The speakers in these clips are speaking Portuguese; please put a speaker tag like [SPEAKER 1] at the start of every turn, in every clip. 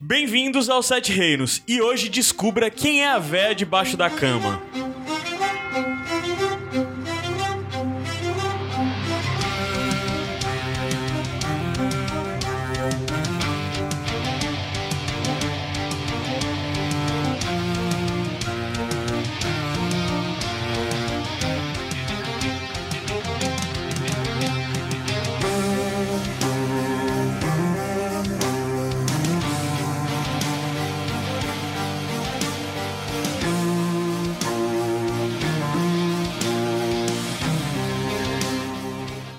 [SPEAKER 1] Bem-vindos aos Sete Reinos e hoje descubra quem é a véia debaixo da cama.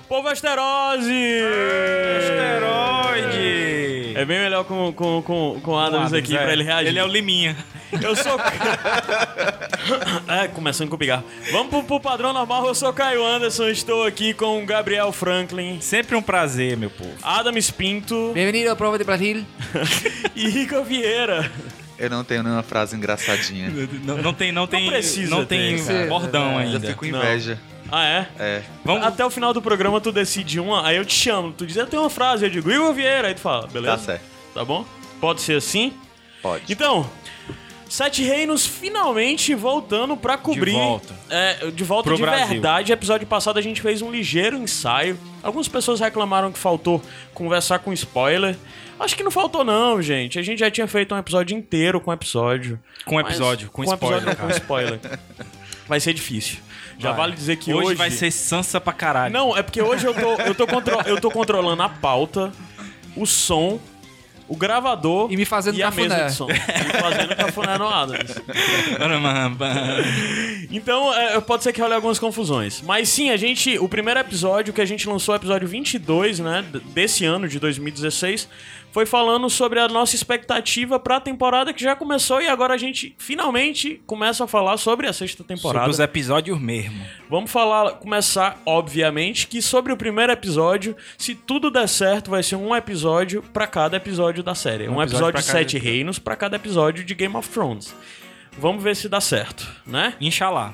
[SPEAKER 1] Povo Asterose!
[SPEAKER 2] Asteroide!
[SPEAKER 1] É bem melhor com, com, com, com o Adams
[SPEAKER 2] Adams,
[SPEAKER 1] aqui
[SPEAKER 2] é.
[SPEAKER 1] pra ele reagir.
[SPEAKER 2] Ele é o Liminha.
[SPEAKER 1] Eu sou. é, começando com o pigarro. Vamos pro, pro padrão normal, eu sou Caio Anderson, estou aqui com o Gabriel Franklin,
[SPEAKER 2] Sempre um prazer, meu povo.
[SPEAKER 1] Adams Pinto
[SPEAKER 3] Bem-vindo à prova de Brasil.
[SPEAKER 1] e Rico Vieira.
[SPEAKER 4] Eu não tenho nenhuma frase engraçadinha.
[SPEAKER 2] Não, não tem, não tem,
[SPEAKER 1] precisa
[SPEAKER 2] não
[SPEAKER 1] ter,
[SPEAKER 2] tem
[SPEAKER 3] cara.
[SPEAKER 2] bordão
[SPEAKER 4] Já
[SPEAKER 2] ainda.
[SPEAKER 4] fico com inveja.
[SPEAKER 1] Ah, é?
[SPEAKER 4] É.
[SPEAKER 2] Vamos,
[SPEAKER 1] Até o final do programa tu decide uma, aí eu te chamo. Tu diz, eu tenho uma frase, eu digo, Igor Vieira. Aí tu fala, beleza?
[SPEAKER 4] Tá certo.
[SPEAKER 1] Tá bom? Pode ser assim?
[SPEAKER 4] Pode.
[SPEAKER 1] Então, Sete Reinos finalmente voltando pra cobrir.
[SPEAKER 2] volta.
[SPEAKER 1] É, de volta
[SPEAKER 2] Pro
[SPEAKER 1] de
[SPEAKER 2] Brasil.
[SPEAKER 1] verdade. Episódio passado a gente fez um ligeiro ensaio. Algumas pessoas reclamaram que faltou conversar com spoiler. Acho que não faltou, não, gente. A gente já tinha feito um episódio inteiro com episódio.
[SPEAKER 2] Com
[SPEAKER 1] Mas-
[SPEAKER 2] episódio, com
[SPEAKER 1] episódio,
[SPEAKER 2] spoiler,
[SPEAKER 1] não, com
[SPEAKER 2] cara.
[SPEAKER 1] spoiler. Vai ser difícil. Já
[SPEAKER 2] Vai.
[SPEAKER 1] vale dizer que
[SPEAKER 2] hoje,
[SPEAKER 1] hoje.
[SPEAKER 2] vai ser Sansa pra caralho.
[SPEAKER 1] Não, é porque hoje eu tô, eu tô, contro- eu tô controlando a pauta, o som, o gravador
[SPEAKER 3] E me fazendo
[SPEAKER 1] e a
[SPEAKER 3] cafuné.
[SPEAKER 1] mesa de som. E fazendo cafuné no Adams. Então, é, pode ser que role algumas confusões. Mas sim, a gente. O primeiro episódio que a gente lançou, o episódio 22, né? d- Desse ano, de 2016, foi falando sobre a nossa expectativa pra temporada que já começou e agora a gente finalmente começa a falar sobre a sexta temporada.
[SPEAKER 2] Sobre os episódios mesmo.
[SPEAKER 1] Vamos falar, começar, obviamente, que sobre o primeiro episódio, se tudo der certo, vai ser um episódio pra cada episódio da série. Um,
[SPEAKER 2] Um episódio
[SPEAKER 1] episódio
[SPEAKER 2] pra
[SPEAKER 1] de
[SPEAKER 2] cada
[SPEAKER 1] Sete
[SPEAKER 2] episódio.
[SPEAKER 1] Reinos pra cada episódio de Game of Thrones. Vamos ver se dá certo, né?
[SPEAKER 2] Inxalá.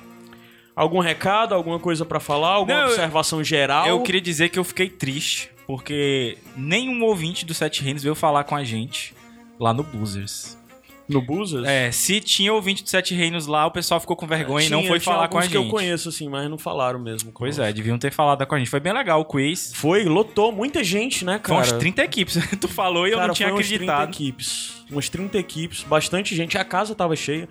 [SPEAKER 1] Algum recado, alguma coisa pra falar, alguma
[SPEAKER 2] Não, eu-
[SPEAKER 1] observação geral?
[SPEAKER 2] Eu queria dizer que eu fiquei triste, porque nenhum ouvinte do Sete Reinos veio falar com a gente lá no Boozers.
[SPEAKER 1] no Busas?
[SPEAKER 2] É, se tinha ouvinte do Sete Reinos lá, o pessoal ficou com vergonha e não foi falar com a gente.
[SPEAKER 1] que eu conheço, assim, mas não falaram mesmo.
[SPEAKER 2] Pois
[SPEAKER 1] conosco.
[SPEAKER 2] é, deviam ter falado com a gente. Foi bem legal o quiz.
[SPEAKER 1] Foi, lotou muita gente, né, cara?
[SPEAKER 2] Foi umas 30 equipes. tu falou e eu
[SPEAKER 1] Cara,
[SPEAKER 2] não tinha
[SPEAKER 1] foi umas 30
[SPEAKER 2] acreditado.
[SPEAKER 1] equipes. Umas 30 equipes, bastante gente. A casa tava cheia.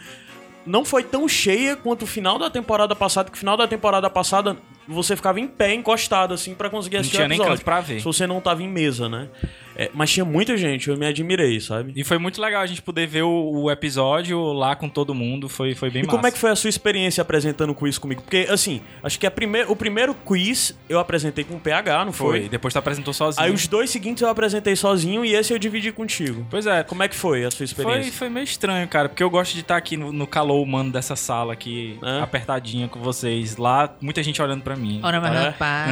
[SPEAKER 1] Não foi tão cheia quanto o final da temporada passada, que o final da temporada passada você ficava em pé, encostado, assim, pra conseguir
[SPEAKER 2] Não
[SPEAKER 1] assistir
[SPEAKER 2] tinha
[SPEAKER 1] o
[SPEAKER 2] nem
[SPEAKER 1] episódio.
[SPEAKER 2] canto pra ver.
[SPEAKER 1] Se você não tava em mesa, né? É, mas tinha muita gente, eu me admirei, sabe?
[SPEAKER 2] E foi muito legal a gente poder ver o, o episódio lá com todo mundo. Foi, foi bem
[SPEAKER 1] E
[SPEAKER 2] massa.
[SPEAKER 1] como é que foi a sua experiência apresentando o quiz comigo? Porque, assim, acho que a prime- o primeiro quiz eu apresentei com o PH, não
[SPEAKER 2] foi?
[SPEAKER 1] foi?
[SPEAKER 2] Depois tu apresentou sozinho.
[SPEAKER 1] Aí os dois seguintes eu apresentei sozinho e esse eu dividi contigo.
[SPEAKER 2] Pois é.
[SPEAKER 1] Como é que foi a sua experiência?
[SPEAKER 2] Foi, foi meio estranho, cara, porque eu gosto de estar aqui no, no calor humano dessa sala aqui,
[SPEAKER 1] É.
[SPEAKER 2] apertadinha com vocês. Lá, muita gente olhando pra mim.
[SPEAKER 3] Ora, mas
[SPEAKER 1] É.
[SPEAKER 3] rapaz.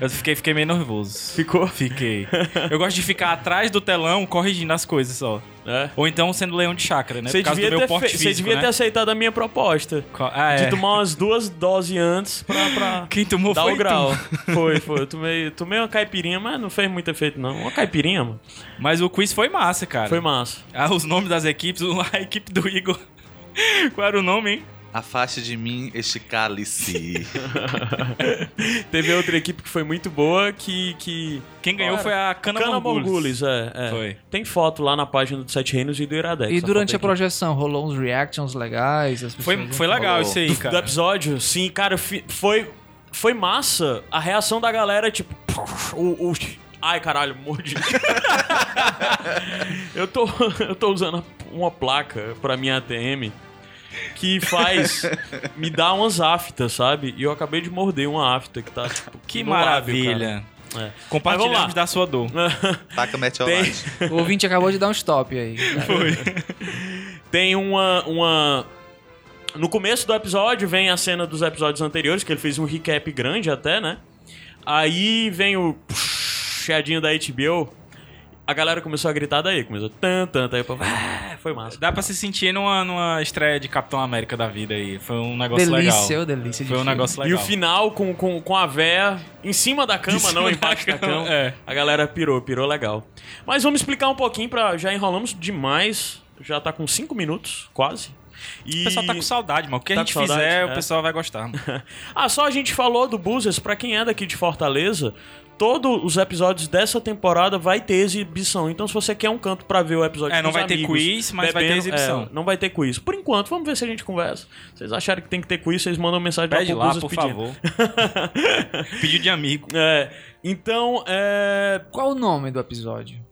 [SPEAKER 2] Eu fiquei, fiquei meio nervoso.
[SPEAKER 1] Ficou?
[SPEAKER 2] Fiquei. Eu gosto de ficar atrás do telão corrigindo as coisas só.
[SPEAKER 1] É.
[SPEAKER 2] Ou então sendo leão de chácara, né?
[SPEAKER 1] Você
[SPEAKER 2] Por causa
[SPEAKER 1] devia,
[SPEAKER 2] do meu
[SPEAKER 1] ter,
[SPEAKER 2] porte
[SPEAKER 1] fe- você
[SPEAKER 2] físico,
[SPEAKER 1] devia
[SPEAKER 2] né?
[SPEAKER 1] ter aceitado a minha proposta.
[SPEAKER 2] Co- Ah, é.
[SPEAKER 1] De tomar umas duas doses antes pra, pra
[SPEAKER 2] Quem tomou
[SPEAKER 1] dar
[SPEAKER 2] foi
[SPEAKER 1] o
[SPEAKER 2] tu.
[SPEAKER 1] grau. Foi, foi. Eu tomei, tomei uma caipirinha, mas não fez muito efeito, não. Uma caipirinha, mano.
[SPEAKER 2] Mas o quiz foi massa, cara.
[SPEAKER 1] Foi massa.
[SPEAKER 2] Ah, os nomes das equipes, a equipe do Igor. Qual era o nome, hein?
[SPEAKER 4] Afaste de mim este cálice.
[SPEAKER 1] Teve outra equipe que foi muito boa que. que...
[SPEAKER 2] Quem ganhou
[SPEAKER 1] Qual era?
[SPEAKER 2] foi a Cana,
[SPEAKER 1] Cana
[SPEAKER 2] Mongulis.
[SPEAKER 1] Mongulis, é, é.
[SPEAKER 2] Foi.
[SPEAKER 1] Tem foto lá na página do Sete Reinos e do Iradex.
[SPEAKER 3] E
[SPEAKER 1] a
[SPEAKER 3] durante a
[SPEAKER 1] foto da equipe.
[SPEAKER 3] projeção, rolou uns reactions legais? As pessoas
[SPEAKER 2] Foi,
[SPEAKER 3] vão
[SPEAKER 2] foi
[SPEAKER 3] falar.
[SPEAKER 2] legal
[SPEAKER 4] Falou.
[SPEAKER 2] isso aí,
[SPEAKER 1] do
[SPEAKER 2] cara.
[SPEAKER 1] episódio, sim, cara, fi- foi, foi massa. A reação da galera, tipo, o, o- ai caralho, mordi. eu, tô, eu tô usando uma placa pra minha ATM que faz me dar umas aftas, sabe? E eu acabei de morder uma afta que tá, tipo,
[SPEAKER 2] Que
[SPEAKER 1] no lábio,
[SPEAKER 2] maravilha.
[SPEAKER 1] cara. É. Mas
[SPEAKER 2] Compartilhamos
[SPEAKER 1] vamos lá.
[SPEAKER 2] da sua dor.
[SPEAKER 4] Taca metiolate.
[SPEAKER 3] O ouvinte acabou de dar um stop aí. cara.
[SPEAKER 1] Tem uma, uma. No começo do episódio vem a cena dos episódios anteriores, que ele fez um recap grande até, né? Aí vem o. Chiadinho da HBO. a galera começou a gritar daí, começou tan, tan, daí o povo, ah, foi massa.
[SPEAKER 2] Dá pra se sentir numa, numa estreia de Capitão América da vida aí. Foi um negócio
[SPEAKER 3] delícia, ô
[SPEAKER 2] legal.
[SPEAKER 3] delícia. de
[SPEAKER 2] Foi um
[SPEAKER 3] filme.
[SPEAKER 2] negócio
[SPEAKER 1] E
[SPEAKER 2] legal.
[SPEAKER 1] o final com, com, com a véia em cima da cama,
[SPEAKER 2] De cima
[SPEAKER 1] não
[SPEAKER 2] da
[SPEAKER 1] embaixo da
[SPEAKER 2] cama,
[SPEAKER 1] cama.
[SPEAKER 2] é.
[SPEAKER 1] A galera pirou, pirou legal. Mas vamos explicar um pouquinho, pra, já enrolamos demais. Já tá com 5 minutos, quase. E...
[SPEAKER 2] O pessoal tá com saudade, mano. O que
[SPEAKER 1] Tá
[SPEAKER 2] a gente
[SPEAKER 1] com saudade,
[SPEAKER 2] fizer,
[SPEAKER 1] é.
[SPEAKER 2] o pessoal vai gostar. mano.
[SPEAKER 1] Ah, só a gente falou do Buzzers, pra quem é daqui de Fortaleza, todos os episódios dessa temporada vai ter exibição. Então se você quer um canto pra ver o episódio
[SPEAKER 2] É,
[SPEAKER 1] com
[SPEAKER 2] não
[SPEAKER 1] os
[SPEAKER 2] vai ter
[SPEAKER 1] amigos,
[SPEAKER 2] quiz, mas vai ter exibição.
[SPEAKER 1] é, não vai ter quiz. Por enquanto, vamos ver se a gente conversa. Vocês acharam que tem que ter quiz, vocês mandam mensagem
[SPEAKER 2] Pede
[SPEAKER 1] pro
[SPEAKER 2] lá,
[SPEAKER 1] Buzzers
[SPEAKER 2] por
[SPEAKER 1] pedindo.
[SPEAKER 2] favor. Pedido de amigo.
[SPEAKER 1] É, então, é,
[SPEAKER 3] Qual o nome do episódio?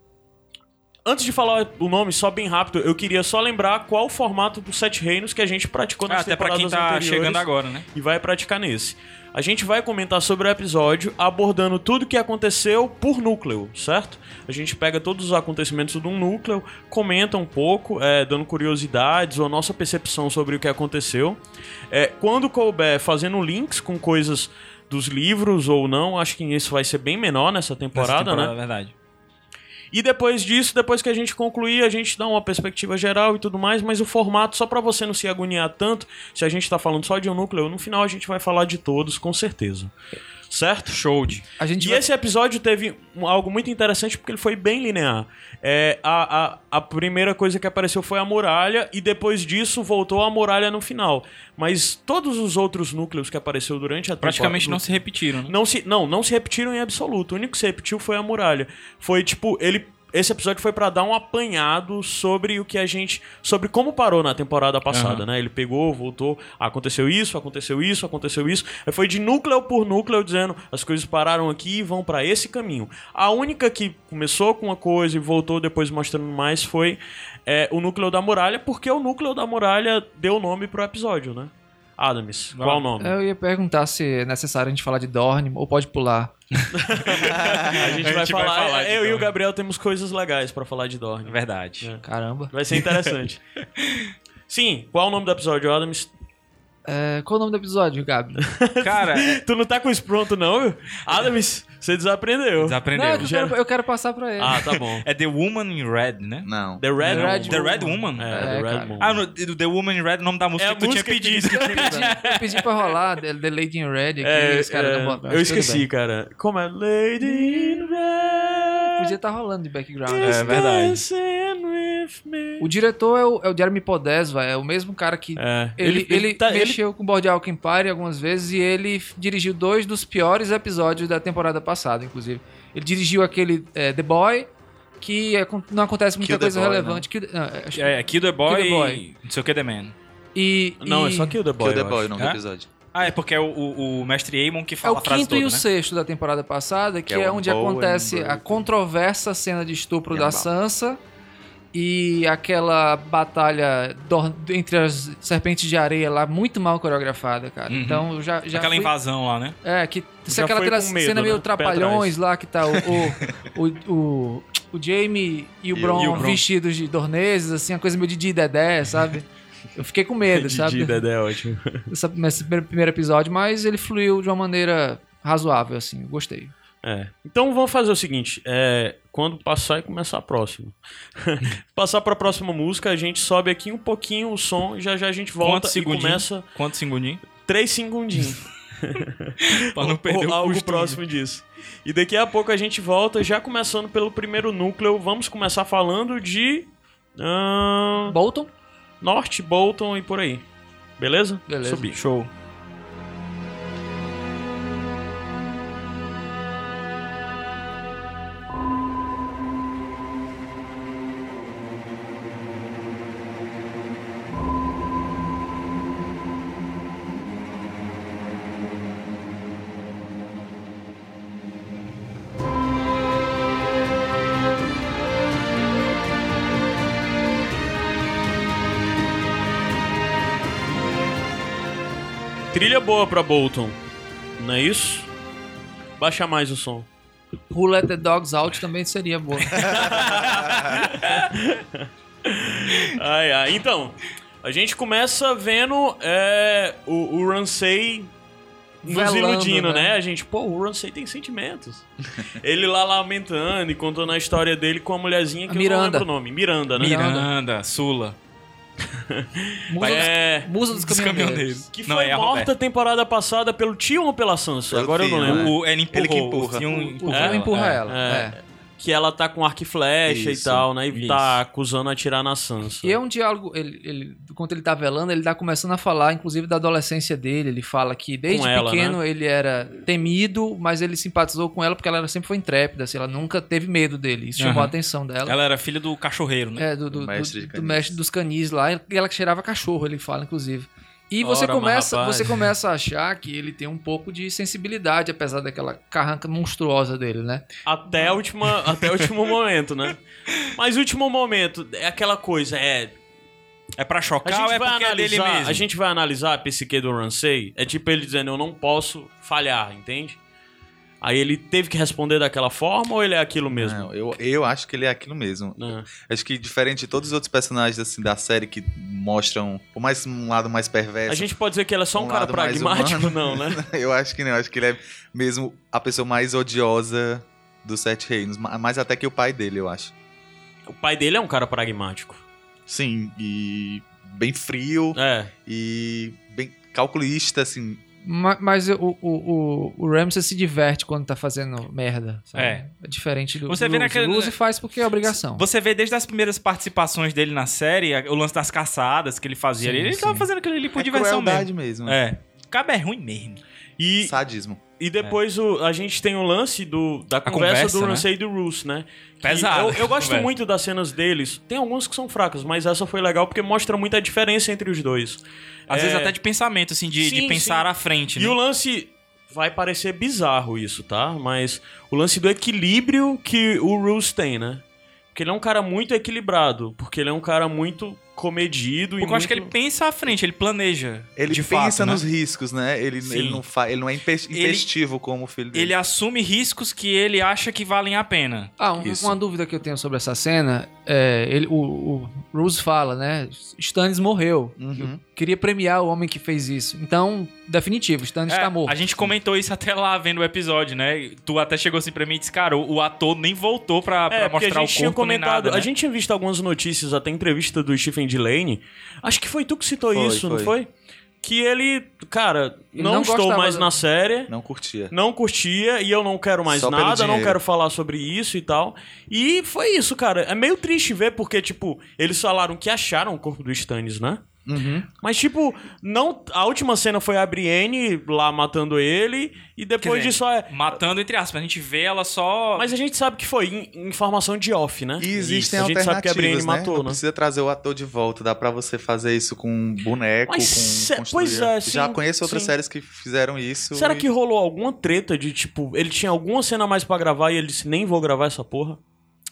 [SPEAKER 1] antes de falar o nome, só bem rápido, eu queria só lembrar qual o formato dos Sete Reinos que a gente praticou
[SPEAKER 2] Ah,
[SPEAKER 1] nas
[SPEAKER 2] até pra quem
[SPEAKER 1] temporadas
[SPEAKER 2] tá
[SPEAKER 1] anteriores.
[SPEAKER 2] chegando agora, né?
[SPEAKER 1] e vai praticar nesse. A gente vai comentar sobre o episódio, abordando tudo que aconteceu por núcleo, certo? A gente pega todos os acontecimentos de um núcleo, comenta um pouco, é, dando curiosidades ou a nossa percepção sobre o que aconteceu. É, quando couber, fazendo links com coisas dos livros ou não, acho que isso vai ser bem menor nessa temporada, né?
[SPEAKER 2] Nessa temporada, verdade.
[SPEAKER 1] E depois disso, depois que a gente concluir, a gente dá uma perspectiva geral e tudo mais, mas o formato, só pra você não se agoniar tanto, se a gente tá falando só de um núcleo, no final a gente vai falar de todos, com certeza. Certo?
[SPEAKER 2] Show de.
[SPEAKER 3] A gente
[SPEAKER 1] E
[SPEAKER 3] vai...
[SPEAKER 1] esse episódio teve um- algo muito interessante porque ele foi bem linear. É, a, a, a primeira coisa que apareceu foi a muralha, e depois disso voltou a muralha no final. Mas todos os outros núcleos que apareceu durante a
[SPEAKER 2] Praticamente
[SPEAKER 1] temporada-
[SPEAKER 2] não se repetiram, né?
[SPEAKER 1] não se, não, não se repetiram em absoluto. O único que se repetiu foi a muralha. Foi tipo, ele esse episódio foi pra dar um apanhado sobre o que a gente, sobre como parou na temporada passada,
[SPEAKER 2] Aham.
[SPEAKER 1] né? Ele pegou, voltou, aconteceu isso, aconteceu isso, aconteceu isso. Aí foi de núcleo por núcleo dizendo, as coisas pararam aqui e vão pra esse caminho. A única que começou com uma coisa e voltou depois mostrando mais foi é, o núcleo da muralha, porque o núcleo da muralha deu nome pro episódio, né? Adams,
[SPEAKER 2] Vai
[SPEAKER 1] qual o
[SPEAKER 2] lá.
[SPEAKER 1] nome?
[SPEAKER 3] Eu ia perguntar se é necessário a gente falar de Dorne ou pode pular.
[SPEAKER 1] A gente, vai, falar, é
[SPEAKER 2] de
[SPEAKER 1] Eu e o
[SPEAKER 2] Dorne.
[SPEAKER 1] Gabriel temos coisas legais pra falar de Dorne.
[SPEAKER 2] Verdade.
[SPEAKER 1] É.
[SPEAKER 3] Caramba.
[SPEAKER 1] Vai ser interessante. Sim, qual o nome do episódio, Adams?
[SPEAKER 3] É, qual o nome do episódio, Gabi?
[SPEAKER 2] Cara, é,
[SPEAKER 1] Tu não tá com isso pronto, não, viu? Adams, você desaprendeu.
[SPEAKER 3] Não, é
[SPEAKER 2] desaprendeu.
[SPEAKER 3] que eu, quero, eu quero passar pra ele.
[SPEAKER 1] Ah, tá bom.
[SPEAKER 2] É The Woman in Red, né?
[SPEAKER 4] Não.
[SPEAKER 1] The Red,
[SPEAKER 3] The
[SPEAKER 1] Moon.
[SPEAKER 2] The Red Woman?
[SPEAKER 1] É,
[SPEAKER 3] É,
[SPEAKER 1] The Red
[SPEAKER 3] cara.
[SPEAKER 1] Moon.
[SPEAKER 2] Ah, no, The Woman in Red, o nome da música
[SPEAKER 1] É a
[SPEAKER 2] que tu
[SPEAKER 1] música
[SPEAKER 2] tinha
[SPEAKER 1] que tu
[SPEAKER 2] pedido.
[SPEAKER 1] tinha pedido.
[SPEAKER 3] Eu pedi pra rolar The, The Lady in Red aqui,
[SPEAKER 1] É,
[SPEAKER 3] os caras
[SPEAKER 1] é,
[SPEAKER 3] não botaram,
[SPEAKER 1] eu
[SPEAKER 3] tá mas tudo
[SPEAKER 1] esqueci,
[SPEAKER 3] bem.
[SPEAKER 1] cara. Como é? Lady in Red.
[SPEAKER 3] Podia estar rolando de background. né?
[SPEAKER 1] is
[SPEAKER 2] É verdade.
[SPEAKER 1] dancing with me.
[SPEAKER 3] O diretor é o, é o Jeremy Podesva, é o mesmo cara que...
[SPEAKER 1] É,
[SPEAKER 3] Ele, ele,
[SPEAKER 1] tá-
[SPEAKER 3] mexeu com Boardwalk Empire algumas vezes e ele f- dirigiu dois dos piores episódios da temporada passada, inclusive. Ele dirigiu aquele é, The Boy, que é com- não acontece muita
[SPEAKER 4] Kill the
[SPEAKER 3] coisa
[SPEAKER 4] Boy, né?
[SPEAKER 3] relevante. Kill the- não, é, acho-
[SPEAKER 2] É, Kill the Boy,
[SPEAKER 3] Kill the Boy.
[SPEAKER 2] e não sei o que The Man.
[SPEAKER 3] E,
[SPEAKER 1] Não,
[SPEAKER 3] e-
[SPEAKER 1] é só Kill the Boy.
[SPEAKER 4] Kill the
[SPEAKER 1] eu
[SPEAKER 4] Boy, o
[SPEAKER 1] acho.
[SPEAKER 4] nome
[SPEAKER 2] Hã?
[SPEAKER 4] do episódio.
[SPEAKER 2] Ah, é porque é o, o- o Mestre Aemon que
[SPEAKER 3] É
[SPEAKER 2] fala
[SPEAKER 3] o
[SPEAKER 2] a frase
[SPEAKER 3] quinto
[SPEAKER 2] toda,
[SPEAKER 3] e o
[SPEAKER 2] né?
[SPEAKER 3] sexto da temporada passada, que,
[SPEAKER 4] Que é
[SPEAKER 3] é
[SPEAKER 4] o
[SPEAKER 3] onde
[SPEAKER 4] Bowen
[SPEAKER 3] acontece a
[SPEAKER 4] Burke.
[SPEAKER 3] controversa cena de estupro da
[SPEAKER 4] Gambá.
[SPEAKER 3] Sansa e aquela batalha dor- entre as serpentes de areia lá, muito mal coreografada, cara.
[SPEAKER 2] Uhum.
[SPEAKER 3] Então eu já, já
[SPEAKER 2] Aquela
[SPEAKER 3] fui-
[SPEAKER 2] invasão lá, né?
[SPEAKER 3] É, que se
[SPEAKER 1] Já
[SPEAKER 3] aquela
[SPEAKER 1] foi
[SPEAKER 3] tra-
[SPEAKER 1] com medo, né?
[SPEAKER 3] cena meio
[SPEAKER 1] Pé atrás.
[SPEAKER 3] trapalhões lá que tá o o, o, o, o Jamie e o
[SPEAKER 4] E o-
[SPEAKER 3] Bron
[SPEAKER 2] e o Bron.
[SPEAKER 3] vestidos de dornezes, assim, a coisa meio Didi e Dedé, sabe? Eu fiquei com medo,
[SPEAKER 1] Didi,
[SPEAKER 3] sabe?
[SPEAKER 1] Dedé, é ótimo.
[SPEAKER 3] Essa- Nesse primeiro primeiro episódio, mas ele fluiu de uma maneira razoável, assim, eu gostei.
[SPEAKER 1] É. Então vamos fazer o seguinte: é, quando passar e começar a próxima. passar pra próxima música, a gente sobe aqui um pouquinho o som e já já a gente volta
[SPEAKER 2] Quantos
[SPEAKER 1] e
[SPEAKER 2] segundinhos?
[SPEAKER 1] começa
[SPEAKER 2] Quantos segundinhos?
[SPEAKER 1] três segundinhos.
[SPEAKER 2] Pra não perder
[SPEAKER 1] ou
[SPEAKER 2] o
[SPEAKER 1] algo
[SPEAKER 2] costume.
[SPEAKER 1] próximo disso. E daqui a pouco a gente volta, já começando pelo primeiro núcleo. Vamos começar falando de. ahn,
[SPEAKER 3] Bolton?
[SPEAKER 1] Norte, Bolton e por aí. Beleza?
[SPEAKER 3] Beleza.
[SPEAKER 1] Subir.
[SPEAKER 2] Show.
[SPEAKER 1] Trilha boa pra Bolton. Não é isso? Baixa mais o som.
[SPEAKER 3] Who Let the Dogs Out também seria boa.
[SPEAKER 1] Ai, ai. Então, a gente começa vendo é, o, o Ransay nos
[SPEAKER 3] Velando,
[SPEAKER 1] iludindo,
[SPEAKER 3] né?
[SPEAKER 1] né? A gente, pô, o Ron tem sentimentos. ele lá lamentando e contando a história dele com a mulherzinha que eu não
[SPEAKER 3] Miranda.
[SPEAKER 1] lembro o nome. Miranda, né?
[SPEAKER 3] Miranda.
[SPEAKER 2] Miranda, Sula.
[SPEAKER 3] Musa,
[SPEAKER 1] É.
[SPEAKER 3] dos, musa dos
[SPEAKER 2] Dos
[SPEAKER 3] caminhoneiros.
[SPEAKER 2] caminhoneiros.
[SPEAKER 1] Que foi
[SPEAKER 2] Não, é a
[SPEAKER 1] morta
[SPEAKER 2] Roberta.
[SPEAKER 1] temporada passada pelo tio ou pela Sansa?
[SPEAKER 4] Pelo
[SPEAKER 1] Agora eu não
[SPEAKER 4] tio,
[SPEAKER 1] lembro.
[SPEAKER 4] né?
[SPEAKER 2] O, ele empurrou.
[SPEAKER 4] Ele que empurra.
[SPEAKER 2] O Theon
[SPEAKER 4] O- o
[SPEAKER 2] empurrou
[SPEAKER 3] O
[SPEAKER 1] É,
[SPEAKER 3] Theo empurra ela.
[SPEAKER 1] é.
[SPEAKER 3] é.
[SPEAKER 1] Que ela tá com arco e flecha
[SPEAKER 4] Isso,
[SPEAKER 1] e tal, né? E
[SPEAKER 2] isso.
[SPEAKER 1] tá acusando a atirar na Sansa.
[SPEAKER 3] E é um diálogo, ele, ele, enquanto ele tá velando, ele tá começando a falar, inclusive, da adolescência dele. Ele fala que desde
[SPEAKER 1] Com ela, né?
[SPEAKER 3] pequeno ele era temido, mas ele simpatizou com ela porque ela sempre foi intrépida, assim, ela nunca teve medo dele. Isso chamou
[SPEAKER 2] Aham.
[SPEAKER 3] a atenção dela.
[SPEAKER 2] Ela era filha do cachorreiro, né?
[SPEAKER 3] É, do, do,
[SPEAKER 4] Do mestre
[SPEAKER 3] do-
[SPEAKER 4] de
[SPEAKER 3] do
[SPEAKER 4] canis.
[SPEAKER 3] mestre dos canis lá, e ela que cheirava cachorro, ele fala, inclusive. E você
[SPEAKER 1] Ora, mas
[SPEAKER 3] começa,
[SPEAKER 1] rapaz.
[SPEAKER 3] você começa a achar que ele tem um pouco de sensibilidade, apesar daquela carranca monstruosa dele, né?
[SPEAKER 1] Até, a última, até o último momento, né? Mas o último momento é aquela coisa, é.
[SPEAKER 2] É pra
[SPEAKER 1] A
[SPEAKER 2] chocar ou
[SPEAKER 1] gente,
[SPEAKER 2] é
[SPEAKER 1] vai
[SPEAKER 2] porque é dele
[SPEAKER 1] analisar,
[SPEAKER 2] mesmo?
[SPEAKER 1] a gente vai analisar a psique do Ramsey. É tipo ele dizendo, eu não posso falhar, entende? Aí ele teve que responder daquela forma ou ele é aquilo mesmo? Né?
[SPEAKER 4] Não, eu, eu acho que ele é aquilo mesmo.
[SPEAKER 1] Não.
[SPEAKER 4] Acho que diferente de todos os outros personagens assim, da série que mostram, por mais um lado mais perverso,
[SPEAKER 1] A gente pode dizer que ele é só um,
[SPEAKER 4] Um
[SPEAKER 1] cara
[SPEAKER 4] lado mais
[SPEAKER 1] pragmático, não,
[SPEAKER 4] humano.
[SPEAKER 1] né?
[SPEAKER 4] eu acho que não. Acho que ele é mesmo a pessoa mais odiosa dos Sete Reinos. ma- Mais até que o pai dele, eu acho.
[SPEAKER 1] O pai dele é um cara pragmático.
[SPEAKER 4] Sim, e bem frio
[SPEAKER 1] É.
[SPEAKER 4] e bem calculista, assim.
[SPEAKER 3] Ma- Mas, o, o, o, o Ramsey se diverte quando tá fazendo merda. Sabe?
[SPEAKER 2] É.
[SPEAKER 3] Diferente do
[SPEAKER 2] Você
[SPEAKER 3] do
[SPEAKER 2] vê
[SPEAKER 3] Luzi.
[SPEAKER 2] naquele-
[SPEAKER 3] O Luzi faz porque é obrigação.
[SPEAKER 2] Você vê desde as primeiras participações dele na série, a- o lance das caçadas que ele fazia
[SPEAKER 3] Sim,
[SPEAKER 2] ali. Ele
[SPEAKER 3] sim.
[SPEAKER 2] tava fazendo aquilo ali por
[SPEAKER 4] é
[SPEAKER 2] diversão
[SPEAKER 4] crueldade mesmo. né?
[SPEAKER 2] mesmo. É. O cabo é ruim mesmo.
[SPEAKER 1] E,
[SPEAKER 4] Sadismo.
[SPEAKER 1] e depois
[SPEAKER 4] é.
[SPEAKER 1] o- a gente tem o lance do, da conversa,
[SPEAKER 2] conversa,
[SPEAKER 1] do
[SPEAKER 2] né?
[SPEAKER 1] Ramsey e do Roose, né? Que
[SPEAKER 2] Pesado.
[SPEAKER 1] Eu, eu gosto
[SPEAKER 2] Conversa.
[SPEAKER 1] muito das cenas deles. Tem algumas que são fracas, mas essa foi legal porque mostra muita diferença entre os dois.
[SPEAKER 2] Às
[SPEAKER 1] É.
[SPEAKER 2] vezes até de pensamento, assim, de, de
[SPEAKER 1] Sim,
[SPEAKER 2] pensar
[SPEAKER 1] sim.
[SPEAKER 2] à frente,
[SPEAKER 1] E
[SPEAKER 2] né?
[SPEAKER 1] o lance. Vai parecer bizarro isso, tá? Mas o lance do equilíbrio que o Roose tem, né? Porque ele é um cara muito equilibrado. Porque ele é um cara muito comedido e
[SPEAKER 2] Porque eu acho que ele
[SPEAKER 1] muito-
[SPEAKER 2] pensa à frente, ele planeja.
[SPEAKER 4] Ele
[SPEAKER 2] de
[SPEAKER 4] pensa
[SPEAKER 2] fato, né?
[SPEAKER 4] nos riscos, né? Ele,
[SPEAKER 2] Sim.
[SPEAKER 4] ele não, fa... ele não é impe-
[SPEAKER 2] Ele-
[SPEAKER 4] impestivo como o filho dele.
[SPEAKER 1] é
[SPEAKER 2] Ele assume riscos que ele acha que valem a pena.
[SPEAKER 3] Ah, um-
[SPEAKER 4] Isso.
[SPEAKER 3] uma dúvida que eu tenho sobre essa cena é. Ele, o, o Rose fala, né? Stannis morreu.
[SPEAKER 4] Uhum.
[SPEAKER 3] Eu queria premiar o homem que fez isso. Então, definitivo, Stannis
[SPEAKER 2] É,
[SPEAKER 3] tá morto.
[SPEAKER 2] A gente comentou isso até lá vendo o episódio, né? Tu até chegou assim pra mim e disse, cara, o, o ator nem voltou pra, pra
[SPEAKER 1] É, porque
[SPEAKER 2] mostrar
[SPEAKER 1] a gente
[SPEAKER 2] o
[SPEAKER 1] tinha
[SPEAKER 2] corpo nem
[SPEAKER 1] comentado,
[SPEAKER 2] nada, né?
[SPEAKER 1] a gente tinha visto algumas notícias, até entrevista do Stephen Delaney. Acho que foi tu que citou
[SPEAKER 4] Foi,
[SPEAKER 1] isso, não
[SPEAKER 4] foi.
[SPEAKER 1] foi? Que ele, cara,
[SPEAKER 3] Ele
[SPEAKER 1] não,
[SPEAKER 3] não
[SPEAKER 1] estou
[SPEAKER 3] gostava
[SPEAKER 1] mais
[SPEAKER 3] da-
[SPEAKER 1] na série,
[SPEAKER 4] Não curtia.
[SPEAKER 1] não curtia e eu não quero mais
[SPEAKER 4] Só pelo
[SPEAKER 1] nada, não
[SPEAKER 4] dinheiro.
[SPEAKER 1] quero falar sobre isso e tal. E foi isso, cara. É meio triste ver porque tipo, eles falaram que acharam o corpo do Stannis, né?
[SPEAKER 4] Uhum.
[SPEAKER 1] Mas, tipo, não. A última cena foi a Brienne lá matando ele, e depois
[SPEAKER 2] dizer,
[SPEAKER 1] disso é.
[SPEAKER 2] Matando, entre aspas. A gente vê ela só...
[SPEAKER 1] Mas a gente sabe que foi in- informação de off, né?
[SPEAKER 4] E existem
[SPEAKER 1] Isso, A gente
[SPEAKER 4] alternativas,
[SPEAKER 1] sabe que a Brienne
[SPEAKER 4] né?
[SPEAKER 1] matou,
[SPEAKER 4] não
[SPEAKER 1] né?
[SPEAKER 4] precisa trazer o ator de volta. Dá pra você fazer isso com um boneco,
[SPEAKER 1] Mas
[SPEAKER 4] com
[SPEAKER 1] se-
[SPEAKER 4] construir.
[SPEAKER 1] pois é,
[SPEAKER 4] Já
[SPEAKER 1] sim,
[SPEAKER 4] conheço outras
[SPEAKER 1] sim.
[SPEAKER 4] séries que fizeram isso.
[SPEAKER 1] Será
[SPEAKER 4] e-
[SPEAKER 1] que rolou alguma treta de, tipo, ele tinha alguma cena a mais pra gravar e ele disse, nem vou gravar essa porra?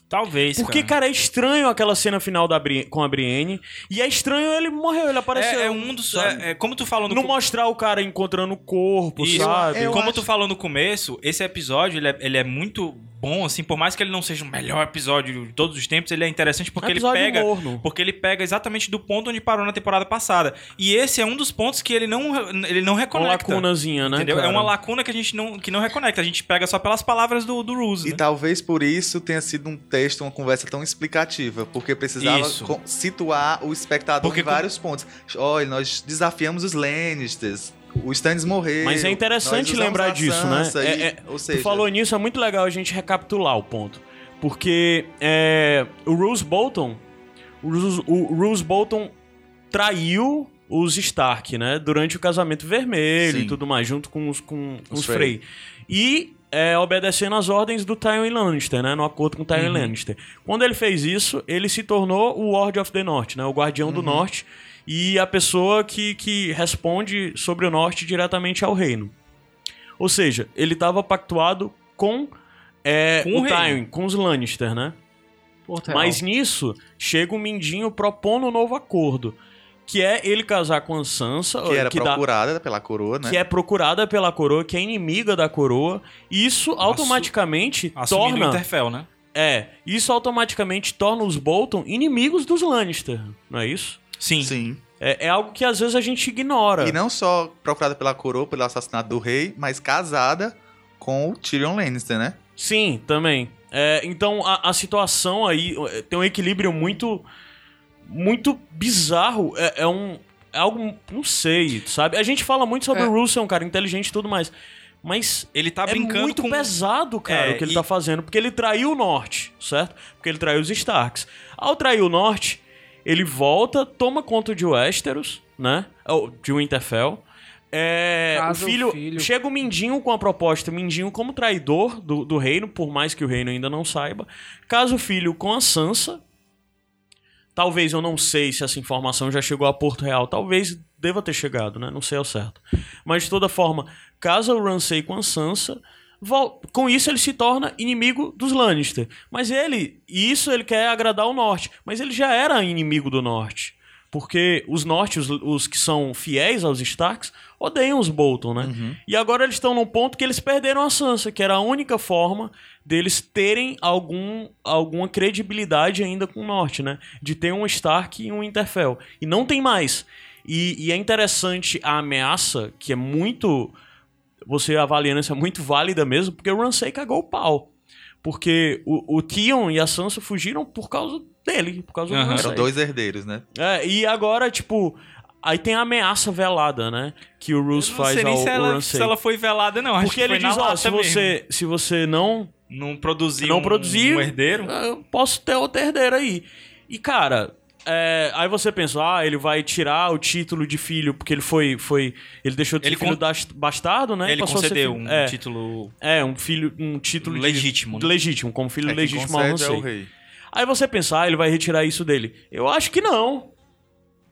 [SPEAKER 2] Talvez,
[SPEAKER 1] Porque, cara, é estranho aquela cena final da Bri- com a Brienne, e é estranho ele morreu, ele apareceu.
[SPEAKER 2] É, é um dos...
[SPEAKER 1] sabe?
[SPEAKER 2] é- é como tu falou no...
[SPEAKER 1] Não
[SPEAKER 2] co-
[SPEAKER 1] mostrar o cara encontrando o corpo,
[SPEAKER 2] Isso.
[SPEAKER 1] sabe?
[SPEAKER 4] Eu
[SPEAKER 2] Como
[SPEAKER 4] acho-
[SPEAKER 2] tu falou no começo, esse episódio ele é, ele é muito bom, assim, por mais que ele não seja o melhor episódio de todos os tempos, ele é interessante porque
[SPEAKER 1] É um
[SPEAKER 2] ele
[SPEAKER 1] episódio
[SPEAKER 2] pega
[SPEAKER 1] morno.
[SPEAKER 2] Porque ele pega exatamente do ponto onde parou na temporada passada. E esse é um dos pontos que ele não, ele não
[SPEAKER 1] Uma
[SPEAKER 2] reconecta.
[SPEAKER 1] lacunazinha, né?
[SPEAKER 2] entendeu? É
[SPEAKER 1] cara?
[SPEAKER 2] uma lacuna que a gente não, que não reconecta. A gente pega só pelas palavras do, do Ruse.
[SPEAKER 4] E
[SPEAKER 1] tá
[SPEAKER 2] né?
[SPEAKER 4] talvez por isso tenha sido um texto, uma conversa tão explicativa, porque precisava
[SPEAKER 2] Isso.
[SPEAKER 4] co- situar o espectador
[SPEAKER 2] Porque
[SPEAKER 4] em vários pontos. Olha, nós desafiamos os Lannisters, o Stannis morreu.
[SPEAKER 1] Mas é interessante
[SPEAKER 4] nós usamos
[SPEAKER 1] lembrar
[SPEAKER 4] a
[SPEAKER 1] disso,
[SPEAKER 4] Sansa,
[SPEAKER 1] né?
[SPEAKER 4] e-
[SPEAKER 1] É- é-
[SPEAKER 4] ou seja,
[SPEAKER 1] Tu falou nisso, é muito legal a gente recapitular o ponto. Porque é, o Rose Bolton. O Rose, o Rose Bolton traiu os Stark, né? Durante o casamento vermelho
[SPEAKER 4] Sim.
[SPEAKER 1] e tudo mais, junto com os, com
[SPEAKER 4] Os
[SPEAKER 1] os Frey. E é, obedecendo às ordens do Tywin Lannister, né? No acordo com o Tywin Lannister. Quando ele fez isso, ele se tornou o Lord of the North, né? O Guardião do Norte. E a pessoa que, que responde sobre o Norte diretamente ao reino. Ou seja, ele tava pactuado com, é,
[SPEAKER 2] Com o
[SPEAKER 1] o
[SPEAKER 2] rei.
[SPEAKER 1] Tywin, com os Lannister, né?
[SPEAKER 3] Porto
[SPEAKER 1] Mas
[SPEAKER 3] real.
[SPEAKER 1] nisso, chega o Mindinho propondo um novo acordo. Que é ele casar com a Sansa,
[SPEAKER 4] que
[SPEAKER 1] dá-
[SPEAKER 4] era procurada pela coroa, né?
[SPEAKER 1] que é procurada pela coroa, que é inimiga da coroa. E isso automaticamente
[SPEAKER 2] Assumindo o
[SPEAKER 1] torna.
[SPEAKER 2] Interfell, né?
[SPEAKER 1] É, isso automaticamente torna os Bolton inimigos dos Lannister, não é isso?
[SPEAKER 2] Sim.
[SPEAKER 4] Sim.
[SPEAKER 1] É, é algo que às vezes a gente ignora.
[SPEAKER 4] E não só procurada pela coroa pelo assassinato do rei, mas casada com o Tyrion Lannister, né?
[SPEAKER 1] Sim, também. É, então a, a situação aí eh, tem um equilíbrio muito. Muito bizarro. É, é um. É algo. Não sei, sabe? A gente fala muito sobre
[SPEAKER 3] É.
[SPEAKER 1] o Russell, um cara inteligente e tudo mais. Mas
[SPEAKER 2] Ele tá
[SPEAKER 1] é
[SPEAKER 2] brincando
[SPEAKER 1] muito
[SPEAKER 2] com...
[SPEAKER 1] pesado, cara,
[SPEAKER 2] É,
[SPEAKER 1] o que ele
[SPEAKER 2] e-
[SPEAKER 1] tá fazendo. Porque ele traiu o norte, certo? Porque ele traiu os Starks. Ao trair o norte, ele volta, toma conta de Westeros, né? Ou De Winterfell. É, o,
[SPEAKER 3] Casa o
[SPEAKER 1] filho,
[SPEAKER 3] filho.
[SPEAKER 1] Chega o Mindinho com a proposta. Mindinho como traidor do, do reino, por mais que o reino ainda não saiba. Casa o filho com a Sansa. Talvez, eu não sei se essa informação já chegou a Porto Real. Talvez deva ter chegado, né? Não sei ao certo. Mas, de toda forma, casa o Ramsay com a Sansa. vol- Com isso, ele se torna inimigo dos Lannister. Mas ele, e isso ele quer agradar o Norte. Mas ele já era inimigo do Norte. Porque os Norte, os, os que são fiéis aos Starks, odeiam os Bolton, né? E agora eles estão num ponto que eles perderam a Sansa, que era a única forma deles terem algum, alguma credibilidade ainda com o Norte, né? De ter um Stark e um Interfell. E não tem mais. E, e é interessante a ameaça, que é muito. Você avaliando isso é muito válida mesmo, porque o Ramsay cagou o pau. Porque o, o Theon e a Sansa fugiram por causa dele, por causa do
[SPEAKER 2] Aham.
[SPEAKER 1] Ramsay.
[SPEAKER 4] Eram dois herdeiros, né?
[SPEAKER 1] É, e agora, tipo, aí tem a ameaça velada, né? Que o Roose
[SPEAKER 2] Eu
[SPEAKER 1] faz
[SPEAKER 2] sei
[SPEAKER 1] ao
[SPEAKER 2] nem se
[SPEAKER 1] ao
[SPEAKER 2] ela,
[SPEAKER 1] Ramsay.
[SPEAKER 2] se ela foi velada, não. Acho
[SPEAKER 1] Porque
[SPEAKER 2] que
[SPEAKER 1] ele
[SPEAKER 2] foi na
[SPEAKER 1] diz, ó,
[SPEAKER 2] lata
[SPEAKER 1] se
[SPEAKER 2] mesmo.
[SPEAKER 1] você, se você não,
[SPEAKER 2] não produzir,
[SPEAKER 1] não
[SPEAKER 2] um-
[SPEAKER 1] produzir, ah,
[SPEAKER 2] um herdeiro.
[SPEAKER 1] eu posso ter outro herdeiro aí. E, cara, é, aí você pensa, ah, ele vai tirar o título de filho, porque ele foi, foi ele deixou de ser
[SPEAKER 2] Ele
[SPEAKER 1] filho
[SPEAKER 2] con-
[SPEAKER 1] das- bastardo, né? E
[SPEAKER 2] ele
[SPEAKER 1] passou a ser
[SPEAKER 2] concedeu
[SPEAKER 1] filho-
[SPEAKER 2] um
[SPEAKER 1] é,
[SPEAKER 2] título
[SPEAKER 1] é, um filho, um título de-
[SPEAKER 2] legítimo. né?
[SPEAKER 1] legítimo, como filho
[SPEAKER 4] É, quem
[SPEAKER 1] legítimo ao
[SPEAKER 4] concede é
[SPEAKER 1] Ramsay.
[SPEAKER 4] o rei.
[SPEAKER 1] Aí você pensa, ah, ele vai retirar isso dele. Eu acho que não.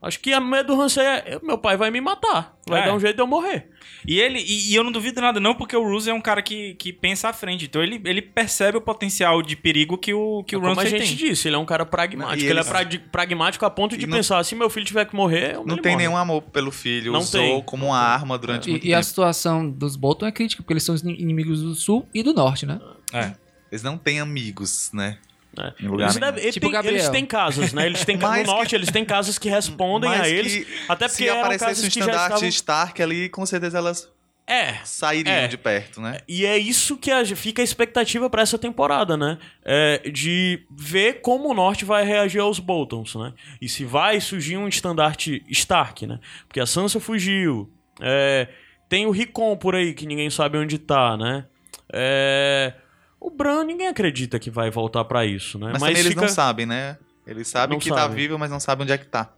[SPEAKER 1] Acho que a medo do Ramsay é, meu pai vai me matar. Vai
[SPEAKER 2] É.
[SPEAKER 1] dar um jeito de eu morrer.
[SPEAKER 2] E ele e, e eu não duvido nada não, porque o Ruse é um cara que, que pensa à frente. Então ele, ele percebe o potencial de perigo que o que o
[SPEAKER 1] É Como a
[SPEAKER 2] Ramsay
[SPEAKER 1] gente
[SPEAKER 2] tem.
[SPEAKER 1] disse, ele é um cara pragmático.
[SPEAKER 4] E
[SPEAKER 1] Ele, é
[SPEAKER 4] eles-
[SPEAKER 1] prag- pragmático a ponto de
[SPEAKER 4] E não-
[SPEAKER 1] pensar, se meu filho tiver que morrer, eu
[SPEAKER 4] Não
[SPEAKER 1] ele
[SPEAKER 4] tem
[SPEAKER 1] morre.
[SPEAKER 4] nenhum amor pelo filho,
[SPEAKER 1] Não
[SPEAKER 4] usou
[SPEAKER 1] tem.
[SPEAKER 4] como uma arma durante muito
[SPEAKER 3] E, e
[SPEAKER 4] tempo.
[SPEAKER 3] a situação dos Bolton é crítica, porque eles são os inimigos do sul e do norte, né?
[SPEAKER 2] É.
[SPEAKER 4] Eles não têm amigos, né?
[SPEAKER 1] É.
[SPEAKER 4] Em lugar
[SPEAKER 1] Eles,
[SPEAKER 4] nenhum.
[SPEAKER 1] devem- ele
[SPEAKER 3] Tipo
[SPEAKER 1] tem-
[SPEAKER 3] Gabriel.
[SPEAKER 1] eles têm casas, né? Eles têm no
[SPEAKER 4] Mas que-
[SPEAKER 1] norte, eles têm casas que respondem
[SPEAKER 4] Mas
[SPEAKER 1] a
[SPEAKER 4] que
[SPEAKER 1] eles. até porque
[SPEAKER 4] Se
[SPEAKER 1] eram
[SPEAKER 4] aparecesse
[SPEAKER 1] casas
[SPEAKER 4] um
[SPEAKER 1] que já
[SPEAKER 4] estandarte
[SPEAKER 1] estavam...
[SPEAKER 4] Stark ali, com certeza elas
[SPEAKER 1] É,
[SPEAKER 4] sairiam
[SPEAKER 1] É.
[SPEAKER 4] de perto, né?
[SPEAKER 1] E é isso que a- fica a expectativa pra essa temporada, né? É, de ver como o Norte vai reagir aos Boltons, né? E se vai surgir um estandarte Stark, né? Porque a Sansa fugiu. é, tem o Ricon por aí, que ninguém sabe onde tá, né? É, o Bran, ninguém acredita que vai voltar pra isso, né?
[SPEAKER 4] Mas, também eles não sabem, né? Eles sabem
[SPEAKER 1] Não
[SPEAKER 4] que tá
[SPEAKER 1] sabem.
[SPEAKER 4] vivo, mas não sabem onde é que tá.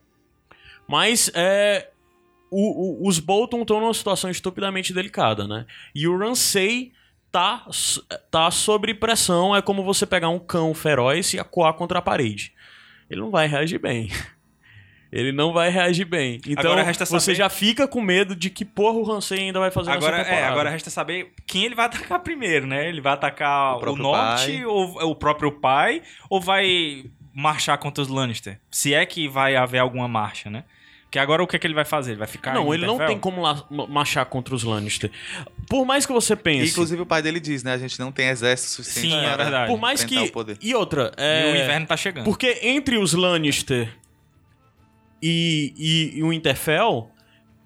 [SPEAKER 1] Mas é, o- o- os Bolton estão numa situação estupidamente delicada, né? E o Ramsay tá, s- tá sob pressão. É como você pegar um cão feroz e acuar contra a parede. Ele não vai reagir bem. Ele não vai reagir bem. Então
[SPEAKER 2] Agora resta
[SPEAKER 1] você
[SPEAKER 2] saber-
[SPEAKER 1] já fica com medo de que porra o Ramsay ainda vai fazer
[SPEAKER 2] Agora,
[SPEAKER 1] nessa
[SPEAKER 2] é,
[SPEAKER 1] temporada.
[SPEAKER 2] agora resta saber quem ele vai atacar primeiro, né? Ele vai atacar
[SPEAKER 4] O
[SPEAKER 2] o,
[SPEAKER 4] próprio
[SPEAKER 2] norte,
[SPEAKER 4] pai.
[SPEAKER 2] ou é o próprio pai, ou vai marchar contra os Lannister? Se é que vai haver alguma marcha, né? Porque agora o que é que ele vai fazer? Ele vai ficar
[SPEAKER 1] Não,
[SPEAKER 2] em
[SPEAKER 1] ele não
[SPEAKER 2] Winterfell?
[SPEAKER 1] tem como la- ma- marchar contra os Lannister. Por mais que você pense...
[SPEAKER 4] Inclusive o pai dele diz, né? A gente não tem exército suficiente
[SPEAKER 2] Sim, é
[SPEAKER 4] para
[SPEAKER 2] verdade.
[SPEAKER 1] por mais
[SPEAKER 4] enfrentar
[SPEAKER 1] que...
[SPEAKER 4] o poder.
[SPEAKER 1] E outra...
[SPEAKER 2] E
[SPEAKER 1] É...
[SPEAKER 2] o inverno tá chegando.
[SPEAKER 1] Porque entre os Lannister e, e, e o Interfell,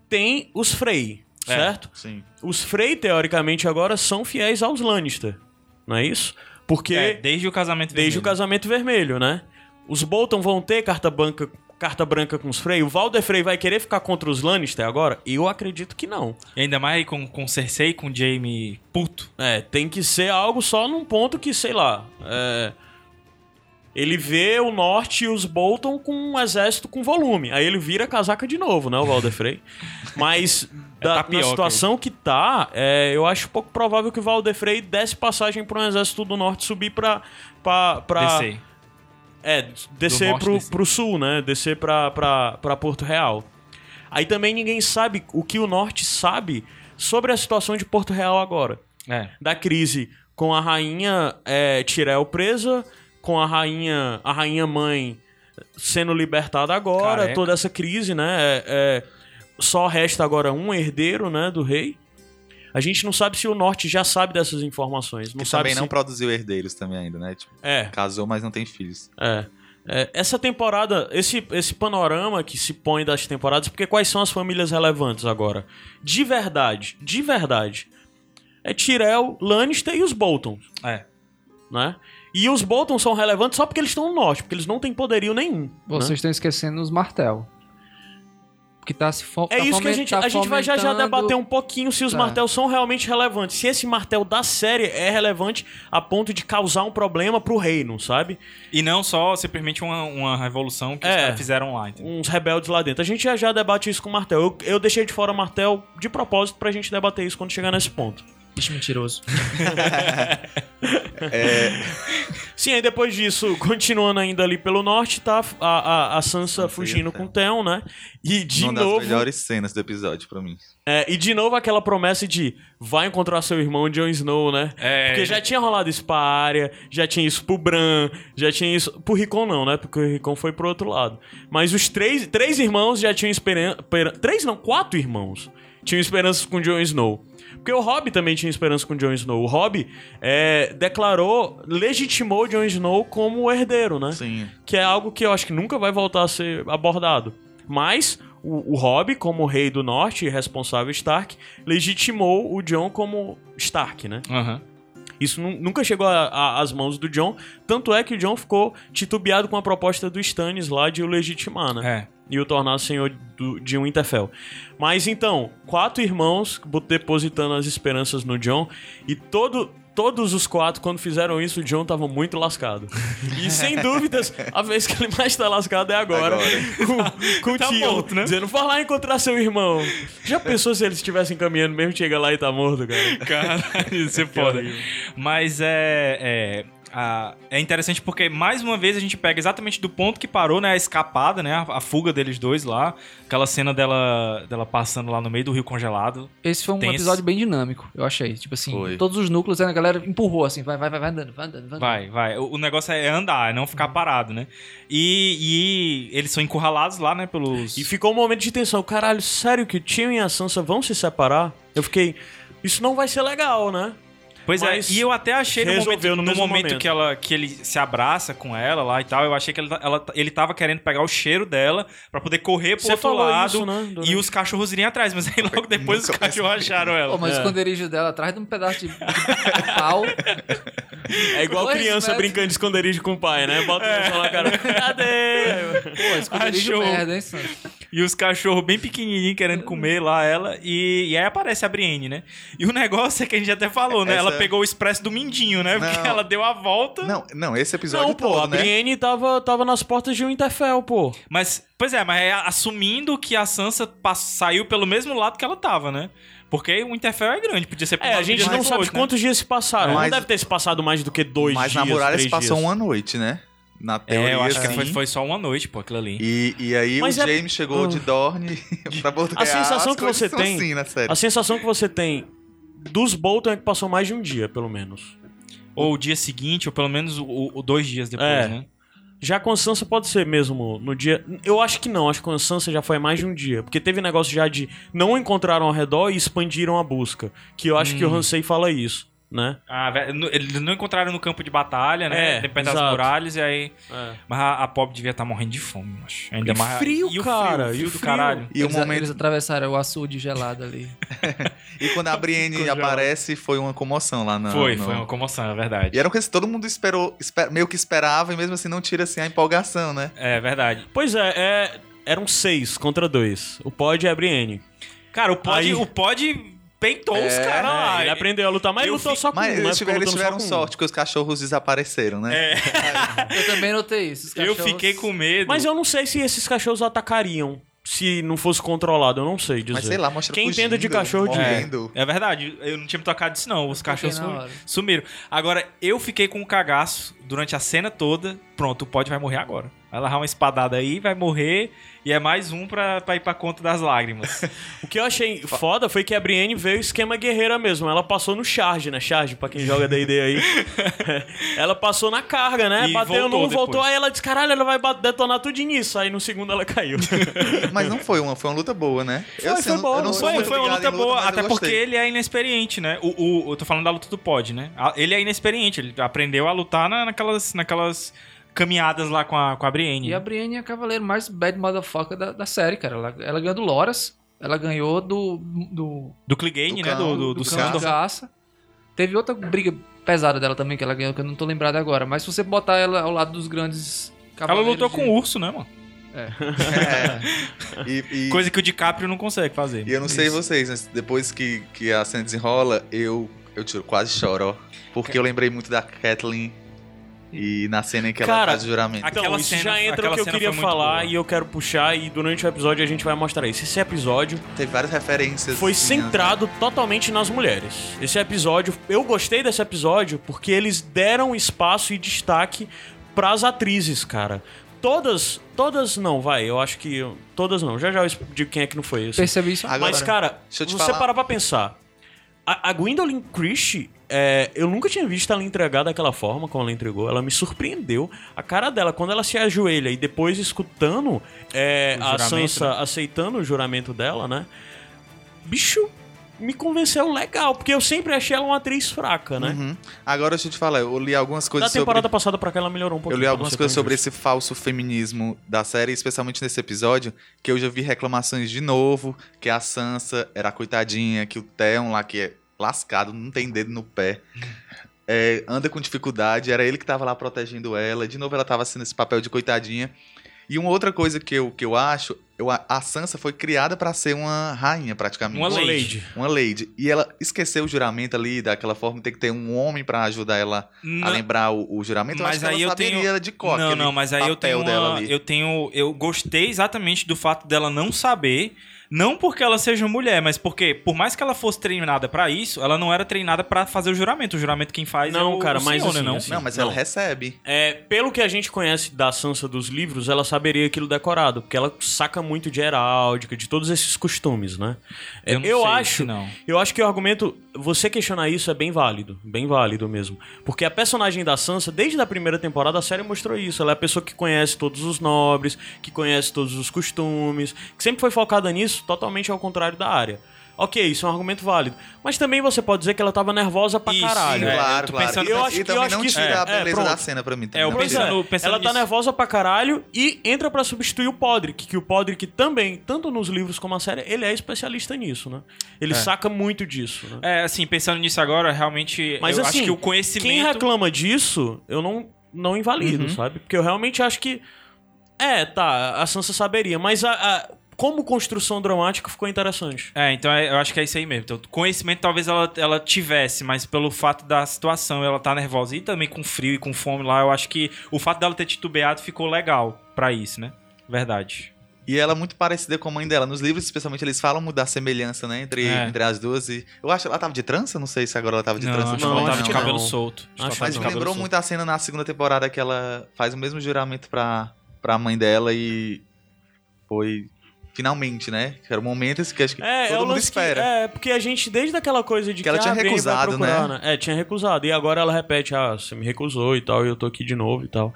[SPEAKER 1] tem os Frey,
[SPEAKER 2] É.
[SPEAKER 1] certo?
[SPEAKER 4] Sim.
[SPEAKER 1] Os Frey, teoricamente, agora são fiéis aos Lannister, não é isso? Porque
[SPEAKER 2] É, desde o casamento
[SPEAKER 1] desde o
[SPEAKER 2] vermelho.
[SPEAKER 1] casamento vermelho, né? Os Bolton vão ter carta branca, carta branca com os Frey? O Valder Frey vai querer ficar contra os Lannister agora? Eu acredito que não.
[SPEAKER 2] E ainda mais aí com, com Cersei, com Jaime puto.
[SPEAKER 1] É, tem que ser algo só num ponto que, sei lá. é, Ele vê o norte e os Bolton com um exército com volume. Aí ele vira casaca de novo, né, o Walder Frey? Mas da, na
[SPEAKER 2] É tapioca
[SPEAKER 1] situação que tá, é, eu acho pouco provável que o Walder Frey desse passagem para um exército do norte subir pra. pra, pra
[SPEAKER 2] Descer.
[SPEAKER 1] É, descer
[SPEAKER 2] norte
[SPEAKER 1] pro,
[SPEAKER 2] descer.
[SPEAKER 1] pro sul, né? Descer pra, pra, pra Porto Real. Aí também ninguém sabe o que o norte sabe sobre a situação de Porto Real agora
[SPEAKER 2] É.
[SPEAKER 1] da crise com a rainha é, Tirel presa, com a rainha a rainha mãe sendo libertada agora,
[SPEAKER 2] Careca.
[SPEAKER 1] toda essa crise, né? É, é, só resta agora um herdeiro, né, do rei. A gente não sabe se o norte já sabe dessas informações, não
[SPEAKER 4] que
[SPEAKER 1] sabe
[SPEAKER 4] também
[SPEAKER 1] se
[SPEAKER 4] não produziu herdeiros também ainda, né? Tipo,
[SPEAKER 1] é,
[SPEAKER 4] casou, mas não tem filhos.
[SPEAKER 1] é. É, essa temporada, esse, esse panorama que se põe das temporadas, porque quais são as famílias relevantes agora? De verdade, de verdade. É Tyrell, Lannister e os Bolton,
[SPEAKER 2] É.
[SPEAKER 1] né? E os Bolton são relevantes só porque eles estão no norte, porque eles não têm poderio nenhum.
[SPEAKER 3] Vocês
[SPEAKER 1] né?
[SPEAKER 3] estão esquecendo os martel. Que tá se fo-
[SPEAKER 1] É
[SPEAKER 3] tá
[SPEAKER 1] isso que a gente,
[SPEAKER 3] fomen-
[SPEAKER 1] a
[SPEAKER 3] tá
[SPEAKER 1] gente vai já, já
[SPEAKER 3] fomentando-
[SPEAKER 1] debater um pouquinho se os
[SPEAKER 3] Tá.
[SPEAKER 1] martelos são realmente relevantes. Se esse martel da série é relevante a ponto de causar um problema pro reino, sabe?
[SPEAKER 2] E não só simplesmente uma, uma revolução que os
[SPEAKER 1] É.
[SPEAKER 2] caras fizeram lá, entendeu?
[SPEAKER 1] Uns rebeldes lá dentro. A gente já, já debate isso com o martel. Eu, eu deixei de fora o martel de propósito pra gente debater isso quando chegar nesse ponto.
[SPEAKER 5] Bicho mentiroso.
[SPEAKER 1] Sim, aí depois disso, continuando ainda ali pelo norte, tá a, a, a Sansa
[SPEAKER 4] Sansa e
[SPEAKER 1] fugindo
[SPEAKER 4] o
[SPEAKER 1] com o Theon, né? E de
[SPEAKER 4] uma
[SPEAKER 1] novo...
[SPEAKER 4] das melhores cenas do episódio pra mim.
[SPEAKER 1] É, e de novo aquela promessa de vai encontrar seu irmão Jon Snow, né?
[SPEAKER 2] É.
[SPEAKER 1] Porque já tinha rolado isso pra área, já tinha isso pro Bran, já tinha isso. Pro Ricon não, né? Porque o Ricon foi pro outro lado. Mas os três, três irmãos já tinham esperança. Três não, quatro irmãos tinham esperanças com Jon Snow. Porque o Robb também tinha esperança com Jon Snow. O Robb é, declarou, legitimou Jon Snow como o herdeiro, né?
[SPEAKER 4] Sim.
[SPEAKER 1] que é algo que eu acho que nunca vai voltar a ser abordado. Mas o, o Robb, como rei do norte e responsável Stark, legitimou o John como Stark, né?
[SPEAKER 2] Aham.
[SPEAKER 1] Isso nu- nunca chegou a- a- às mãos do John, tanto é que o John ficou titubeado com a proposta do Stannis lá de o legitimar, né?
[SPEAKER 2] É.
[SPEAKER 1] E o tornar senhor do, de um Winterfell. Mas então, quatro irmãos bo- depositando as esperanças no John e todo todos os quatro quando fizeram isso, o John tava muito lascado. E sem dúvidas, a vez que ele mais tá lascado é agora.
[SPEAKER 4] Agora.
[SPEAKER 1] Com, com
[SPEAKER 2] Tá
[SPEAKER 1] o tio,
[SPEAKER 2] morto, né?
[SPEAKER 1] dizendo, vai lá encontrar seu irmão. Já pensou se eles estivessem caminhando mesmo, chega lá e tá morto, cara?
[SPEAKER 2] Caralho, isso é foda. Mas é. É, a- é interessante porque, mais uma vez, a gente pega exatamente do ponto que parou, né? A escapada, né? A, a fuga deles dois lá. Aquela cena dela, dela passando lá no meio do rio congelado.
[SPEAKER 3] Esse foi um
[SPEAKER 2] Tenso.
[SPEAKER 3] episódio bem dinâmico, eu achei. Tipo assim,
[SPEAKER 4] Foi.
[SPEAKER 3] todos os núcleos, aí a galera empurrou assim, vai, vai, vai, vai andando, vai andando, vai
[SPEAKER 2] Vai,
[SPEAKER 3] andando.
[SPEAKER 2] vai. O, o negócio é andar, é não
[SPEAKER 1] Uhum.
[SPEAKER 2] ficar parado, né? E, e eles são encurralados lá, né? Pelos.
[SPEAKER 1] E ficou um momento de tensão. Caralho, sério que o Tio e a Sansa vão se separar? Eu fiquei, isso não vai ser legal, né?
[SPEAKER 2] Pois
[SPEAKER 1] Mas
[SPEAKER 2] é, e eu até achei no momento,
[SPEAKER 1] resolveu no
[SPEAKER 2] no
[SPEAKER 1] mesmo
[SPEAKER 2] momento
[SPEAKER 1] momento.
[SPEAKER 2] Que, ela, que ele se abraça com ela lá e tal, eu achei que ela, ela- ele tava querendo pegar o cheiro dela pra poder correr pro
[SPEAKER 1] Você
[SPEAKER 2] outro
[SPEAKER 1] falou
[SPEAKER 2] lado
[SPEAKER 1] isso, né?
[SPEAKER 2] e os cachorros irem atrás, mas aí logo depois os
[SPEAKER 4] Nunca
[SPEAKER 2] cachorros acharam ela.
[SPEAKER 3] Pô, mas o esconderijo dela atrás de um pedaço de de pau.
[SPEAKER 1] É igual
[SPEAKER 3] Dois
[SPEAKER 1] criança
[SPEAKER 3] metros.
[SPEAKER 1] brincando de esconderijo com o pai, né? Bota o sol na cara. Cadê?
[SPEAKER 3] Pô, esconderijo
[SPEAKER 2] Achou.
[SPEAKER 3] merda, hein, Santos?
[SPEAKER 2] E os cachorros bem pequenininhos querendo
[SPEAKER 1] Uhum.
[SPEAKER 2] comer lá ela. E, e aí aparece a Brienne, né? E o negócio é que a gente até falou, né?
[SPEAKER 4] Essa-
[SPEAKER 2] Ela pegou o expresso do Mindinho, né? Porque
[SPEAKER 4] Não.
[SPEAKER 2] ela deu a volta.
[SPEAKER 4] Não, não, esse episódio
[SPEAKER 1] Não,
[SPEAKER 4] todo,
[SPEAKER 1] pô, a
[SPEAKER 4] né?
[SPEAKER 1] Brienne tava, tava nas portas de Winterfell, pô.
[SPEAKER 2] Mas, pois é, mas é assumindo que a Sansa pass- saiu pelo mesmo lado que ela tava, né? Porque o Interfell é grande, podia ser pro
[SPEAKER 1] É, a
[SPEAKER 2] lado
[SPEAKER 1] gente
[SPEAKER 2] de
[SPEAKER 1] não
[SPEAKER 2] um
[SPEAKER 1] sabe
[SPEAKER 2] outro, né?
[SPEAKER 1] quantos dias se passaram.
[SPEAKER 4] Mas-
[SPEAKER 1] Não deve ter se passado mais do que dois
[SPEAKER 4] Mas
[SPEAKER 1] dias.
[SPEAKER 4] na muralha
[SPEAKER 1] três
[SPEAKER 4] se passou
[SPEAKER 1] dias.
[SPEAKER 4] uma noite, né? Na teoria,
[SPEAKER 2] É, eu acho que
[SPEAKER 4] sim.
[SPEAKER 2] foi, foi só uma noite, pô, aquilo ali.
[SPEAKER 4] E, e aí
[SPEAKER 1] Mas
[SPEAKER 4] o
[SPEAKER 1] é-
[SPEAKER 4] James chegou de Dorne pra botar
[SPEAKER 1] A sensação
[SPEAKER 4] as
[SPEAKER 1] que você
[SPEAKER 4] coisas são
[SPEAKER 1] tem-
[SPEAKER 4] Assim, na série.
[SPEAKER 1] A sensação que você tem dos Bolton é que passou mais de um dia, pelo menos.
[SPEAKER 2] Ou o dia seguinte, ou pelo menos o, o- o dois dias depois,
[SPEAKER 1] É.
[SPEAKER 2] né?
[SPEAKER 1] Já com a Sansa pode ser mesmo no dia. Eu acho que não, acho que com a Sansa já foi mais de um dia. Porque teve negócio já de não encontraram ao redor e expandiram a busca. Que eu acho que o
[SPEAKER 4] Hum.
[SPEAKER 1] Hansei fala isso, né?
[SPEAKER 2] Ah, velho, no- eles não encontraram no campo de batalha, né?
[SPEAKER 1] É,
[SPEAKER 2] Depende das
[SPEAKER 1] exato.
[SPEAKER 2] muralhas, e aí.
[SPEAKER 1] É.
[SPEAKER 2] Mas a, a pobre devia estar morrendo de fome, acho. Ainda
[SPEAKER 1] E
[SPEAKER 2] mais.
[SPEAKER 1] frio,
[SPEAKER 2] e o
[SPEAKER 1] cara,
[SPEAKER 2] Frio,
[SPEAKER 1] e
[SPEAKER 2] frio
[SPEAKER 1] o
[SPEAKER 2] do
[SPEAKER 1] frio.
[SPEAKER 2] caralho.
[SPEAKER 4] E o
[SPEAKER 3] eles,
[SPEAKER 4] momento-
[SPEAKER 3] eles atravessaram o açude gelado ali.
[SPEAKER 4] E quando a Brienne
[SPEAKER 2] Congelado.
[SPEAKER 4] aparece, foi uma comoção lá na.
[SPEAKER 2] foi,
[SPEAKER 4] no-
[SPEAKER 2] foi uma comoção, é verdade.
[SPEAKER 4] E era uma coisa que todo mundo esperou, esper- meio que esperava, e mesmo assim não tira assim a empolgação, né?
[SPEAKER 2] É verdade.
[SPEAKER 1] Pois é, é- eram seis contra dois. O Pod e a Brienne.
[SPEAKER 2] Cara, o Pod,
[SPEAKER 1] Aí-
[SPEAKER 2] o Pod peitou os
[SPEAKER 4] É,
[SPEAKER 2] caras
[SPEAKER 1] Ah,
[SPEAKER 2] lá.
[SPEAKER 1] ele aprendeu a lutar, mas
[SPEAKER 2] eu
[SPEAKER 1] lutou
[SPEAKER 2] fi-
[SPEAKER 1] só com um, né?
[SPEAKER 4] Mas
[SPEAKER 1] Ficou
[SPEAKER 4] eles tiveram, eles
[SPEAKER 1] lutando só
[SPEAKER 4] tiveram
[SPEAKER 1] com um.
[SPEAKER 4] sorte, porque os cachorros desapareceram, né?
[SPEAKER 2] É,
[SPEAKER 3] Eu também notei isso. os
[SPEAKER 2] eu
[SPEAKER 3] cachorros-
[SPEAKER 2] fiquei com medo.
[SPEAKER 1] Mas eu não sei se esses cachorros atacariam se não fosse controlado, eu não sei dizer.
[SPEAKER 4] Mas sei lá, mostra
[SPEAKER 1] Quem
[SPEAKER 4] fugindo,
[SPEAKER 1] entende de cachorro de-
[SPEAKER 4] morrendo.
[SPEAKER 2] É verdade, eu não tinha me tocado disso, não. Os cachorros
[SPEAKER 3] na
[SPEAKER 2] sumi-
[SPEAKER 3] hora.
[SPEAKER 2] sumiram. Agora, eu fiquei com um cagaço durante a cena toda. Pronto, o Pod vai morrer agora. Vai largar uma espadada aí, vai morrer. E é mais um pra, pra ir pra conta das lágrimas.
[SPEAKER 1] O que eu achei foda foi que a Brienne veio esquema guerreira mesmo. Ela passou no charge, né? Charge, pra quem joga D&D aí. ela passou na carga, né?
[SPEAKER 2] E
[SPEAKER 1] Bateu
[SPEAKER 2] voltou
[SPEAKER 1] num, voltou.
[SPEAKER 2] depois.
[SPEAKER 1] Aí ela disse, caralho, ela vai ba- detonar tudo nisso. Aí no segundo ela caiu.
[SPEAKER 4] Mas não foi uma, foi uma luta boa, né?
[SPEAKER 1] Foi, foi boa,
[SPEAKER 4] eu não sou
[SPEAKER 2] Foi,
[SPEAKER 4] muito
[SPEAKER 2] foi uma
[SPEAKER 4] ligado em
[SPEAKER 2] luta boa,
[SPEAKER 4] mas eu
[SPEAKER 2] até porque
[SPEAKER 4] gostei.
[SPEAKER 2] ele é inexperiente, né? O, o- eu tô falando da luta do Pod, né? A- Ele é inexperiente, ele aprendeu a lutar na- naquelas, naquelas caminhadas lá com a, com a Brienne.
[SPEAKER 3] E a Brienne é a cavaleiro mais bad motherfucker da, da série, cara. Ela, ela ganhou do Loras, ela ganhou do. do.
[SPEAKER 2] Do Clegane,
[SPEAKER 4] Do
[SPEAKER 2] né?
[SPEAKER 4] Cão-
[SPEAKER 3] Então,
[SPEAKER 2] Do, do, do,
[SPEAKER 4] do
[SPEAKER 2] Sandor.
[SPEAKER 4] Cão-
[SPEAKER 3] Caça. Teve outra briga pesada dela também que ela ganhou, que eu não tô lembrado agora. Mas se você botar ela ao lado dos grandes
[SPEAKER 2] Ela
[SPEAKER 3] cavaleiros.
[SPEAKER 2] lutou
[SPEAKER 3] de-
[SPEAKER 2] com o urso, né, mano?
[SPEAKER 4] É. E, e-
[SPEAKER 2] Coisa que o DiCaprio não consegue fazer.
[SPEAKER 4] e eu não sei
[SPEAKER 2] Isso.
[SPEAKER 4] vocês, mas depois que, que a cena desenrola, eu, eu tiro, quase choro, ó. Porque eu lembrei muito da Kathleen e na cena em que ela
[SPEAKER 1] Cara,
[SPEAKER 4] faz o juramento.
[SPEAKER 2] aqui-
[SPEAKER 1] Então,
[SPEAKER 2] Aquela
[SPEAKER 1] isso
[SPEAKER 2] cena-
[SPEAKER 1] já entra
[SPEAKER 2] aquela
[SPEAKER 1] o que eu
[SPEAKER 2] cena
[SPEAKER 1] queria
[SPEAKER 2] foi muito
[SPEAKER 1] falar
[SPEAKER 2] boa.
[SPEAKER 1] e eu quero puxar e durante o episódio a gente vai mostrar isso. Esse episódio
[SPEAKER 4] Teve várias referências.
[SPEAKER 1] foi
[SPEAKER 4] assim, né?
[SPEAKER 1] centrado totalmente nas mulheres. Esse episódio, eu gostei desse episódio porque eles deram espaço e destaque pras atrizes, cara. Todas, todas não, vai, eu acho que todas não. Já já eu digo quem é que não foi esse.
[SPEAKER 3] Percebi isso.
[SPEAKER 4] Agora-
[SPEAKER 1] Mas, cara,
[SPEAKER 4] deixa eu te
[SPEAKER 1] você
[SPEAKER 4] falar.
[SPEAKER 1] parar pra pensar. A, a Gwendolyn Christie, é, eu nunca tinha visto ela entregar daquela forma como ela entregou. Ela me surpreendeu. A cara dela, quando ela se ajoelha e depois escutando é,
[SPEAKER 2] O
[SPEAKER 1] a
[SPEAKER 2] juramento,
[SPEAKER 1] Sansa
[SPEAKER 4] né?
[SPEAKER 1] aceitando o juramento dela, né? Bicho, me convenceu legal. Porque eu sempre achei ela uma atriz fraca, né?
[SPEAKER 4] Uhum. Agora deixa eu te falar, eu li algumas
[SPEAKER 1] Da
[SPEAKER 4] coisas sobre.
[SPEAKER 1] temporada passada pra cá ela melhorou um pouco.
[SPEAKER 4] Eu li algumas coisas sobre esse falso feminismo da série, especialmente nesse episódio, que eu já vi reclamações de novo, que a Sansa era a coitadinha, que o Theon lá, que é lascado, não tem dedo no pé, é, anda com dificuldade, era ele que tava lá protegendo ela, de novo ela tava sendo esse papel de coitadinha. E uma outra coisa que eu, que eu acho, eu, a a Sansa foi criada pra ser uma rainha, praticamente.
[SPEAKER 2] Uma
[SPEAKER 1] Uma
[SPEAKER 2] lady.
[SPEAKER 1] Lady.
[SPEAKER 4] Uma lady. E ela esqueceu o juramento ali, daquela forma, tem que ter um homem pra ajudar ela a
[SPEAKER 2] Na-
[SPEAKER 4] lembrar o, o juramento,
[SPEAKER 2] Mas
[SPEAKER 4] mas eu acho
[SPEAKER 2] aí
[SPEAKER 4] que
[SPEAKER 2] eu
[SPEAKER 4] ela saberia
[SPEAKER 2] tenho-
[SPEAKER 4] de cor.
[SPEAKER 2] Não,
[SPEAKER 4] aquele
[SPEAKER 2] não, mas aí eu
[SPEAKER 4] papel
[SPEAKER 2] tenho, uma-
[SPEAKER 4] dela ali.
[SPEAKER 2] eu tenho. Eu gostei exatamente do fato dela não saber. Não porque ela seja mulher, mas porque, por mais que ela fosse treinada pra isso, ela não era treinada pra fazer o juramento. O juramento quem faz é
[SPEAKER 1] Não,
[SPEAKER 2] o,
[SPEAKER 1] cara,
[SPEAKER 2] o
[SPEAKER 1] mas
[SPEAKER 2] senhor, né,
[SPEAKER 1] assim,
[SPEAKER 2] não?
[SPEAKER 1] assim-
[SPEAKER 4] Não, mas
[SPEAKER 1] Não.
[SPEAKER 4] ela recebe.
[SPEAKER 1] É, pelo que a gente conhece da Sansa dos livros, ela saberia aquilo decorado, porque ela saca muito de heráldica, de todos esses costumes, né? É, Eu,
[SPEAKER 2] não sei
[SPEAKER 1] acho,
[SPEAKER 2] se não.
[SPEAKER 1] eu acho que o argumento você questionar isso é bem válido, bem válido mesmo, porque a personagem da Sansa desde a primeira temporada a série mostrou isso, ela é a pessoa que conhece todos os nobres, que conhece todos os costumes, que sempre foi focada nisso, totalmente ao contrário da área. Ok, isso é um argumento válido. Mas também você pode dizer que ela tava nervosa pra
[SPEAKER 2] Isso,
[SPEAKER 1] caralho. né?
[SPEAKER 2] é, eu
[SPEAKER 4] claro,
[SPEAKER 2] tô
[SPEAKER 4] claro.
[SPEAKER 2] pensando-
[SPEAKER 4] E
[SPEAKER 1] eu acho
[SPEAKER 4] e
[SPEAKER 1] que-
[SPEAKER 4] também
[SPEAKER 1] eu acho
[SPEAKER 4] não
[SPEAKER 1] que isso-
[SPEAKER 4] tira a
[SPEAKER 1] é, é,
[SPEAKER 4] beleza
[SPEAKER 1] pronto.
[SPEAKER 4] da cena pra mim.
[SPEAKER 2] É,
[SPEAKER 4] Também,
[SPEAKER 2] eu
[SPEAKER 4] não
[SPEAKER 1] Pois
[SPEAKER 4] tira.
[SPEAKER 2] pensando-
[SPEAKER 1] é, ela tá
[SPEAKER 2] nisso.
[SPEAKER 1] nervosa pra caralho e entra pra substituir o Podrick, que o Podrick também, tanto nos livros como na série, ele é especialista nisso, né? Ele saca muito disso, né?
[SPEAKER 2] É, assim, pensando nisso agora, realmente,
[SPEAKER 1] Mas
[SPEAKER 2] eu
[SPEAKER 1] assim,
[SPEAKER 2] acho que o conhecimento...
[SPEAKER 1] Quem reclama disso, eu não, não
[SPEAKER 2] Uhum.
[SPEAKER 1] invalido, sabe? Porque eu realmente acho que. É, tá, a Sansa saberia, mas a, a- como construção dramática ficou interessante.
[SPEAKER 2] É, então é- eu acho que é isso aí mesmo. Então, conhecimento talvez ela, ela tivesse, mas pelo fato da situação ela tá nervosa e também com frio e com fome lá, eu acho que o fato dela ter titubeado ficou legal pra isso, né? Verdade.
[SPEAKER 4] E ela é muito parecida com a mãe dela. Nos livros, especialmente, eles falam mudar a semelhança, né? Entre,
[SPEAKER 2] É.
[SPEAKER 4] entre as duas. E... Eu acho que ela tava de trança, não sei se agora ela tava de
[SPEAKER 2] não,
[SPEAKER 4] trança.
[SPEAKER 2] acho que
[SPEAKER 4] também,
[SPEAKER 2] ela tava de
[SPEAKER 1] não.
[SPEAKER 2] cabelo solto.
[SPEAKER 1] Acho
[SPEAKER 2] que ela tava
[SPEAKER 4] Mas
[SPEAKER 2] de
[SPEAKER 4] me
[SPEAKER 2] cabelo
[SPEAKER 4] lembrou
[SPEAKER 2] solto.
[SPEAKER 4] muito a cena na segunda temporada que ela faz o mesmo juramento pra, pra mãe dela e foi finalmente, né? Que era o momento esse que acho que
[SPEAKER 1] É, é
[SPEAKER 4] todo
[SPEAKER 1] o
[SPEAKER 4] mundo
[SPEAKER 1] lance que-
[SPEAKER 4] espera.
[SPEAKER 1] é, porque a gente, desde aquela coisa de que,
[SPEAKER 4] Que ela
[SPEAKER 1] ah,
[SPEAKER 4] tinha
[SPEAKER 1] a Brienne vai
[SPEAKER 4] recusado,
[SPEAKER 1] procurar,
[SPEAKER 4] né?
[SPEAKER 1] É, tinha recusado. E agora ela repete, ah, você me recusou e tal, e eu tô aqui de novo e tal.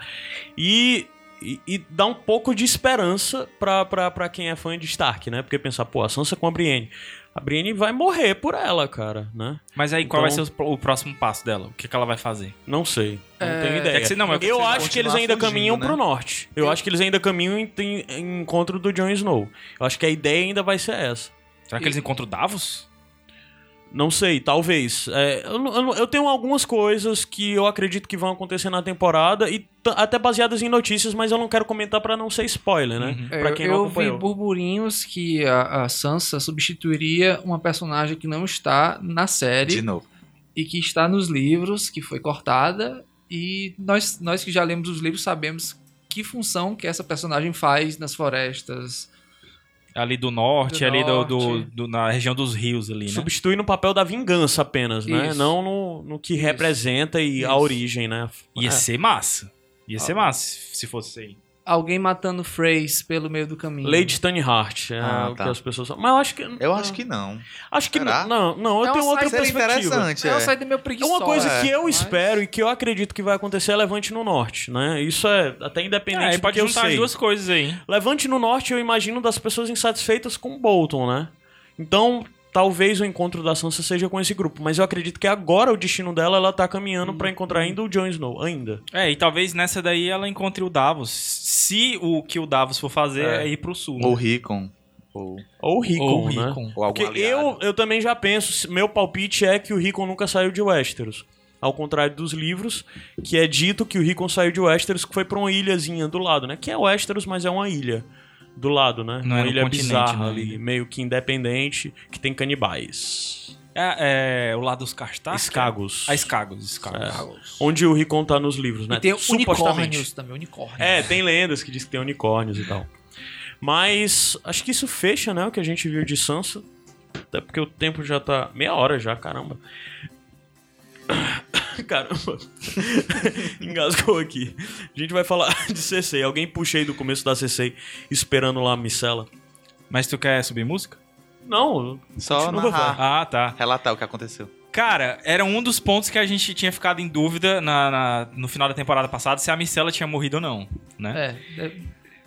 [SPEAKER 1] E, e, e dá um pouco de esperança pra, pra, pra quem é fã de Stark, né? Porque pensar, pô, a Sansa com a Brienne. A Brienne vai morrer por ela, cara, né?
[SPEAKER 2] Mas aí, qual
[SPEAKER 1] Então-
[SPEAKER 2] vai ser o, o próximo passo dela? O que, que ela vai fazer?
[SPEAKER 1] Não sei. Não
[SPEAKER 3] É,
[SPEAKER 1] tenho ideia.
[SPEAKER 2] quer dizer, não, mas
[SPEAKER 1] eu
[SPEAKER 2] vocês vão
[SPEAKER 1] acho que eles
[SPEAKER 4] continuar
[SPEAKER 1] ainda
[SPEAKER 4] fugindo,
[SPEAKER 1] caminham
[SPEAKER 4] né?
[SPEAKER 1] pro norte. Eu acho que eles ainda caminham em, em- em encontro do Jon Snow. Eu acho que a ideia ainda vai ser essa.
[SPEAKER 2] Será que
[SPEAKER 3] E-
[SPEAKER 2] eles encontram o Davos?
[SPEAKER 1] Não sei, talvez. É, eu, não- eu não- eu tenho algumas coisas que eu acredito que vão acontecer na temporada, e t- até baseadas em notícias, mas eu não quero comentar pra não ser spoiler, né?
[SPEAKER 2] Uhum.
[SPEAKER 1] Pra
[SPEAKER 3] É,
[SPEAKER 1] quem
[SPEAKER 3] eu
[SPEAKER 1] não
[SPEAKER 3] vi
[SPEAKER 1] acompanhou.
[SPEAKER 3] burburinhos que a, a Sansa substituiria uma personagem que não está na
[SPEAKER 2] É,
[SPEAKER 3] série.
[SPEAKER 4] De novo.
[SPEAKER 3] e que está nos livros, que foi cortada, e nós, nós que já lemos os livros sabemos que função que essa personagem faz nas florestas.
[SPEAKER 2] Ali do norte,
[SPEAKER 3] Do
[SPEAKER 2] ali do- Do,
[SPEAKER 3] norte.
[SPEAKER 2] do- na região dos rios ali, né?
[SPEAKER 1] Substitui no papel da vingança apenas, né?
[SPEAKER 3] Isso.
[SPEAKER 1] Não no, no que
[SPEAKER 3] Isso.
[SPEAKER 1] representa e a
[SPEAKER 3] Isso.
[SPEAKER 1] origem, né?
[SPEAKER 2] Ia
[SPEAKER 1] É.
[SPEAKER 2] ser massa. Ia ser
[SPEAKER 3] Ah.
[SPEAKER 2] massa se fosse isso aí.
[SPEAKER 3] Alguém matando Freys pelo meio do caminho.
[SPEAKER 1] Lady Tanhart, é
[SPEAKER 4] Ah,
[SPEAKER 1] o
[SPEAKER 4] tá.
[SPEAKER 1] que as pessoas falam. Mas eu acho que.
[SPEAKER 4] Eu
[SPEAKER 2] é.
[SPEAKER 4] acho que não.
[SPEAKER 1] Acho que
[SPEAKER 4] Será?
[SPEAKER 1] não. Não, não, eu
[SPEAKER 3] É
[SPEAKER 1] tenho
[SPEAKER 3] uma
[SPEAKER 1] outra
[SPEAKER 4] Seria
[SPEAKER 1] perspectiva.
[SPEAKER 4] interessante,
[SPEAKER 3] É uma
[SPEAKER 4] é.
[SPEAKER 3] saída meio
[SPEAKER 1] É
[SPEAKER 3] preguiçosa.
[SPEAKER 1] uma coisa que eu
[SPEAKER 3] mas-
[SPEAKER 1] espero e que eu acredito que vai acontecer é Levante no Norte, né? Isso é até independente
[SPEAKER 2] É,
[SPEAKER 1] do
[SPEAKER 2] pode
[SPEAKER 1] que eu
[SPEAKER 2] juntar as
[SPEAKER 1] sei.
[SPEAKER 2] duas coisas aí.
[SPEAKER 1] Levante no Norte eu imagino das pessoas insatisfeitas com Bolton, né? Então talvez o encontro da Sansa seja com esse grupo, mas eu acredito que agora o destino dela ela tá caminhando pra encontrar ainda o Jon Snow, ainda.
[SPEAKER 2] É, e talvez nessa daí ela encontre o Davos. Se o que o Davos for fazer é, ir pro sul.
[SPEAKER 4] Ou Ricon. Ou,
[SPEAKER 1] Ou o Rickon,
[SPEAKER 2] Ou o
[SPEAKER 1] né?
[SPEAKER 2] Rickon.
[SPEAKER 4] ou algum
[SPEAKER 1] Porque
[SPEAKER 4] aliado.
[SPEAKER 1] eu, eu também já penso, meu palpite é que o Rickon nunca saiu de Westeros. Ao contrário dos livros, que é dito que o Rickon saiu de Westeros, que foi pra uma ilhazinha do lado, né? Que é Westeros, mas é uma ilha do lado, né?
[SPEAKER 2] Não é
[SPEAKER 1] uma
[SPEAKER 2] no
[SPEAKER 1] ilha
[SPEAKER 2] continente,
[SPEAKER 1] bizarra
[SPEAKER 2] né?
[SPEAKER 1] ali, meio que independente, que tem canibais.
[SPEAKER 2] É, é, o lado dos
[SPEAKER 1] tá
[SPEAKER 2] Castark?
[SPEAKER 1] Escagos.
[SPEAKER 2] Ah, Escagos, Escagos.
[SPEAKER 1] Onde o Rickon tá nos livros, né?
[SPEAKER 3] E tem
[SPEAKER 1] Supostamente.
[SPEAKER 3] unicórnios também, unicórnios.
[SPEAKER 1] É, tem lendas que diz que tem unicórnios e tal. Mas acho que isso fecha, né, o que a gente viu de Sansa. Até porque o tempo já tá. Meia hora já, caramba. Caramba. Engasgou aqui. A gente vai falar de CC. Alguém puxa aí do começo da CC esperando lá a micela.
[SPEAKER 2] Mas tu quer subir música?
[SPEAKER 1] Não,
[SPEAKER 4] Só
[SPEAKER 1] Continua,
[SPEAKER 4] narrar,
[SPEAKER 2] Ah, tá.
[SPEAKER 4] relatar o que aconteceu.
[SPEAKER 2] Cara, era um dos pontos que a gente tinha ficado em dúvida na- na- no final da temporada passada se a Micela tinha morrido ou não, né?
[SPEAKER 3] É,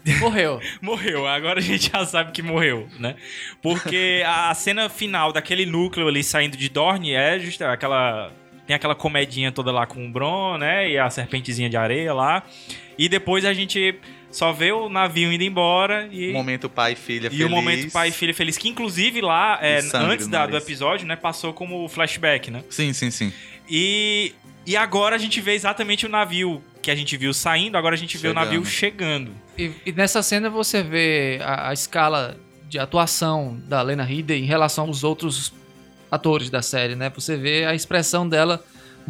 [SPEAKER 3] é, morreu.
[SPEAKER 2] morreu. Agora a gente já sabe que morreu, né? Porque a cena final daquele núcleo ali saindo de Dorne é justa aquela tem aquela comedinha toda lá com o Bron, né? E a serpentezinha de areia lá. E depois a gente só vê o navio indo embora e
[SPEAKER 4] Um Momento pai e filha
[SPEAKER 2] e
[SPEAKER 4] feliz.
[SPEAKER 2] o momento pai e filha feliz, que inclusive lá, é,
[SPEAKER 4] E sangue
[SPEAKER 2] antes
[SPEAKER 4] no
[SPEAKER 2] da- do
[SPEAKER 4] nariz.
[SPEAKER 2] episódio, né, passou como flashback, né?
[SPEAKER 4] Sim, sim, sim.
[SPEAKER 2] E, e agora a gente vê exatamente o navio que a gente viu saindo, agora a gente vê o navio chegando.
[SPEAKER 3] E, e nessa cena você vê a, a escala de atuação da Lena Headey em relação aos outros atores da série, né? Você vê a expressão dela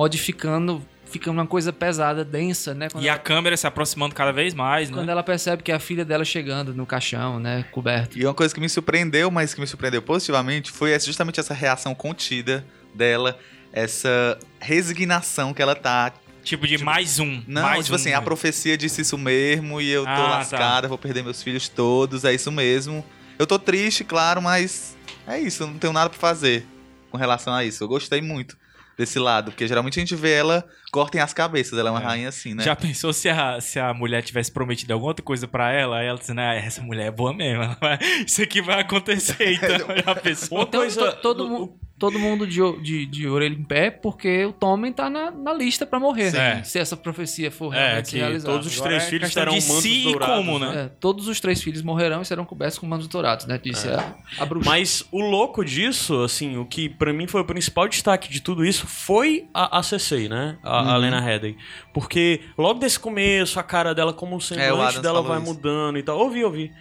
[SPEAKER 3] modificando, ficando uma coisa pesada, densa, né? Quando,
[SPEAKER 2] E a
[SPEAKER 3] ela,
[SPEAKER 2] câmera se aproximando cada vez mais, né?
[SPEAKER 3] quando ela percebe que é a filha dela chegando no caixão, né? Coberto.
[SPEAKER 4] E uma coisa que me surpreendeu, mas que me surpreendeu positivamente, foi essa- justamente essa reação contida dela, essa resignação que ela tá.
[SPEAKER 2] Tipo de
[SPEAKER 4] Tipo,
[SPEAKER 2] mais um.
[SPEAKER 4] Não,
[SPEAKER 2] mais
[SPEAKER 4] tipo
[SPEAKER 2] um,
[SPEAKER 4] assim,
[SPEAKER 2] né?
[SPEAKER 4] a profecia disse isso mesmo e eu tô
[SPEAKER 2] Ah, tá.
[SPEAKER 4] lascada, vou perder meus filhos todos, é isso mesmo. Eu tô triste, claro, mas é isso, eu não tenho nada pra fazer com relação a isso. Eu gostei muito desse lado, porque geralmente a gente vê ela cortem as cabeças, ela é uma
[SPEAKER 2] É.
[SPEAKER 4] rainha assim, né?
[SPEAKER 2] Já pensou se a, se a mulher tivesse prometido alguma outra coisa pra ela? Aí ela disse, né, essa mulher é boa mesmo. ela vai- Isso aqui vai acontecer, então. Já pensou?
[SPEAKER 1] outra
[SPEAKER 3] Então,
[SPEAKER 1] coisa.
[SPEAKER 3] to- todo, mu- todo mundo de, o- de, de orelha em pé, porque o Tommen tá na, na lista pra morrer, né?
[SPEAKER 2] Sim.
[SPEAKER 3] Se essa profecia for
[SPEAKER 1] É,
[SPEAKER 3] realmente
[SPEAKER 1] que
[SPEAKER 3] realizada.
[SPEAKER 1] todos os
[SPEAKER 2] Agora
[SPEAKER 1] três
[SPEAKER 2] é
[SPEAKER 1] filhos
[SPEAKER 2] questão
[SPEAKER 1] terão
[SPEAKER 2] de
[SPEAKER 1] mantos
[SPEAKER 2] se e
[SPEAKER 1] dourados.
[SPEAKER 2] como, né?
[SPEAKER 3] É, todos os três filhos morrerão e serão cobertos com o manto dourado, né? Disse
[SPEAKER 1] É.
[SPEAKER 3] a, a bruxa.
[SPEAKER 1] Mas o louco disso, assim, o que pra mim foi o principal destaque de tudo isso foi a, a CC, né? A, a
[SPEAKER 4] Uhum.
[SPEAKER 1] Lena Headey. Porque logo desse começo, a cara dela, como o semblante
[SPEAKER 4] Adams
[SPEAKER 1] dela
[SPEAKER 4] É, falou
[SPEAKER 1] vai
[SPEAKER 4] isso.
[SPEAKER 1] mudando e tal. Ouvi, ouvi.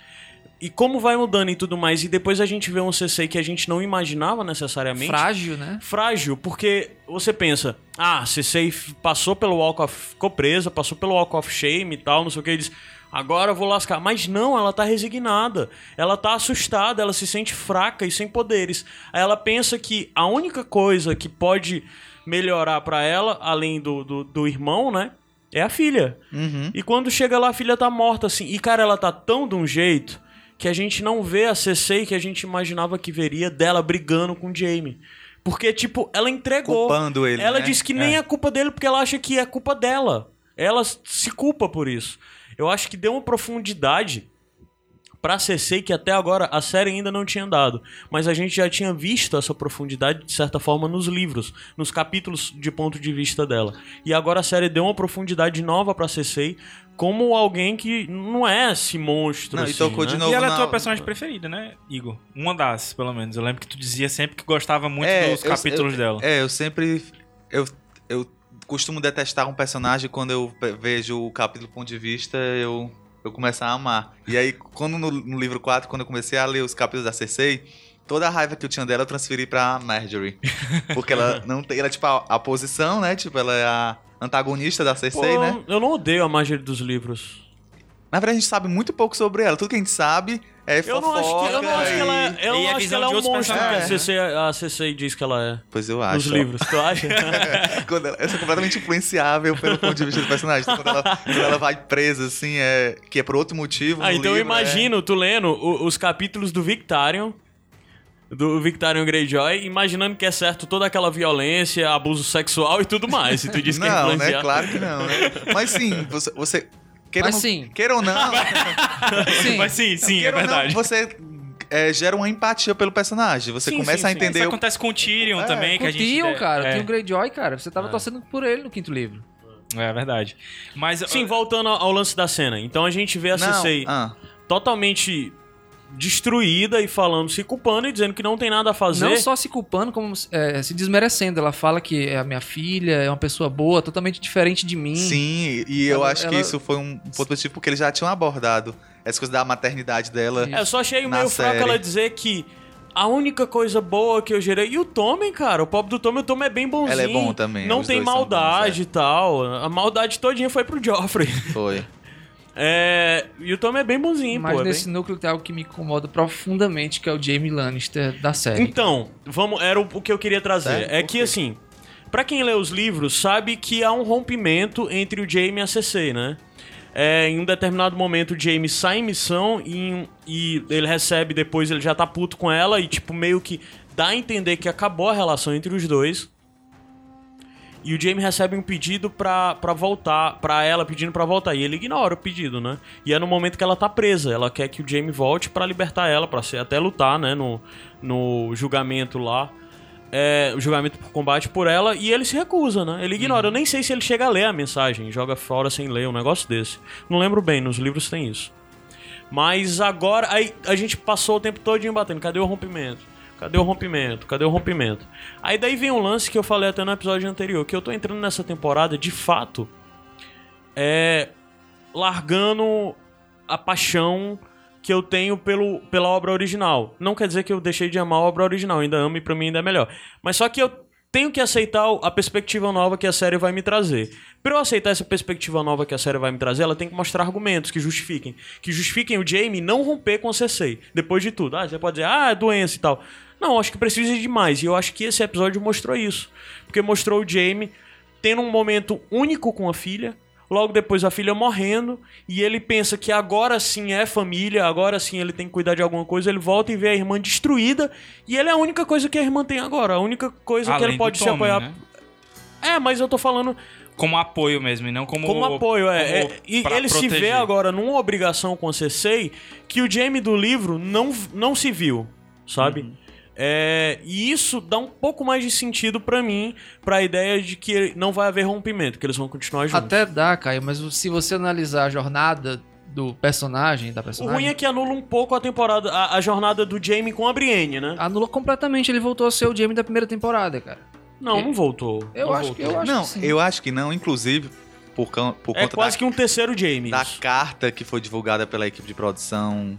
[SPEAKER 1] E como vai mudando e tudo mais. E depois a gente vê um CC que a gente não imaginava necessariamente.
[SPEAKER 3] Frágil, né?
[SPEAKER 1] Frágil, porque você pensa, ah, CC f- passou pelo Walk of. ficou presa, passou pelo Walk of Shame e tal, não sei o que, e diz, agora eu vou lascar. Mas não, ela tá resignada. Ela tá assustada, ela se sente fraca e sem poderes. Aí ela pensa que a única coisa que pode melhorar pra ela, além do, do, do irmão, né? É a filha.
[SPEAKER 4] Uhum.
[SPEAKER 1] E quando chega lá, a filha tá morta, assim. E, cara, ela tá tão de um jeito que a gente não vê a CC que a gente imaginava que veria dela brigando com o Jamie. Porque, tipo, ela entregou.
[SPEAKER 4] Culpando ele.
[SPEAKER 1] ela
[SPEAKER 4] né?
[SPEAKER 1] diz que nem é. culpa dele porque ela acha que é culpa dela. Ela se culpa por isso. Eu acho que deu uma profundidade pra CC que até agora a série ainda não tinha dado. Mas a gente já tinha visto essa profundidade, de certa forma, nos livros, nos capítulos de ponto de vista dela. E agora a série deu uma profundidade nova pra CC como alguém que não é esse monstro.
[SPEAKER 4] Não, e
[SPEAKER 1] assim,
[SPEAKER 4] tocou
[SPEAKER 1] né?
[SPEAKER 4] de novo
[SPEAKER 2] E ela é a
[SPEAKER 4] na-
[SPEAKER 2] tua personagem preferida, né, Igor? Uma das, pelo menos. Eu lembro que tu dizia sempre que gostava muito
[SPEAKER 4] É,
[SPEAKER 2] dos
[SPEAKER 4] eu-
[SPEAKER 2] capítulos dela.
[SPEAKER 4] É, eu sempre. Eu, eu costumo detestar um personagem quando eu pe- vejo o capítulo do ponto de vista, eu, eu começo a amar. E aí, quando no, no livro 4, quando eu comecei a ler os capítulos da Cersei, toda a raiva que eu tinha dela eu transferi pra Marjorie. Porque ela não tem. Ela é tipo a, a posição, né? Tipo, ela é a antagonista da
[SPEAKER 1] Pô,
[SPEAKER 4] Cersei, né?
[SPEAKER 1] Eu não odeio a Marjorie dos livros.
[SPEAKER 4] Na verdade, a gente sabe muito pouco sobre ela. Tudo que a gente sabe é
[SPEAKER 1] Eu
[SPEAKER 4] fofoca.
[SPEAKER 1] não acho que, eu não acho que ela,
[SPEAKER 4] e-
[SPEAKER 1] é- eu
[SPEAKER 2] E
[SPEAKER 1] não
[SPEAKER 2] a
[SPEAKER 1] acho que
[SPEAKER 2] visão
[SPEAKER 1] ela é
[SPEAKER 2] de
[SPEAKER 1] um
[SPEAKER 2] outros
[SPEAKER 1] monstro que a
[SPEAKER 4] personagens,
[SPEAKER 1] CC, a CC diz que ela é.
[SPEAKER 4] Pois eu
[SPEAKER 1] Nos
[SPEAKER 4] acho. ó.
[SPEAKER 1] livros, tu acha?
[SPEAKER 4] Quando ela- eu sou completamente influenciável pelo ponto de vista do personagem. Então, quando, ela, quando ela vai presa, assim, é, que é por outro motivo.
[SPEAKER 1] ah,
[SPEAKER 4] no
[SPEAKER 1] então eu
[SPEAKER 4] livro, é
[SPEAKER 1] imagino, tu lendo o- os capítulos do Victarion, do Victarion Greyjoy, imaginando que é certo toda aquela violência, abuso sexual e tudo mais. E tu
[SPEAKER 4] é-
[SPEAKER 1] diz que é
[SPEAKER 4] Não, né?
[SPEAKER 1] influenciado.
[SPEAKER 4] Claro que não, né? Mas sim, você. você queira,
[SPEAKER 3] Mas
[SPEAKER 4] ou-
[SPEAKER 3] sim.
[SPEAKER 4] queira ou não.
[SPEAKER 3] Sim.
[SPEAKER 2] Mas sim, sim, é
[SPEAKER 4] queira ou não,
[SPEAKER 2] verdade.
[SPEAKER 4] você é, gera uma empatia pelo personagem. Você
[SPEAKER 2] Sim,
[SPEAKER 4] começa
[SPEAKER 2] sim,
[SPEAKER 4] a
[SPEAKER 2] sim.
[SPEAKER 4] entender.
[SPEAKER 2] Isso
[SPEAKER 4] o-
[SPEAKER 2] acontece com o Tyrion
[SPEAKER 4] É,
[SPEAKER 2] também, que
[SPEAKER 3] Com
[SPEAKER 2] a
[SPEAKER 3] o
[SPEAKER 2] gente...
[SPEAKER 3] Tion, cara.
[SPEAKER 2] é,
[SPEAKER 3] Tem o Greyjoy, cara. Você tava
[SPEAKER 1] É.
[SPEAKER 3] torcendo por ele no quinto livro.
[SPEAKER 2] É verdade. Mas...
[SPEAKER 1] Sim,
[SPEAKER 2] uh,
[SPEAKER 1] voltando ao ao lance da cena. Então a gente vê a
[SPEAKER 4] Não,
[SPEAKER 1] Cersei
[SPEAKER 4] ah,
[SPEAKER 1] totalmente destruída e falando, se culpando e dizendo que não tem nada a fazer.
[SPEAKER 3] Não só se culpando, como é, se desmerecendo. Ela fala que é a minha filha, é uma pessoa boa, totalmente diferente de mim.
[SPEAKER 4] sim, e eu
[SPEAKER 3] Ela-
[SPEAKER 4] acho que
[SPEAKER 3] ela-
[SPEAKER 4] isso foi um ponto positivo, porque eles já tinham abordado essa coisa da maternidade dela.
[SPEAKER 1] É, eu só achei
[SPEAKER 4] Na
[SPEAKER 1] meio fraco
[SPEAKER 4] série.
[SPEAKER 1] ela dizer que a única coisa boa que eu gerei. E o Tommen, cara, o pobre do Tommen, o Tommen é bem bonzinho.
[SPEAKER 4] Ela é bom também,
[SPEAKER 1] Não
[SPEAKER 4] os
[SPEAKER 1] tem
[SPEAKER 4] dois são
[SPEAKER 1] maldade
[SPEAKER 4] bons, é.
[SPEAKER 1] e tal. A maldade todinha foi pro Joffrey.
[SPEAKER 4] Foi.
[SPEAKER 1] É, e o Tommen é bem bonzinho,
[SPEAKER 3] Mas
[SPEAKER 1] pô. é bem-
[SPEAKER 3] nesse núcleo tem algo que me incomoda profundamente, que é o Jamie Lannister da série.
[SPEAKER 1] Então, vamos, era o, o que eu queria trazer.
[SPEAKER 4] Sério?
[SPEAKER 1] É
[SPEAKER 4] Por
[SPEAKER 1] que
[SPEAKER 4] quê?
[SPEAKER 1] assim, pra quem lê os livros, sabe que há um rompimento entre o Jaime e a Cersei, né? É, em um determinado momento o Jaime sai em missão e, em- e ele recebe depois, ele já tá puto com ela e tipo meio que dá a entender que acabou a relação entre os dois. E o Jamie recebe um pedido pra, pra voltar, pra ela pedindo pra voltar. E ele ignora o pedido, né? E é no momento que ela tá presa. Ela quer que o Jamie volte pra libertar ela, pra ser, até lutar, né? No, no julgamento lá. É, o julgamento por combate por ela. E ele se recusa, né? Ele ignora. Eu nem sei se ele chega a ler a mensagem. Joga fora sem ler, um negócio desse. Não lembro bem, nos livros tem isso. Mas agora aí, a gente passou o tempo todinho batendo. Cadê o rompimento? Cadê o rompimento? Cadê o rompimento? Aí daí vem um lance que eu falei até no episódio anterior, que eu tô entrando nessa temporada de fato é largando a paixão que eu tenho pelo, pela obra original. Não quer dizer que eu deixei de amar a obra original, eu ainda amo e pra mim ainda é melhor. Mas só que eu tenho que aceitar a perspectiva nova que a série vai me trazer. Pra eu aceitar essa perspectiva nova que a série vai me trazer, ela tem que mostrar argumentos que justifiquem. Que justifiquem o Jamie não romper com a Cersei. Depois de tudo. Ah, você pode dizer, ah, é doença e tal. Não, acho que precisa de mais. E eu acho que esse episódio mostrou isso. Porque mostrou o Jamie tendo um momento único com a filha, logo depois a filha morrendo, e ele pensa que agora sim é família, agora sim ele tem que cuidar de alguma coisa, ele volta e vê a irmã destruída, e ele é a única coisa que a irmã tem agora, a única coisa que
[SPEAKER 2] além
[SPEAKER 1] ele pode
[SPEAKER 2] do
[SPEAKER 1] se
[SPEAKER 2] Tommen,
[SPEAKER 1] apoiar.
[SPEAKER 2] né?
[SPEAKER 1] É, mas eu tô falando
[SPEAKER 2] Como apoio mesmo, e não como...
[SPEAKER 1] como apoio, é.
[SPEAKER 2] como
[SPEAKER 1] é, e
[SPEAKER 2] pra
[SPEAKER 1] ele se vê
[SPEAKER 2] proteger.
[SPEAKER 1] agora numa obrigação com a Cersei que o Jamie do livro não, não se viu, sabe?
[SPEAKER 2] Uhum.
[SPEAKER 1] É, e isso dá um pouco mais de sentido pra mim, pra ideia de que não vai haver rompimento, que eles vão continuar juntos.
[SPEAKER 3] Até dá, Caio, mas se você analisar a jornada do personagem, da
[SPEAKER 1] O
[SPEAKER 3] personagem...
[SPEAKER 1] ruim é que anula um pouco a temporada, a, a jornada do Jamie com a Brienne, né?
[SPEAKER 3] Anulou completamente, ele voltou a ser o Jamie da primeira temporada, cara.
[SPEAKER 1] Não, não voltou.
[SPEAKER 3] Eu
[SPEAKER 1] Não
[SPEAKER 3] acho que
[SPEAKER 1] voltou.
[SPEAKER 3] eu acho
[SPEAKER 4] não,
[SPEAKER 3] que sim.
[SPEAKER 4] eu acho que não, inclusive, por, cão- por
[SPEAKER 1] É
[SPEAKER 4] conta
[SPEAKER 1] quase que um terceiro Jamie.
[SPEAKER 4] da, da
[SPEAKER 1] isso.
[SPEAKER 4] carta que foi divulgada pela equipe de produção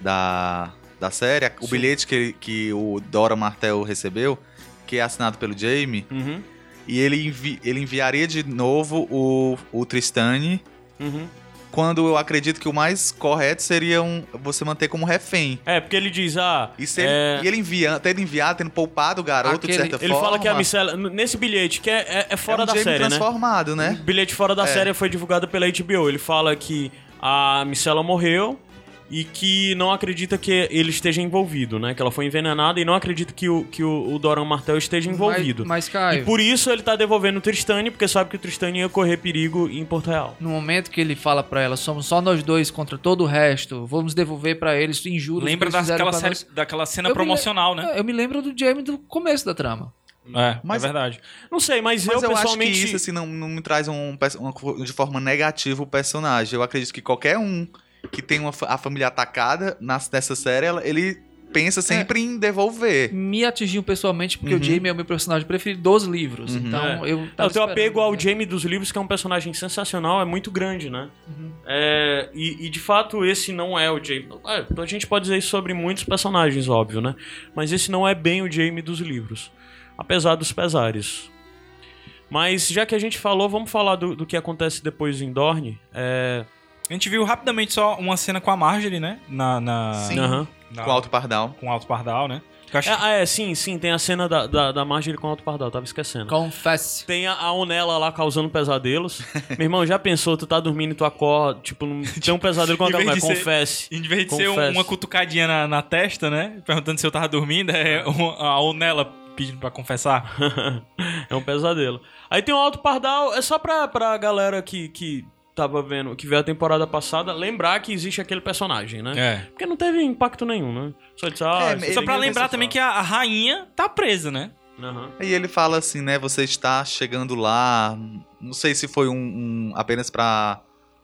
[SPEAKER 4] da, da série, o
[SPEAKER 1] Sim.
[SPEAKER 4] bilhete que, que o Dora Martel recebeu, que é assinado pelo Jamie,
[SPEAKER 1] Uhum,
[SPEAKER 4] e ele, envi- ele enviaria de novo o, o Tristane
[SPEAKER 1] uhum.
[SPEAKER 4] quando eu acredito que o mais correto seria um- você manter como refém.
[SPEAKER 1] É, porque ele diz, ah.
[SPEAKER 4] E, se ele,
[SPEAKER 1] é,
[SPEAKER 4] e ele envia, tendo enviado, tendo poupado o garoto,
[SPEAKER 3] Aquele-
[SPEAKER 4] de certa
[SPEAKER 1] ele
[SPEAKER 4] forma.
[SPEAKER 1] fala que é a Micela. Nesse bilhete, que é, é- é fora
[SPEAKER 4] é um
[SPEAKER 1] da
[SPEAKER 4] Jaime
[SPEAKER 1] série, né?
[SPEAKER 4] transformado, né?
[SPEAKER 1] O bilhete fora da
[SPEAKER 4] É.
[SPEAKER 1] série foi divulgado pela HBO. Ele fala que a Micela morreu e que não acredita que ele esteja envolvido, né? Que ela foi envenenada e não acredita que o, que o, o Doran Martel esteja envolvido.
[SPEAKER 3] Mas, mas
[SPEAKER 1] E
[SPEAKER 3] Caio,
[SPEAKER 1] por isso ele tá devolvendo o Tristane, porque sabe que o Tristane ia correr perigo em Porto Real.
[SPEAKER 3] no momento que ele fala pra ela, somos só nós dois contra todo o resto, vamos devolver pra eles injuros
[SPEAKER 2] Lembra
[SPEAKER 3] que eles fizeram
[SPEAKER 2] daquela, série,
[SPEAKER 3] pra nós.
[SPEAKER 2] daquela cena
[SPEAKER 3] Eu me
[SPEAKER 2] promocional, né?
[SPEAKER 3] É, Eu me lembro do Jamie do começo da trama.
[SPEAKER 2] É,
[SPEAKER 4] Mas-
[SPEAKER 2] é verdade.
[SPEAKER 1] Não sei, mas,
[SPEAKER 4] Mas eu,
[SPEAKER 1] eu,
[SPEAKER 4] acho que
[SPEAKER 1] pessoalmente.
[SPEAKER 4] isso assim, não, não me traz um, pers- uma co- de forma negativa o personagem. Eu acredito que qualquer um que tem uma, fa- a família atacada nas- nessa série, ela- ele pensa sempre em devolver.
[SPEAKER 3] Me atingiu pessoalmente porque
[SPEAKER 4] Uhum.
[SPEAKER 3] o Jamie é o meu personagem preferido dos livros.
[SPEAKER 4] Uhum.
[SPEAKER 3] Então eu
[SPEAKER 1] É,
[SPEAKER 3] tava
[SPEAKER 1] o teu
[SPEAKER 3] esperando,
[SPEAKER 1] apego ao
[SPEAKER 3] né?
[SPEAKER 1] Jamie dos livros, que é um personagem sensacional, é muito grande, né?
[SPEAKER 3] Uhum.
[SPEAKER 1] É, e, e, de fato esse não é o Jamie. É, a gente pode dizer isso sobre muitos personagens, óbvio, né? Mas esse não é bem o Jamie dos livros. Apesar dos pesares. Mas já que a gente falou, vamos falar do, do que acontece depois em Dorne. É...
[SPEAKER 2] A gente viu rapidamente só uma cena com a Marjorie, né? Na, na,
[SPEAKER 4] Sim.
[SPEAKER 1] aham.
[SPEAKER 2] na-
[SPEAKER 4] Com o Alto Pardal.
[SPEAKER 2] com o Alto Pardal, né? Que eu acho
[SPEAKER 1] É, ah, é, sim, sim, tem a cena da, da, da Marjorie com o Alto Pardal, tava esquecendo.
[SPEAKER 3] Confesse.
[SPEAKER 1] Tem a, a Onela lá causando pesadelos. Meu irmão, já pensou, tu tá dormindo e tu acorda, tipo, não tem um pesadelo
[SPEAKER 2] Em
[SPEAKER 1] quando a
[SPEAKER 2] vez
[SPEAKER 1] mulher
[SPEAKER 2] de ser-
[SPEAKER 1] confesse.
[SPEAKER 2] Em vez de ser
[SPEAKER 1] Confesso.
[SPEAKER 2] uma cutucadinha na, na testa, né? Perguntando se eu tava dormindo, é um- a Onela pedindo pra confessar.
[SPEAKER 1] é um pesadelo. Aí tem o Alto Pardal, é só pra, pra galera que, que tava vendo, que veio a temporada passada, lembrar que existe aquele personagem, né?
[SPEAKER 2] É.
[SPEAKER 1] Porque não teve impacto nenhum, né? Só disse, ah,
[SPEAKER 4] É,
[SPEAKER 1] isso
[SPEAKER 4] ele
[SPEAKER 2] Só pra
[SPEAKER 4] mesmo
[SPEAKER 2] lembrar também que a, a rainha tá presa, né?
[SPEAKER 1] é Aham.
[SPEAKER 4] E ele fala assim, né? Você está chegando lá. Não sei se foi um. um- apenas pra.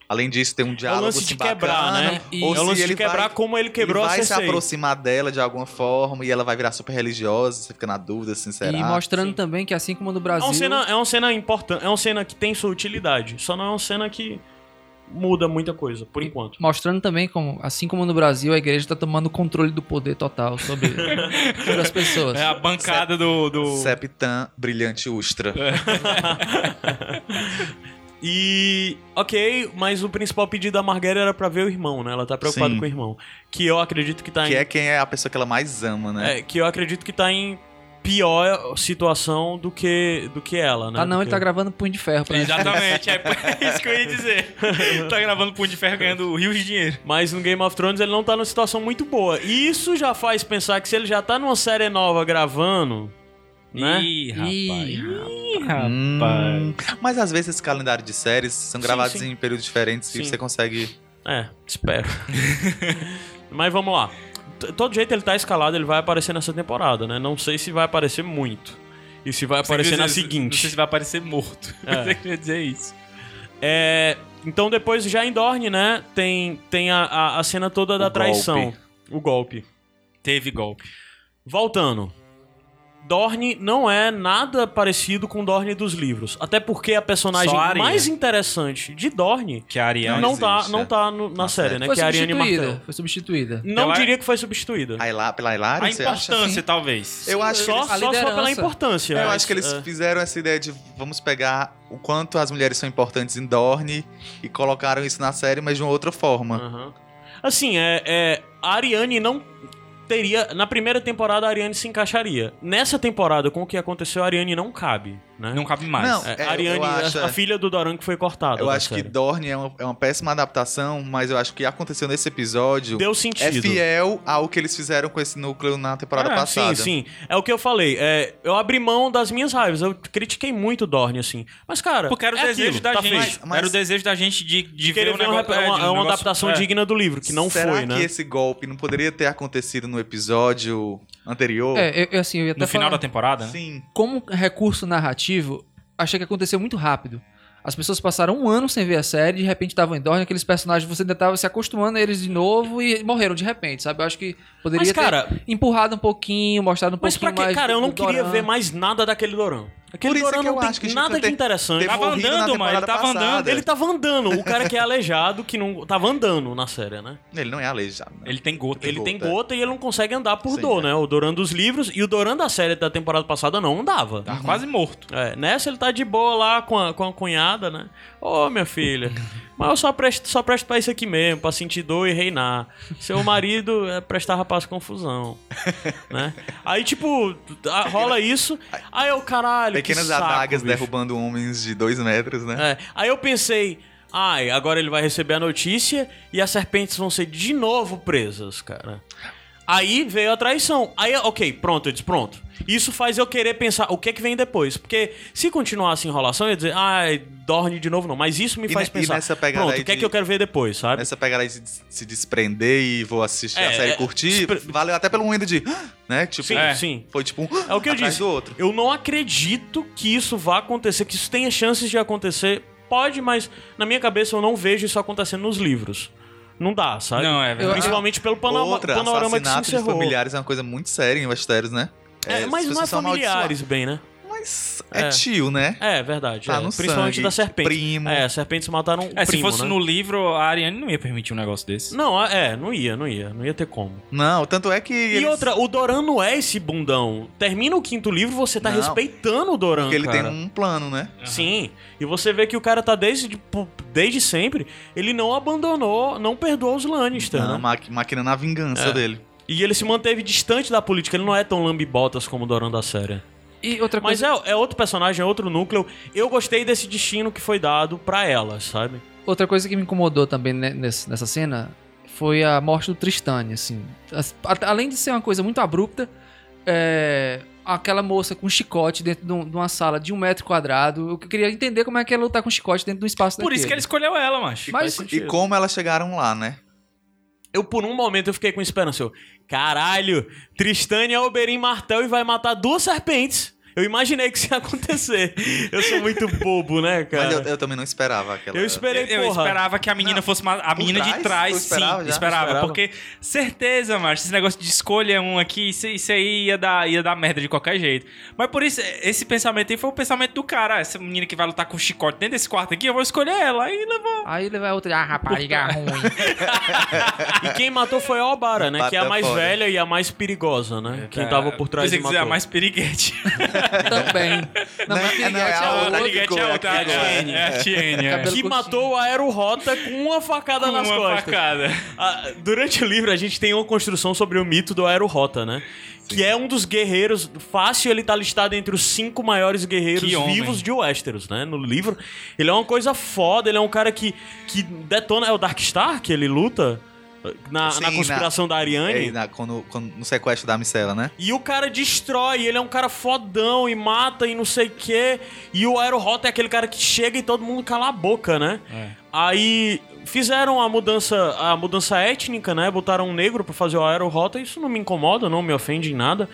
[SPEAKER 4] Além disso, ter um
[SPEAKER 1] É o
[SPEAKER 4] diálogo
[SPEAKER 1] lance
[SPEAKER 4] assim
[SPEAKER 1] de quebrar,
[SPEAKER 4] bacana,
[SPEAKER 1] né?
[SPEAKER 3] e-
[SPEAKER 1] é
[SPEAKER 4] Ou
[SPEAKER 1] o
[SPEAKER 4] se
[SPEAKER 1] lance de
[SPEAKER 4] ele
[SPEAKER 1] quebrar
[SPEAKER 4] vai-
[SPEAKER 1] como ele quebrou
[SPEAKER 4] ele vai
[SPEAKER 1] a
[SPEAKER 4] se
[SPEAKER 1] Cersei.
[SPEAKER 4] aproximar dela de alguma forma e ela vai virar super religiosa, você fica na dúvida, assim, será?
[SPEAKER 3] E mostrando
[SPEAKER 1] Sim.
[SPEAKER 3] também que assim como a do
[SPEAKER 1] É
[SPEAKER 3] Brasil.
[SPEAKER 1] uma cena, é uma cena importante, é uma cena que tem sua utilidade, só não é uma cena que muda muita coisa, por enquanto.
[SPEAKER 3] Mostrando também como, assim como no Brasil, a igreja tá tomando controle do poder total sobre, sobre as pessoas.
[SPEAKER 1] né?
[SPEAKER 2] É a bancada do. do...
[SPEAKER 4] Septã Brilhante Ustra.
[SPEAKER 1] E, ok, mas o principal pedido da Marguerite era pra ver o irmão, né? Ela tá preocupada
[SPEAKER 4] Sim.
[SPEAKER 1] com o irmão. Que eu acredito que tá
[SPEAKER 4] Que
[SPEAKER 1] em.
[SPEAKER 4] é quem é a pessoa que ela mais ama, né?
[SPEAKER 1] é, que eu acredito que tá em pior situação do que, do que ela, né?
[SPEAKER 3] Ah, não,
[SPEAKER 1] Do
[SPEAKER 3] ele
[SPEAKER 1] que-
[SPEAKER 3] tá gravando punho de ferro pra
[SPEAKER 2] Exatamente, é isso que eu ia dizer. tá gravando Punho de Ferro ganhando rios de dinheiro.
[SPEAKER 1] Mas no Game of Thrones ele não tá numa situação muito boa. E isso já faz pensar que se ele já tá numa série nova gravando, né?
[SPEAKER 2] Ih,
[SPEAKER 3] Ih,
[SPEAKER 1] É,
[SPEAKER 4] Hum, mas às vezes esse calendário de séries são
[SPEAKER 1] Sim,
[SPEAKER 4] gravados
[SPEAKER 1] sim.
[SPEAKER 4] em períodos diferentes e
[SPEAKER 1] Sim.
[SPEAKER 4] você consegue.
[SPEAKER 1] É, espero. Mas vamos lá. T- Todo jeito ele tá escalado, ele vai aparecer nessa temporada, né? Não sei se vai aparecer muito. E se vai aparecer na
[SPEAKER 2] Não sei
[SPEAKER 1] seguinte.
[SPEAKER 2] se vai aparecer morto.
[SPEAKER 1] É.
[SPEAKER 2] Eu queria dizer isso.
[SPEAKER 1] É, então depois já em Dorne, né? Tem, tem a, a, a cena toda da
[SPEAKER 4] golpe.
[SPEAKER 1] traição. O golpe.
[SPEAKER 2] Teve golpe.
[SPEAKER 1] Voltando. Dorne não é nada parecido com Dorne dos livros. Até porque a personagem
[SPEAKER 2] Só a Arya.
[SPEAKER 1] mais interessante de Dorne
[SPEAKER 2] Que a Ariane.
[SPEAKER 1] não,
[SPEAKER 4] Não
[SPEAKER 1] tá,
[SPEAKER 4] existe,
[SPEAKER 1] não
[SPEAKER 4] é.
[SPEAKER 1] tá no- na
[SPEAKER 4] Na
[SPEAKER 1] série,
[SPEAKER 4] série.
[SPEAKER 1] né?
[SPEAKER 3] foi
[SPEAKER 1] que é a Ariane Martel.
[SPEAKER 3] substituída. Foi substituída.
[SPEAKER 1] Não
[SPEAKER 2] Ela-
[SPEAKER 1] diria que foi substituída.
[SPEAKER 4] A Hila- Pela
[SPEAKER 2] A
[SPEAKER 4] Hilária, você acha? assim?
[SPEAKER 2] importância, talvez.
[SPEAKER 4] Eu acho que
[SPEAKER 1] Só,
[SPEAKER 4] eles-
[SPEAKER 1] só,
[SPEAKER 3] A
[SPEAKER 1] só pela
[SPEAKER 3] liderança.
[SPEAKER 1] importância.
[SPEAKER 4] Eu
[SPEAKER 1] mas,
[SPEAKER 4] acho que eles
[SPEAKER 1] é.
[SPEAKER 4] fizeram essa ideia de vamos pegar o quanto as mulheres são importantes em Dorne e colocaram isso na série, mas de uma outra forma.
[SPEAKER 1] Aham. Assim, é, é, a Ariane não teria. Na primeira temporada, a Ariane se encaixaria. Nessa temporada, com o que aconteceu, a Ariane não cabe, né?
[SPEAKER 2] Não cabe mais.
[SPEAKER 4] Não.
[SPEAKER 1] É,
[SPEAKER 4] É,
[SPEAKER 1] a Ariane,
[SPEAKER 4] eu
[SPEAKER 1] a-
[SPEAKER 4] acho,
[SPEAKER 1] a,
[SPEAKER 4] é.
[SPEAKER 1] filha do Doran que foi cortada.
[SPEAKER 4] eu
[SPEAKER 1] da
[SPEAKER 4] acho que
[SPEAKER 1] série.
[SPEAKER 4] Dorne é uma, é uma péssima adaptação, mas eu acho que o que aconteceu nesse episódio
[SPEAKER 1] deu
[SPEAKER 4] é
[SPEAKER 1] sentido.
[SPEAKER 4] fiel ao que eles fizeram com esse núcleo na temporada
[SPEAKER 1] É,
[SPEAKER 4] passada.
[SPEAKER 1] Sim, sim. É o que eu falei. é, eu abri mão das minhas raivas. Eu critiquei muito o Dorne, assim. Mas, cara.
[SPEAKER 2] Porque era o
[SPEAKER 1] é
[SPEAKER 2] desejo
[SPEAKER 1] aquilo,
[SPEAKER 2] da
[SPEAKER 1] tá
[SPEAKER 2] gente.
[SPEAKER 1] feito.
[SPEAKER 4] Mas-
[SPEAKER 2] Era o desejo da gente de, de ver
[SPEAKER 1] Querer
[SPEAKER 2] o
[SPEAKER 1] ver uma,
[SPEAKER 2] negócio.
[SPEAKER 1] é uma-
[SPEAKER 2] de um
[SPEAKER 1] é uma
[SPEAKER 2] negócio-
[SPEAKER 1] adaptação
[SPEAKER 2] é.
[SPEAKER 1] digna do livro, que não
[SPEAKER 4] Será
[SPEAKER 1] foi,
[SPEAKER 4] que
[SPEAKER 1] né?
[SPEAKER 4] esse golpe não poderia ter acontecido no episódio anterior?
[SPEAKER 3] É, eu- eu, assim, eu ia até
[SPEAKER 2] No final da
[SPEAKER 3] falar,
[SPEAKER 2] temporada, né?
[SPEAKER 4] Sim.
[SPEAKER 3] como recurso narrativo, achei que aconteceu muito rápido. As pessoas passaram um ano sem ver a série, de repente estavam em Dorne, aqueles personagens, você ainda tava se acostumando a eles de novo e morreram de repente, sabe? Eu acho que poderia
[SPEAKER 1] Mas, cara,
[SPEAKER 3] ter empurrado um pouquinho, mostrado um
[SPEAKER 1] Mas pra
[SPEAKER 3] pouquinho
[SPEAKER 1] que,
[SPEAKER 3] mais
[SPEAKER 1] cara, eu
[SPEAKER 3] do
[SPEAKER 1] não queria
[SPEAKER 3] Doran.
[SPEAKER 1] ver mais nada daquele Dorão. Aquele
[SPEAKER 4] Por isso é
[SPEAKER 1] Dorão
[SPEAKER 4] que
[SPEAKER 1] não
[SPEAKER 4] eu
[SPEAKER 1] tem
[SPEAKER 4] acho que a gente
[SPEAKER 1] nada de
[SPEAKER 4] teve-
[SPEAKER 1] interessante.
[SPEAKER 4] teve
[SPEAKER 2] Tava
[SPEAKER 4] morrido na
[SPEAKER 2] andando, mano, ele
[SPEAKER 4] temporada
[SPEAKER 2] tava
[SPEAKER 4] passada.
[SPEAKER 2] andando.
[SPEAKER 1] Ele tava andando, o cara que é aleijado, que não. Tava andando na série, né?
[SPEAKER 4] Ele não é aleijado. né?
[SPEAKER 2] Ele tem gota.
[SPEAKER 1] Ele tem
[SPEAKER 4] gota, é.
[SPEAKER 1] gota e ele não consegue andar por
[SPEAKER 4] Sim,
[SPEAKER 1] dor,
[SPEAKER 4] é.
[SPEAKER 1] né? O Doran dos livros e o Doran da série da temporada passada não andava.
[SPEAKER 2] Tá quase morto.
[SPEAKER 1] É, nessa ele tá de boa lá com a, com a cunhada, né? Ô, minha filha, mas eu só presto, só presto pra isso aqui mesmo, pra sentir dor e reinar. Seu marido é, prestava pra confusão, né? Aí, tipo, a- rola isso, aí eu, caralho,
[SPEAKER 4] Pequenas
[SPEAKER 1] que saco,
[SPEAKER 4] adagas
[SPEAKER 1] bicho.
[SPEAKER 4] derrubando homens de dois metros, né?
[SPEAKER 1] É, aí eu pensei, ai, agora ele vai receber a notícia e as serpentes vão ser de novo presas, cara. Aí veio a traição. Aí, ok, pronto, eu disse, pronto. Isso faz eu querer pensar o que é que vem depois. Porque se continuar essa enrolação, eu ia dizer, ai, Dorne de novo não. Mas isso me
[SPEAKER 4] E
[SPEAKER 1] faz
[SPEAKER 4] ne- e
[SPEAKER 1] pensar,
[SPEAKER 4] nessa pegada
[SPEAKER 1] pronto,
[SPEAKER 4] aí
[SPEAKER 1] o que é
[SPEAKER 4] de-
[SPEAKER 1] que eu quero ver depois, sabe?
[SPEAKER 4] Nessa pegada aí de se desprender e vou assistir
[SPEAKER 1] É,
[SPEAKER 4] a série
[SPEAKER 1] é,
[SPEAKER 4] e curtir,
[SPEAKER 1] despre-
[SPEAKER 4] valeu até pelo momento de. "Ah", né? Tipo,
[SPEAKER 1] Sim,
[SPEAKER 2] É.
[SPEAKER 1] sim.
[SPEAKER 4] foi tipo um.
[SPEAKER 1] É o que eu
[SPEAKER 4] atrás
[SPEAKER 1] disse.
[SPEAKER 4] do outro.
[SPEAKER 1] Eu não acredito que isso vá acontecer, que isso tenha chances de acontecer. Pode, mas na minha cabeça eu não vejo isso acontecendo nos livros. Não dá, sabe?
[SPEAKER 2] Não, é verdade.
[SPEAKER 1] Principalmente pelo panoma-
[SPEAKER 4] Outra,
[SPEAKER 1] panorama que se
[SPEAKER 4] assassinato de
[SPEAKER 1] encerrou.
[SPEAKER 4] familiares é uma coisa muito séria em Westeros, né?
[SPEAKER 1] É,
[SPEAKER 4] as
[SPEAKER 1] mas não é
[SPEAKER 4] pessoas são
[SPEAKER 1] familiares bem, né?
[SPEAKER 4] amaldiçoadas. Mas é,
[SPEAKER 1] É.
[SPEAKER 4] tio, né?
[SPEAKER 1] É, verdade. é.
[SPEAKER 4] Tá no
[SPEAKER 1] Principalmente
[SPEAKER 4] sangue,
[SPEAKER 1] da serpente.
[SPEAKER 4] primo.
[SPEAKER 1] É, as serpentes mataram o primo,
[SPEAKER 2] É, se fosse
[SPEAKER 1] né?
[SPEAKER 2] no livro, a Ariane não ia permitir um negócio desse.
[SPEAKER 1] Não, é, não ia, não ia. Não ia ter como.
[SPEAKER 4] Não, tanto é que.
[SPEAKER 1] E outra, o Doran não é esse bundão. Termina o quinto livro, você tá
[SPEAKER 4] Não.
[SPEAKER 1] respeitando o Doran,
[SPEAKER 4] Porque ele
[SPEAKER 1] cara.
[SPEAKER 4] tem um plano, né?
[SPEAKER 1] Sim, e você vê que o cara tá desde, desde sempre, ele não abandonou, não perdoou os Lannister,
[SPEAKER 4] Não,
[SPEAKER 1] né?
[SPEAKER 4] maqui- maquinando a vingança dele.
[SPEAKER 1] E ele se manteve distante da política, ele não é tão lambibotas como o Doran da série.
[SPEAKER 3] E outra coisa
[SPEAKER 1] Mas é, é outro personagem, é outro núcleo. Eu gostei desse destino que foi dado pra ela, sabe?
[SPEAKER 3] Outra coisa que me incomodou também né, nesse- nessa cena foi a morte do Tristane, assim. As- a- além de ser uma coisa muito abrupta, é, aquela moça com chicote dentro de um- de uma sala de um metro quadrado. Eu queria entender como é que é lutar com chicote dentro de um espaço
[SPEAKER 2] Por isso que ele escolheu ela, macho.
[SPEAKER 1] Faz
[SPEAKER 3] Mas-
[SPEAKER 4] E
[SPEAKER 1] sentido.
[SPEAKER 4] como elas chegaram lá, né?
[SPEAKER 1] Eu, por um momento, eu fiquei com esperança. Eu, caralho, Tristane é Oberyn Martel e vai matar duas serpentes. Eu imaginei que isso ia acontecer. Eu sou muito bobo, né, cara?
[SPEAKER 4] Mas eu,
[SPEAKER 1] eu,
[SPEAKER 4] eu também não esperava aquela.
[SPEAKER 1] esperei,
[SPEAKER 2] eu
[SPEAKER 1] porra.
[SPEAKER 2] esperava que a menina fosse uma, a menina
[SPEAKER 4] trás?
[SPEAKER 2] de
[SPEAKER 4] Tu
[SPEAKER 2] trás,
[SPEAKER 4] esperava
[SPEAKER 2] sim,
[SPEAKER 4] já?
[SPEAKER 2] esperava,
[SPEAKER 1] Esperava.
[SPEAKER 2] porque certeza, macho, esse negócio de escolha um aqui, isso, isso aí ia dar, ia dar merda de qualquer jeito. Mas por isso, esse pensamento aí foi o pensamento do cara, ah, essa menina que vai lutar com o chicote dentro desse quarto aqui, eu vou escolher ela, aí levou.
[SPEAKER 3] Aí ele vai outra, ah, rapariga ruim.
[SPEAKER 1] E quem matou foi a Obara, né? Que é a mais
[SPEAKER 4] Batata Tá foda.
[SPEAKER 1] velha e a mais perigosa, né? Quem tava por trás
[SPEAKER 2] É. Pensei
[SPEAKER 1] e
[SPEAKER 2] que você ia
[SPEAKER 1] matou.
[SPEAKER 2] mais periguete.
[SPEAKER 3] Também. Não, mas
[SPEAKER 4] é, não, é a
[SPEAKER 3] piriguete
[SPEAKER 2] Periguete é
[SPEAKER 4] outra. Kiko,
[SPEAKER 3] é outra.
[SPEAKER 2] outra,
[SPEAKER 4] é
[SPEAKER 2] é
[SPEAKER 4] a Kiko.
[SPEAKER 2] a Tiene, é.
[SPEAKER 3] Cabelo-
[SPEAKER 1] Que
[SPEAKER 3] curtinho.
[SPEAKER 1] matou a Aerorota com uma facada
[SPEAKER 2] Com
[SPEAKER 1] nas
[SPEAKER 2] uma
[SPEAKER 1] costas.
[SPEAKER 2] facada.
[SPEAKER 1] Ah, durante o livro, a gente tem uma construção sobre o mito do Aero Rota, né? Que é um dos guerreiros. Fácil, ele tá listado entre os cinco maiores guerreiros
[SPEAKER 2] Que homem.
[SPEAKER 1] vivos de Westeros, né? No livro. Ele é uma coisa foda, ele é um cara que, que detona. É o Darkstar que ele luta? Na,
[SPEAKER 4] Sim,
[SPEAKER 1] na conspiração da Ariane?
[SPEAKER 4] É, na- quando, quando- no sequestro da micela, né?
[SPEAKER 1] E o cara destrói, ele é um cara fodão e mata e não sei o quê. E o Aerohot é aquele cara que chega e todo mundo cala a boca, né?
[SPEAKER 2] É.
[SPEAKER 1] Aí fizeram a mudança, a mudança étnica, né? Botaram um negro pra fazer o Aerohot, isso não me incomoda, não me ofende em nada.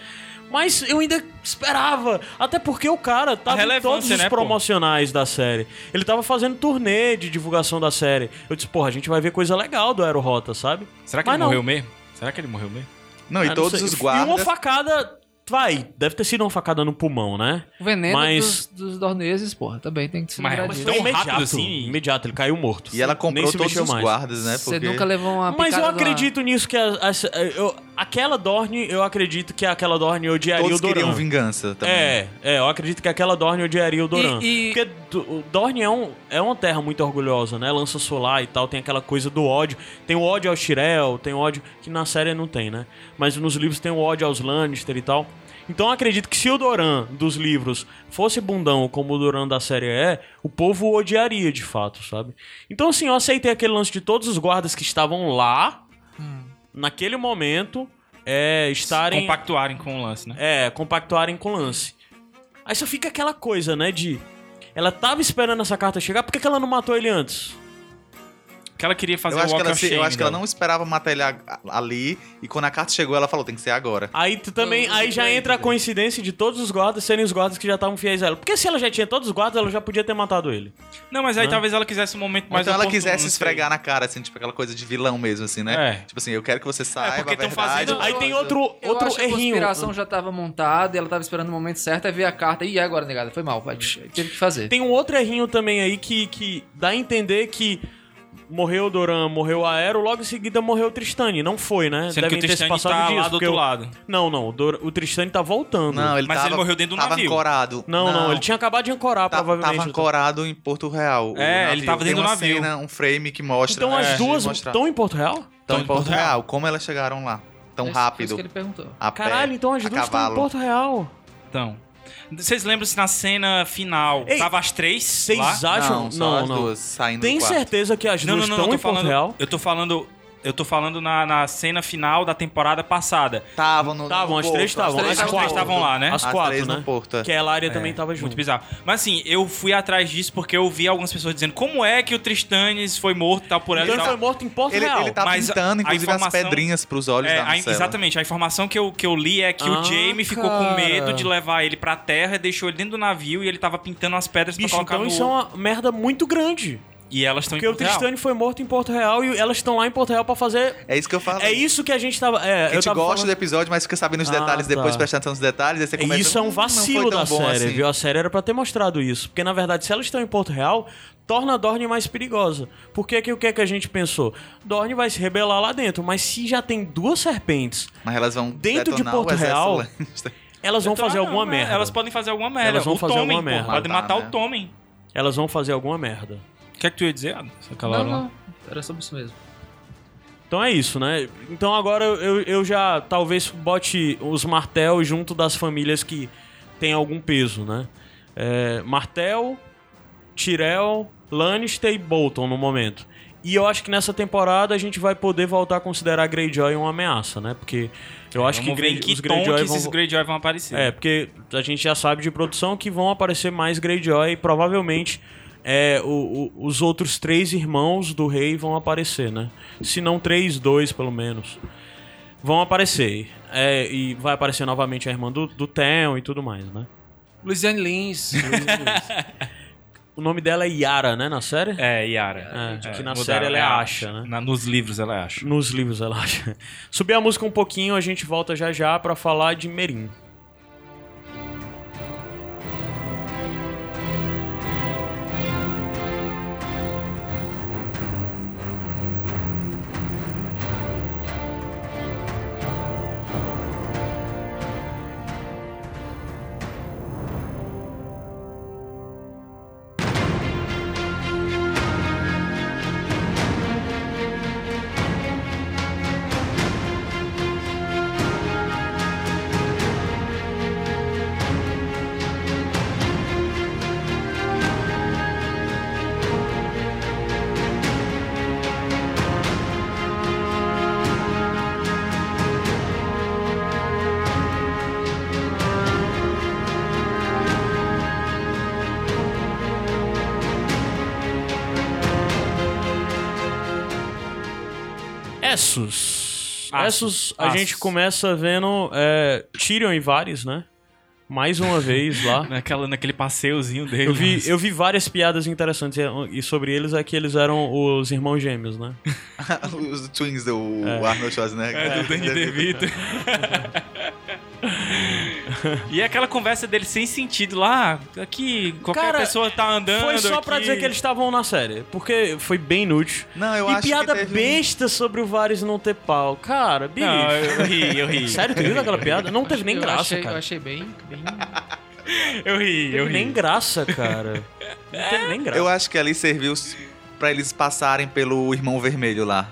[SPEAKER 1] Mas eu ainda esperava, até porque o cara tava em
[SPEAKER 2] relevância,
[SPEAKER 1] todos os
[SPEAKER 2] né, pô?
[SPEAKER 1] promocionais da série. Ele tava fazendo turnê de divulgação da série. Eu disse, porra, a gente vai ver coisa legal do Aerohota, sabe?
[SPEAKER 2] Será que
[SPEAKER 1] Mas
[SPEAKER 2] ele
[SPEAKER 1] não.
[SPEAKER 2] morreu mesmo? Será que ele morreu mesmo?
[SPEAKER 4] Não, e
[SPEAKER 1] Ah, não
[SPEAKER 4] todos
[SPEAKER 1] sei.
[SPEAKER 4] os
[SPEAKER 1] E uma
[SPEAKER 4] guardas.
[SPEAKER 1] facada. Vai, deve ter sido uma facada no pulmão, né?
[SPEAKER 3] O veneno
[SPEAKER 1] Mas-
[SPEAKER 3] dos, dos dorneses, porra, também tem que ser
[SPEAKER 2] Mas-
[SPEAKER 3] lembrado
[SPEAKER 2] mas
[SPEAKER 3] disso.
[SPEAKER 2] tão rápido assim?
[SPEAKER 1] Então, Imediato, ele caiu morto.
[SPEAKER 4] E ela comprou
[SPEAKER 1] Nem se
[SPEAKER 4] todos
[SPEAKER 1] mexeu
[SPEAKER 4] os
[SPEAKER 1] mais.
[SPEAKER 4] guardas, né?
[SPEAKER 3] Você
[SPEAKER 4] Porque
[SPEAKER 3] nunca levou
[SPEAKER 1] Mas
[SPEAKER 3] uma
[SPEAKER 1] eu
[SPEAKER 3] picada de uma-
[SPEAKER 1] acredito nisso que a, a- eu- aquela Dorne, eu acredito que aquela Dorne odiaria
[SPEAKER 4] todos
[SPEAKER 1] o Doran.
[SPEAKER 4] queriam vingança também.
[SPEAKER 1] É, é, eu acredito que aquela Dorne odiaria o Doran.
[SPEAKER 3] E- e-
[SPEAKER 1] Porque do- o Dorne é, um, é uma terra muito orgulhosa, né? Lança solar e tal, tem aquela coisa do ódio. Tem o ódio ao Shirel, tem o ódio. Que na série não tem, né? Mas nos livros tem o ódio aos Lannister e tal. Então eu acredito que se o Doran dos livros fosse bundão como o Doran da série é, o povo o odiaria de fato, sabe? Então assim, eu aceitei aquele lance de todos os guardas que estavam lá,
[SPEAKER 3] Hum.
[SPEAKER 1] naquele momento, é, estarem
[SPEAKER 2] Compactuarem com o lance, né?
[SPEAKER 1] é, compactuarem com o lance. Aí só fica aquela coisa, né, de... Ela tava esperando essa carta chegar, por que, que ela não matou ele antes?
[SPEAKER 2] Que ela queria fazer
[SPEAKER 4] Eu acho,
[SPEAKER 2] o
[SPEAKER 4] que
[SPEAKER 2] walk
[SPEAKER 4] ela,
[SPEAKER 2] of
[SPEAKER 4] se- eu
[SPEAKER 2] shame
[SPEAKER 4] acho que ela
[SPEAKER 2] dela.
[SPEAKER 4] não esperava matar ele a- ali. E quando a carta chegou, ela falou: tem que ser agora.
[SPEAKER 1] Aí tu também,
[SPEAKER 3] Não, não
[SPEAKER 1] aí já
[SPEAKER 3] lembro,
[SPEAKER 1] entra a
[SPEAKER 3] né?
[SPEAKER 1] coincidência de todos os guardas serem os guardas que já estavam fiéis a ela. Porque se ela já tinha todos os guardas, ela já podia ter matado ele.
[SPEAKER 2] Não, mas aí
[SPEAKER 1] Né?
[SPEAKER 2] talvez ela quisesse um momento
[SPEAKER 4] Mas
[SPEAKER 2] mais
[SPEAKER 4] então ela
[SPEAKER 2] oportuno,
[SPEAKER 4] quisesse
[SPEAKER 2] não sei.
[SPEAKER 4] esfregar na cara, assim, tipo aquela coisa de vilão mesmo, assim, né?
[SPEAKER 2] É.
[SPEAKER 4] Tipo assim, eu quero que você saiba.
[SPEAKER 2] porque
[SPEAKER 4] a
[SPEAKER 2] tão
[SPEAKER 4] verdade,
[SPEAKER 2] fazendo-
[SPEAKER 1] Aí tem outro,
[SPEAKER 3] Eu
[SPEAKER 1] outro
[SPEAKER 3] acho que a
[SPEAKER 1] errinho.
[SPEAKER 3] conspiração já tava montada, e ela tava esperando o momento certo, aí veio a carta, e agora, negada, foi mal, pai, teve que fazer.
[SPEAKER 1] Tem um outro errinho também aí que, que dá a entender que morreu o Doran, morreu a Aero, logo em seguida morreu o Tristane. Não foi, né?
[SPEAKER 2] Sendo que o
[SPEAKER 1] Devem ter se
[SPEAKER 2] Tristane
[SPEAKER 1] passado
[SPEAKER 2] tá
[SPEAKER 1] disso,
[SPEAKER 2] lá do
[SPEAKER 1] porque
[SPEAKER 2] outro
[SPEAKER 1] o-
[SPEAKER 2] lado.
[SPEAKER 1] Não, não. O, Dor- o Tristane tá voltando.
[SPEAKER 4] Não, ele
[SPEAKER 2] Mas
[SPEAKER 4] tava,
[SPEAKER 2] ele morreu dentro do
[SPEAKER 4] tava
[SPEAKER 2] navio.
[SPEAKER 4] ancorado.
[SPEAKER 1] Não, não, ele tinha acabado de ancorar,
[SPEAKER 4] ta-
[SPEAKER 1] Ah, provavelmente.
[SPEAKER 4] Tá, Tava ancorado em Porto Real. o
[SPEAKER 2] É, ele
[SPEAKER 4] navio.
[SPEAKER 2] tava dentro
[SPEAKER 4] Tem
[SPEAKER 2] do
[SPEAKER 4] uma
[SPEAKER 2] navio.
[SPEAKER 4] Cena, um frame que mostra.
[SPEAKER 1] Então
[SPEAKER 4] né,
[SPEAKER 1] as duas
[SPEAKER 4] mostra-
[SPEAKER 1] estão em Porto Real?
[SPEAKER 4] Então, em Porto Real. como elas chegaram lá? Tão
[SPEAKER 3] É isso- foi isso
[SPEAKER 4] rápido.
[SPEAKER 3] que ele perguntou.
[SPEAKER 4] A pé,
[SPEAKER 1] Caralho, então as
[SPEAKER 4] a
[SPEAKER 1] duas estão em
[SPEAKER 4] cavalo.
[SPEAKER 1] Porto Real.
[SPEAKER 2] Então. Vocês lembram se na cena final
[SPEAKER 1] Ei,
[SPEAKER 2] tava as três?
[SPEAKER 1] Vocês
[SPEAKER 2] lá?
[SPEAKER 1] acham?
[SPEAKER 4] Não, só
[SPEAKER 1] não,
[SPEAKER 4] as
[SPEAKER 1] não.
[SPEAKER 4] duas saindo
[SPEAKER 1] Tem
[SPEAKER 4] do quarto.
[SPEAKER 1] certeza que as
[SPEAKER 2] Não,
[SPEAKER 1] duas
[SPEAKER 2] não, não, eu
[SPEAKER 1] estão
[SPEAKER 2] tô
[SPEAKER 1] em Porto
[SPEAKER 2] falando.
[SPEAKER 1] Real?
[SPEAKER 2] Eu tô falando. Eu tô falando na, na cena final da temporada passada.
[SPEAKER 4] Estavam no
[SPEAKER 1] Estavam,
[SPEAKER 4] no
[SPEAKER 1] as três
[SPEAKER 4] porto,
[SPEAKER 1] estavam.
[SPEAKER 3] três
[SPEAKER 1] As
[SPEAKER 2] estavam-
[SPEAKER 1] quatro
[SPEAKER 2] estavam lá, né?
[SPEAKER 1] As
[SPEAKER 4] As
[SPEAKER 1] quatro,
[SPEAKER 4] três
[SPEAKER 1] né?
[SPEAKER 4] no porto, é.
[SPEAKER 1] Que ela área também tava junto.
[SPEAKER 2] Muito bizarro. Mas assim, eu fui atrás disso porque eu vi algumas pessoas dizendo como é que o Tristanes foi morto e tal por ela
[SPEAKER 1] Então
[SPEAKER 2] e
[SPEAKER 1] ele
[SPEAKER 2] tal.
[SPEAKER 1] foi morto em Porto
[SPEAKER 4] Ele,
[SPEAKER 1] Real.
[SPEAKER 4] ele tá
[SPEAKER 2] mas
[SPEAKER 4] pintando,
[SPEAKER 2] a
[SPEAKER 4] inclusive, as
[SPEAKER 2] informação-
[SPEAKER 4] pedrinhas pros olhos
[SPEAKER 2] É,
[SPEAKER 4] da
[SPEAKER 2] a-
[SPEAKER 4] Marcela.
[SPEAKER 2] exatamente. A informação que eu, que eu li é que
[SPEAKER 1] Ah,
[SPEAKER 2] o Jamie ficou
[SPEAKER 1] cara.
[SPEAKER 2] com medo de levar ele pra terra, deixou ele dentro do navio e ele tava pintando as pedras
[SPEAKER 1] Bicho,
[SPEAKER 2] pra colocar
[SPEAKER 1] então
[SPEAKER 2] no...
[SPEAKER 1] isso é uma merda muito grande.
[SPEAKER 2] E elas estão em
[SPEAKER 1] Porque o
[SPEAKER 2] Porto Real.
[SPEAKER 1] Tristane foi morto em Porto Real e elas estão lá em Porto Real pra fazer...
[SPEAKER 4] É isso que eu falo.
[SPEAKER 1] É isso que a gente tava... É,
[SPEAKER 4] A
[SPEAKER 1] eu
[SPEAKER 4] gente
[SPEAKER 1] tava
[SPEAKER 4] gosta
[SPEAKER 1] falando-
[SPEAKER 4] do episódio, mas fica sabendo os
[SPEAKER 1] Ah,
[SPEAKER 4] detalhes
[SPEAKER 1] tá.
[SPEAKER 4] depois, presta atenção nos detalhes. Aí você
[SPEAKER 1] E
[SPEAKER 4] começa,
[SPEAKER 1] isso é um
[SPEAKER 4] "Hum, não foi
[SPEAKER 1] vacilo
[SPEAKER 4] tão
[SPEAKER 1] da
[SPEAKER 4] bom
[SPEAKER 1] série,
[SPEAKER 4] assim."
[SPEAKER 1] viu? A série era pra ter mostrado isso. Porque, na verdade, se elas estão em Porto Real, torna a Dorne mais perigosa. Porque que, o que é que a gente pensou? Dorne vai se rebelar lá dentro, mas se já tem duas serpentes,
[SPEAKER 4] Mas elas vão
[SPEAKER 1] Dentro de
[SPEAKER 4] detonar
[SPEAKER 1] Porto
[SPEAKER 4] o exército
[SPEAKER 1] Real,
[SPEAKER 4] Lannister.
[SPEAKER 1] elas vão
[SPEAKER 2] Então,
[SPEAKER 1] fazer
[SPEAKER 2] ah,
[SPEAKER 1] alguma
[SPEAKER 2] não,
[SPEAKER 1] merda.
[SPEAKER 2] Elas podem fazer alguma merda.
[SPEAKER 1] Elas vão
[SPEAKER 2] o
[SPEAKER 1] fazer
[SPEAKER 2] Tommen,
[SPEAKER 1] alguma
[SPEAKER 2] pô,
[SPEAKER 1] merda.
[SPEAKER 2] Pode matar
[SPEAKER 4] né?
[SPEAKER 2] o Tommen.
[SPEAKER 1] Elas vão fazer alguma merda.
[SPEAKER 2] O que é que tu ia dizer, Adam? Você
[SPEAKER 3] Não,
[SPEAKER 2] calou lá?
[SPEAKER 3] não, era sobre isso mesmo.
[SPEAKER 1] Então é isso, né? Então agora eu, eu já talvez bote os Martel junto das famílias que têm algum peso, né? É, Martel, Tirel, Lannister e Bolton no momento. E eu acho que nessa temporada a gente vai poder voltar a considerar Greyjoy uma ameaça, né? Porque eu acho que,
[SPEAKER 2] É, Vamos ver em
[SPEAKER 1] Grey,
[SPEAKER 2] que
[SPEAKER 1] os
[SPEAKER 2] tom que
[SPEAKER 1] Greyjoy vão...
[SPEAKER 2] esses Greyjoy vão aparecer.
[SPEAKER 1] É, porque a gente já sabe de produção que vão aparecer mais Greyjoy e provavelmente é, o- o- os outros três irmãos do rei vão aparecer, né? Se não três, dois pelo menos. Vão aparecer. É, e vai aparecer novamente a irmã do, do Theon e tudo mais, né?
[SPEAKER 3] Luiziane Lins.
[SPEAKER 1] O nome dela é Yara, né? Na série?
[SPEAKER 2] É, Yara.
[SPEAKER 1] É, de que na série ela é Asha, né?
[SPEAKER 2] Na- nos livros ela é Asha.
[SPEAKER 1] Nos livros, ela acha. Subir a música um pouquinho, a gente volta já já pra falar de Merim. Essos.
[SPEAKER 2] Assos.
[SPEAKER 1] Essos, a
[SPEAKER 2] Ah, Assos.
[SPEAKER 1] gente começa vendo é, Tyrion e Varys, né? Mais uma vez lá.
[SPEAKER 2] Naquela, naquele passeiozinho dele.
[SPEAKER 1] Eu vi, eu vi várias piadas interessantes e- e sobre eles é que eles eram os irmãos gêmeos, né?
[SPEAKER 4] Os Twins, o Arnold Schwarzenegger.
[SPEAKER 2] É, do Danny DeVito. e é aquela conversa dele sem sentido lá, aqui qualquer
[SPEAKER 1] Cara,
[SPEAKER 2] pessoa tá andando
[SPEAKER 1] Foi só pra
[SPEAKER 2] aqui.
[SPEAKER 1] dizer que eles estavam na série, porque foi bem inútil.
[SPEAKER 4] Não, eu
[SPEAKER 1] e
[SPEAKER 4] acho
[SPEAKER 1] piada
[SPEAKER 4] que teve um-
[SPEAKER 1] besta sobre o Varys não ter pau. Cara, bicho.
[SPEAKER 2] Não, eu ri, eu ri.
[SPEAKER 1] é Sério, tu viu aquela piada? Não teve nem
[SPEAKER 3] eu
[SPEAKER 1] graça,
[SPEAKER 3] achei,
[SPEAKER 1] cara.
[SPEAKER 3] Eu achei bem, bem-
[SPEAKER 2] Eu ri, eu
[SPEAKER 1] Teve
[SPEAKER 2] ri.
[SPEAKER 1] nem graça, cara. Não teve nem graça.
[SPEAKER 4] Eu acho que ali serviu s- pra eles passarem pelo irmão vermelho lá.